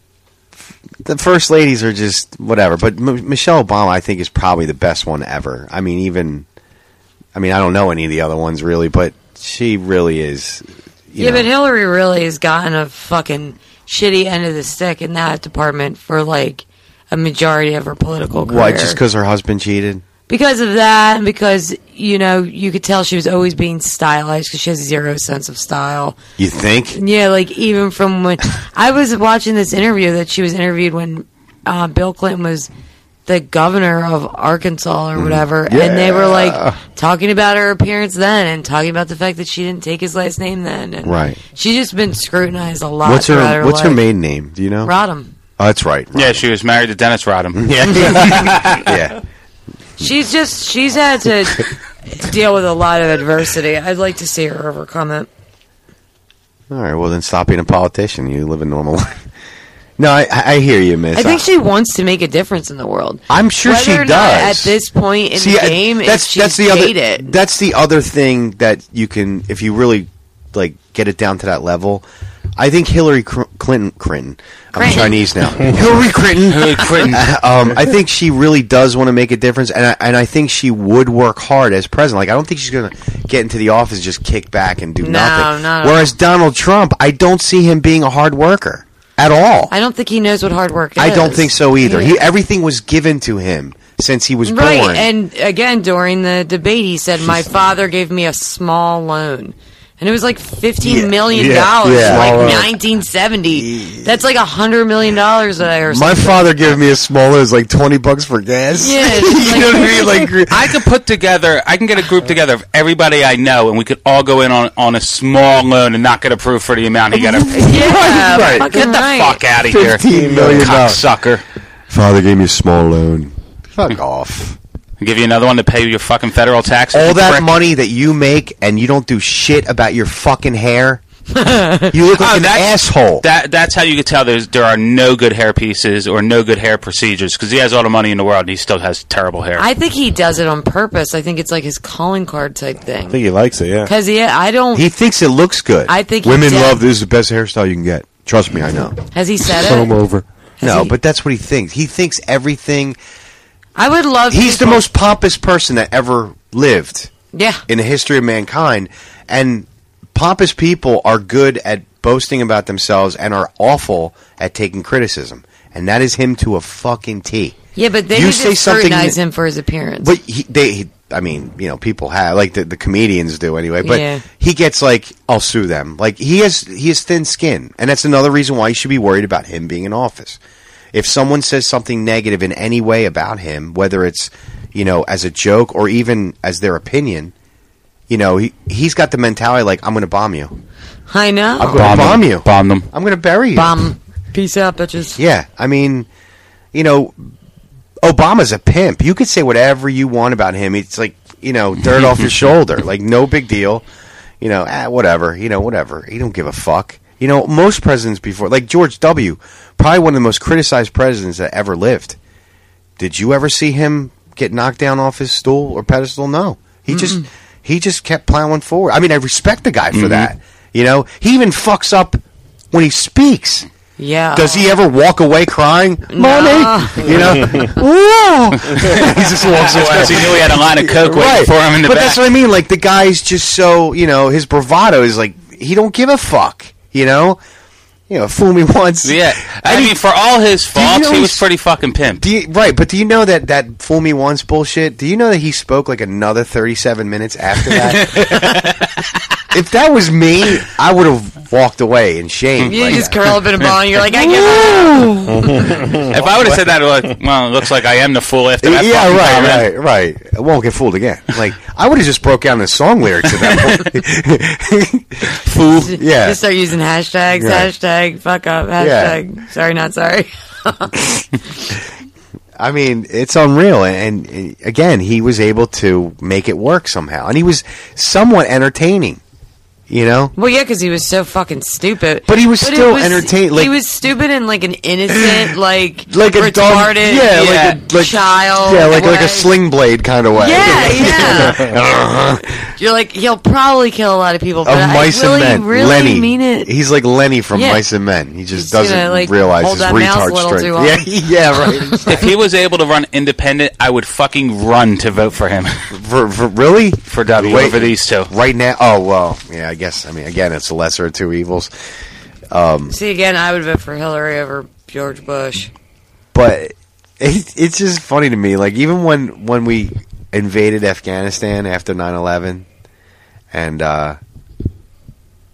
C: the first ladies are just whatever. But M- Michelle Obama, I think, is probably the best one ever. I mean, even, I mean, I don't know any of the other ones really, but she really is. You
B: yeah,
C: know,
B: but Hillary really has gotten a fucking shitty end of the stick in that department for like a majority of her political career.
C: why? Just because her husband cheated?
B: because of that, and because you know you could tell she was always being stylized because she has zero sense of style.
C: You think?
B: Yeah, like even from when I was watching this interview that she was interviewed when uh, Bill Clinton was the governor of Arkansas or whatever, and they were
C: Mm-hmm. Yeah.
B: like talking about her appearance then and talking about the fact that she didn't take his last name then. And
C: Right.
B: She's just been scrutinized a lot.
C: What's her,
B: throughout her
C: What's her
B: life.
C: maiden name? Do you know?
B: Rodham.
C: Oh, that's right.
I: Yeah, she was married to Dennis
C: [LAUGHS]
I: Rodham.
C: Yeah. yeah.
B: She's just she's had
C: [LAUGHS]
B: to deal with a lot of adversity. I'd like to see her overcome it.
C: All right. Well, then stop being a politician. You live a normal [LAUGHS] life. No, I, I hear you, Miss.
B: I think she wants to make a difference in the world.
C: I'm sure
B: Whether
C: she
B: or not
C: does.
B: at this point in
C: See,
B: the
C: I-
B: game. is
C: that's
B: she's
C: that's the other
B: dated.
C: that's the other thing that you can if you really like get it down to that level. I think Hillary Cr- Clinton Clinton. I'm
F: Clinton.
C: Chinese
B: [LAUGHS]
C: now. Hillary Clinton.
F: Hillary Clinton.
C: [LAUGHS] um, I think she really does want to make a difference, and I, and I think she would work hard as president. Like I don't think she's going to get into the office just kick back and do
B: No,
C: nothing.
B: not at
C: Whereas Donald Trump, I don't see him being a hard worker at all.
B: I don't think he knows what hard work is.
C: I don't think so either. He, everything was given to him since he was
B: right.
C: born.
B: And again, during the debate, he said, "My father gave me a small loan." And it was like fifteen million
C: yeah,
B: dollars,
C: yeah.
B: in
C: Small
B: like
C: loan.
B: nineteen seventy. That's like a hundred million dollars that I or
C: My
B: something.
C: father gave me a smaller. It was like twenty bucks for gas.
B: [LAUGHS] Yeah,
C: [LAUGHS] you know what I mean? Like
I: I could put together, I can get a group together of everybody I know, and we could all go in on, on a small loan and not get approved for the amount he
C: [LAUGHS]
I: got approved.
B: Yeah,
I: Right.
B: fucking
I: Get the
B: right.
I: fuck out of here,
C: $15 million.
I: cocksucker!
C: father gave me a small loan.
B: [LAUGHS]
C: Fuck off.
I: I'll give you another one to pay your fucking federal taxes.
C: All
I: you
C: that
I: prick.
C: money that you make and you don't do shit about your fucking hair. you
B: [LAUGHS]
C: look like
I: Oh,
C: an
I: that's-
C: asshole.
I: That that's how you could tell there's there are no good hair pieces or no good hair procedures because he has all the money in the world and he still has terrible hair.
B: I think he does it on purpose. I think it's like his calling card type thing.
D: think he likes it. Yeah.
B: Because yeah, I don't.
C: He thinks it looks good.
B: I think he
C: women
B: did.
C: love this is the best hairstyle you can get. Trust me, I know.
B: Has he said it?
C: over. No, but that's what he thinks. He thinks everything.
B: I would love.
C: He's the
B: people-
C: most pompous person that ever lived.
B: Yeah.
C: in the history of mankind. And pompous people are good at boasting about themselves and are awful at taking criticism. And that is him to a fucking T.
B: Yeah, but they
C: You
B: just
C: say something-
B: scrutinize him for his appearance.
C: But he, they, he, I mean, you know, people have like the, the comedians do anyway. But
B: Yeah.
C: he gets like, I'll sue them. Like he has, he has thin skin, and that's another reason why you should be worried about him being in office. If someone says something negative in any way about him, whether it's you know as a joke or even as their opinion, you know, he he's got the mentality like, I'm going to bomb you.
B: I know.
C: I'm going to bomb you.
I: Bomb them.
C: I'm going to bury you.
B: Bomb. Peace out, bitches.
C: Yeah, I mean, you know, Obama's a pimp. You could say whatever you want about him. It's like you know, dirt off your shoulder. Like no big deal. You know, ah, whatever. You know, whatever. You don't give a fuck. You know, most presidents before, like George W, probably one of the most criticized presidents that ever lived. Did you ever see him get knocked down off his stool or pedestal? No. He just he just kept plowing forward. I mean, I respect the guy for that. You know, he even fucks up when he speaks.
B: Yeah.
C: Does he ever walk away crying? Mommy, you know, whoa! [LAUGHS] he just walks away.
I: Because he knew he had a line of coke waiting for him in the
C: but
I: back.
C: that's what I mean. Like the guy's just so you know his bravado is like he don't give a fuck. You know, you know, fool me once.
I: [LAUGHS] Yeah, I, mean, for all his faults, he was pretty fucking pimp.
C: Do you, right, but do you know that that fool me once bullshit? Do you know that he spoke like another thirty-seven minutes after that?
I: [LAUGHS]
C: if that was me, I would have walked away in shame.
L: You
C: like
L: just
C: that.
L: curl up in a ball and you're like, I
C: [LAUGHS]
L: give up.
I: if I would have said that, like, well, it looks like I am the fool after that.
C: yeah,
I: fucking
C: right,
I: comment.
C: right, right. I won't get fooled again. Like I would have just broke down the song lyrics at that point. [LAUGHS] Fool, yeah.
B: Just start using hashtags,
C: Right.
B: hashtag fuck up,
C: Yeah.
B: hashtag sorry, not sorry.
C: I mean, it's unreal. And, and uh, again, he was able to make it work somehow, and he was somewhat entertaining. You know,
B: well, yeah, because he was so fucking stupid.
C: But he was
B: it
C: still entertain- like-
B: he was stupid and like an
C: [GASPS]
B: innocent, like
C: Like a
B: retarded,
C: dumb- yeah, like a- like-
B: child.
C: yeah, like like
B: way.
C: a sling blade kind of way.
B: Yeah,
C: [LAUGHS] yeah.
B: You're like he'll probably kill a lot of people, but
C: of mice
B: I really,
C: and men,
B: really
C: Lenny.
B: mean it.
C: He's like Lenny from
B: Yeah.
C: Mice and Men. He just
B: gonna,
C: doesn't
B: like,
C: realize
B: hold
C: his
B: that mouse a
C: retard
B: little
C: strength.
B: too long.
C: Yeah, [LAUGHS] yeah, right.
B: [LAUGHS]
I: If he was able to run independent, I would fucking run to vote for him. [LAUGHS]
C: For, for really
I: for W
C: Wait,
I: over these two.
C: Right now, oh well, yeah. I guess. I mean, again, it's the lesser of two evils. Um,
B: See again, I would vote for Hillary over George Bush.
C: but it, it's just funny to me like even when when we invaded afghanistan after 9-11 and uh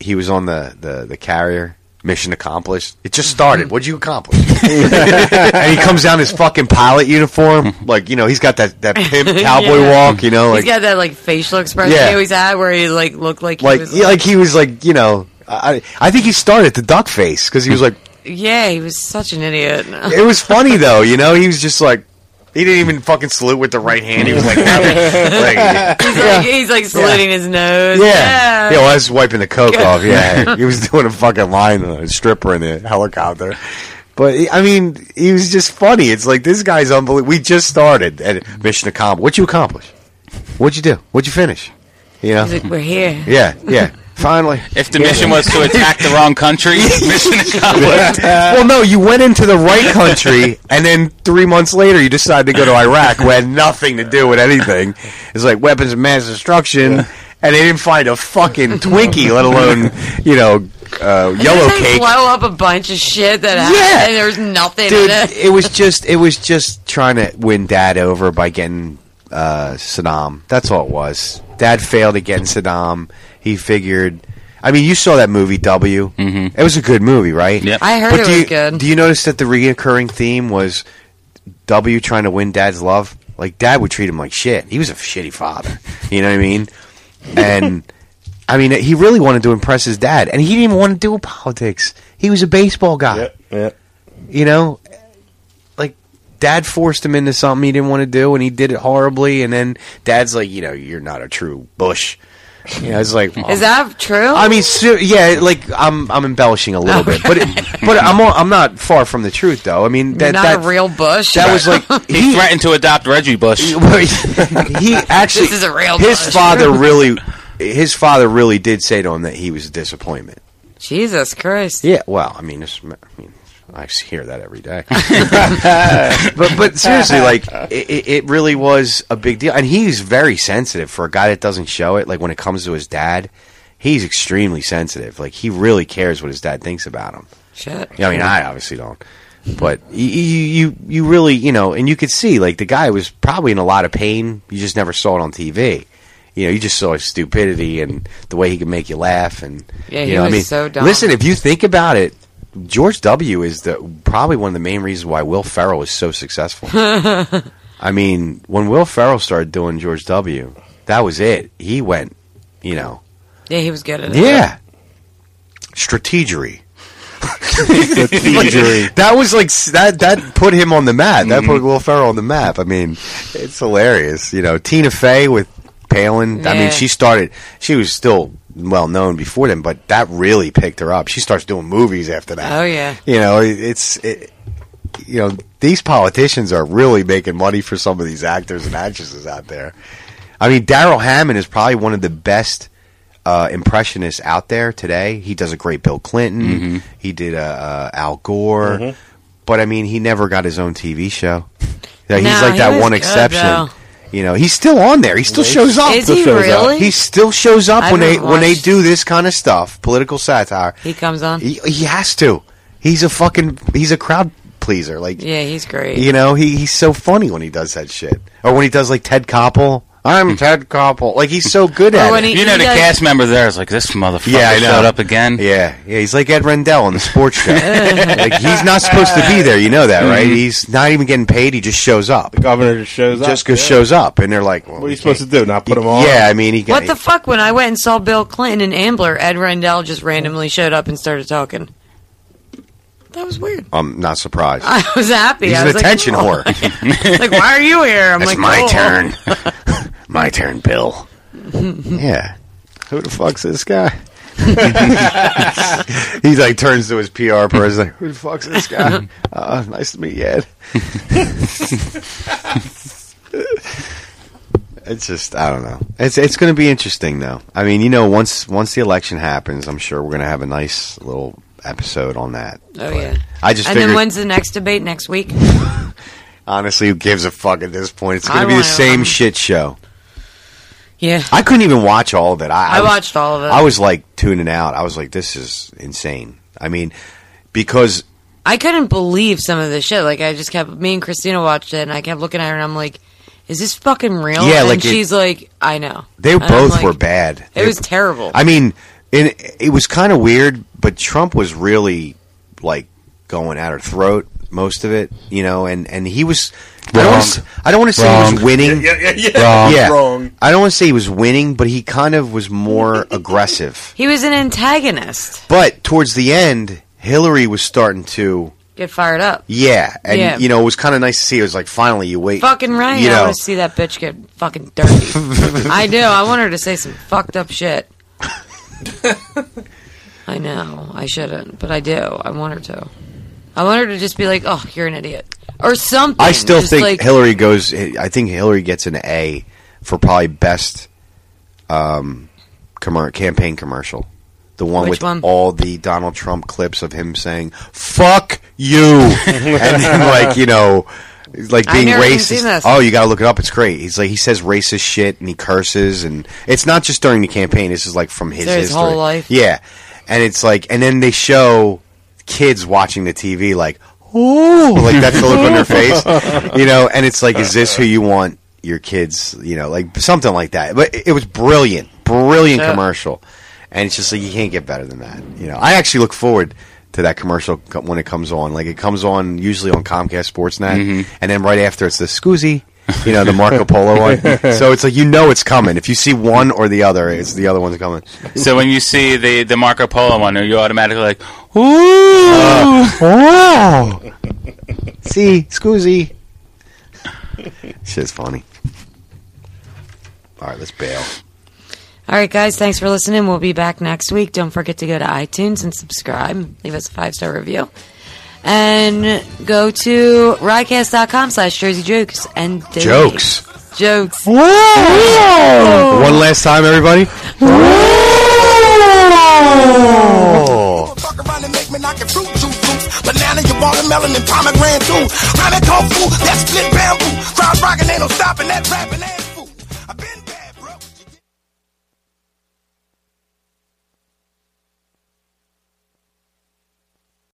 C: he was on the the, the carrier mission accomplished it just started what'd you accomplish and he comes down in his fucking pilot uniform like you know he's got that that pimp cowboy
B: [LAUGHS] Yeah.
C: walk you know like
B: He's got that like facial expression
C: Yeah.
B: he always had, where he like looked like he
C: like,
B: was,
C: yeah, like he was like you know i i think he started the duck face because he was like
B: yeah, he was such an idiot. [LAUGHS]
C: it was funny though, you know. He was just like, he didn't even fucking salute with the right hand. He was like, like-
B: he's,
C: Yeah.
B: like he's like saluting his nose.
C: yeah, yeah. Well, I was wiping the coke
B: Yeah.
C: off. Yeah, he was doing a fucking line, uh, stripper in the helicopter. But he- I mean, he was just funny. It's like this guy's unbelievable. We just started at mission accomplished. What'd you accomplish? What'd you do? What'd you finish? You know?
B: He's like, we're here.
C: yeah, yeah. Finally,
I: If the mission was to attack the
C: [LAUGHS]
I: wrong country, mission accomplished.
C: well, no, you went into the right country, and then three months later, you decided to go to Iraq, who had nothing to do with anything. It's like weapons of mass destruction, and they didn't find a fucking Twinkie, let alone you know uh, yellow
B: They
C: cake.
B: blow up a bunch of shit that happened,
H: Yeah.
B: and there's nothing [LAUGHS]
C: Dude,
B: in it.
C: it was just it was just trying to win Dad over by getting uh, Saddam. That's all it was. Dad failed at getting Saddam. He figured. I mean, you saw that movie W. Mm-hmm. It was a good movie, right? Yeah,
B: I heard it
C: do
B: was
C: you,
B: good.
C: Do you notice that the recurring theme was W trying to win Dad's love? Like Dad would treat him like shit. He was a shitty father. [LAUGHS] You know what I mean? And [LAUGHS] I mean, he really wanted to impress his dad, and he didn't even want to do politics. He was a baseball guy. You know, like dad forced him into something he didn't want to do, and he did it horribly. And then dad's like, you know, you're not a true Bush. You know, it's like,
B: Is that true?
C: I mean, ser- yeah, like I'm I'm embellishing a
B: Oh.
C: little bit, but it, but I'm all, I'm not far from the truth though. I mean,
B: You're
C: that
B: not
C: that,
B: a real Bush.
C: that was like
B: [LAUGHS]
I: He, threatened to adopt Reggie
C: [LAUGHS]
I: Bush.
C: he actually
B: This is a real
C: his
B: Bush.
C: father really his father really did say to him that he was a disappointment.
B: Jesus Christ.
C: Yeah, well, I mean, it's, I mean, I hear that every day. but but seriously, like it, it- it really was a big deal, and he's very sensitive for a guy that doesn't show it. Like when it comes to his dad, he's extremely sensitive. Like he really cares what his dad thinks about him.
B: Shit.
C: I mean, I obviously don't. But you, you, you really, you know, and you could see like the guy was probably in a lot of pain. You just never saw it on TV. You know, you just saw his stupidity and the way he could make you laugh. And
B: Yeah,
C: you
B: he
C: know, I
B: was
C: mean,
B: so dumb.
C: listen, if you think about it, George W. is the probably one of the main reasons why Will Ferrell is
B: [LAUGHS]
C: so successful. I mean, when Will Ferrell started doing George W., that was it. He went, you know,
B: Yeah, he was good at it.
C: yeah, strategery.
D: Strategery.
C: Like, [LAUGHS] that was like s- that. That put him on the map. That put Will Ferrell on the map. I mean, it's hilarious. You know, Tina Fey with Palin. I
F: Yeah.
C: mean, she started. She was still well known before then, but that really picked her up. She starts doing movies after that.
B: Oh yeah.
C: You know, it- it's it, you know these politicians are really making money for some of these actors and actresses out there. I mean, Daryl Hammond is probably one of the best uh, impressionists out there today. He does a great Bill Clinton. He did uh, uh, Al Gore,
F: Mhm.
C: but I mean, he never got his own TV show. Yeah, he's
F: No,
C: like
F: he
C: that
F: was
C: one
F: good,
C: exception.
F: though.
C: You know, he's still on there. He still
B: Is
C: shows up.
B: he Still shows up. really?
C: He still shows
B: I
C: up when they
B: haven't
C: when they
B: watched.
C: do this kind of stuff, political satire.
B: He comes on.
C: He, he has to. He's a fucking he's a crowd pleaser. Like
B: yeah, he's great.
C: you know, he, he's so funny when he does that shit, or when he does like Ted Koppel. I'm Ted Koppel. Like he's so good
B: Or
C: at
B: when
C: it.
B: he- You know, he the does- cast
C: member there is like this motherfucker
I: I showed up
C: again. Yeah, yeah. He's like Ed Rendell on the sports
B: [LAUGHS]
C: show. like he's not supposed to be there. You know that, right?
B: Mm.
D: Mhm.
C: He's not even getting paid. He just shows up. The
D: governor just shows
C: Just
D: up, yeah.
C: shows up, and they're like, "What
D: are you supposed to do? Not put him on?"
C: Yeah, I mean, he
B: What
C: got,
B: the fuck? When I went and saw Bill Clinton and Ambler, Ed Rendell just randomly showed up and started talking. [LAUGHS] That was weird.
C: I'm not surprised.
B: I was happy.
C: He's
B: I
C: an
B: was like,
C: attention
B: "Oh."
C: whore.
B: like, why are you here? I'm
C: It's
B: like,
C: my
B: "Oh."
C: turn.
B: [LAUGHS]
C: My turn, Bill. yeah. Who the fuck's this guy? [LAUGHS] he like turns to his PR person. Like, Who the fuck's this guy?
B: [LAUGHS]
C: Uh, nice to meet you, Ed. [LAUGHS] it's just I don't know. It's it's going to be interesting though. I mean, you know, once once the election happens, I'm sure we're going to have a nice little episode on that.
B: Oh yeah.
C: I just
B: and
C: figured,
B: then when's the next debate next week?
C: honestly, who gives a fuck at this point? It's
B: I
C: going to be the
B: wanna-
C: same shit show.
B: Yeah.
C: I couldn't even watch all of it. I,
B: I
C: was-
B: watched uh, all of it.
C: I was like tuning out. I was like, this is insane. I mean, because
B: I couldn't believe some of the shit. Like I just kept me and Christina watched it, and I kept looking at her, and I'm like, "Is this fucking real?"
C: Yeah,
B: and
C: like it-
B: she's like, "I know."
C: they
B: And I'm
C: both
B: like,
C: were bad.
B: It
C: They-
B: was terrible.
C: I mean, it, it was kind of weird, but Trump was really like going at her throat most of it, you know, and and he was. I don't wanna s-
D: Wrong.
C: I don't want to say he was
D: Wrong.
C: winning.
D: Yeah, yeah, yeah, yeah. Wrong.
C: Yeah.
D: Wrong.
C: I don't want to say he was winning, but he kind of was more
B: [LAUGHS]
C: aggressive.
B: he was an antagonist.
C: But towards the end, Hillary was starting to.
B: Get fired up.
C: Yeah, and
B: Yeah.
C: you know it was kind of nice to see. It was like finally you wait.
B: Fucking right.
C: You
B: I
C: know,
B: want to see that bitch get fucking dirty.
C: [LAUGHS]
B: I do. I want her to say some fucked up shit. I know. I shouldn't, but I do. I want her to. I want her to just be like, "Oh, you're an idiot," or something.
C: I still
B: Just
C: think
B: like,
C: Hillary goes. I think Hillary gets an A for probably best um, commer- campaign commercial. The one
B: Which
C: with
B: one?
C: all the Donald Trump clips of him saying "fuck
B: [LAUGHS]
C: you" and him like you know, like
B: I
C: being
B: never even seen
C: racist.
B: this.
C: Oh, you got to look it up. It's great. He's like he says racist shit and he curses, and it's not just during the campaign. This is like from his,
B: It's his
C: history.
B: whole life.
C: Yeah, and it's like, and then they show kids watching the TV like, oh, like that's the look on their face, you know. And it's like, is this who you want your kids? You know, like something like that. But it it was brilliant, brilliant
D: Yeah.
C: commercial, and it's just like you can't get better than that. You know, I actually look forward to that commercial co- when it comes on. Like it comes on usually on Comcast Sportsnet, and then right after it's the Scoozy. You know the Marco Polo one, so it's like you know it's coming. If you see one or the other, it's the other one's coming.
I: So when you see the, the Marco Polo one, you're automatically like,
C: Ooh. oh. See, Scoozy. [LAUGHS] Shit's funny. All right, let's bail.
B: All right, guys, thanks for listening. We'll be back next week. Don't forget to go to iTunes and subscribe. Leave us a five star review. And go to rycast.com slash Jersey Jokes and date.
C: Jokes.
B: Jokes.
C: One last time, everybody. Oh.
M: Banana, your watermelon, and pomegranate too. Rhyming kung fu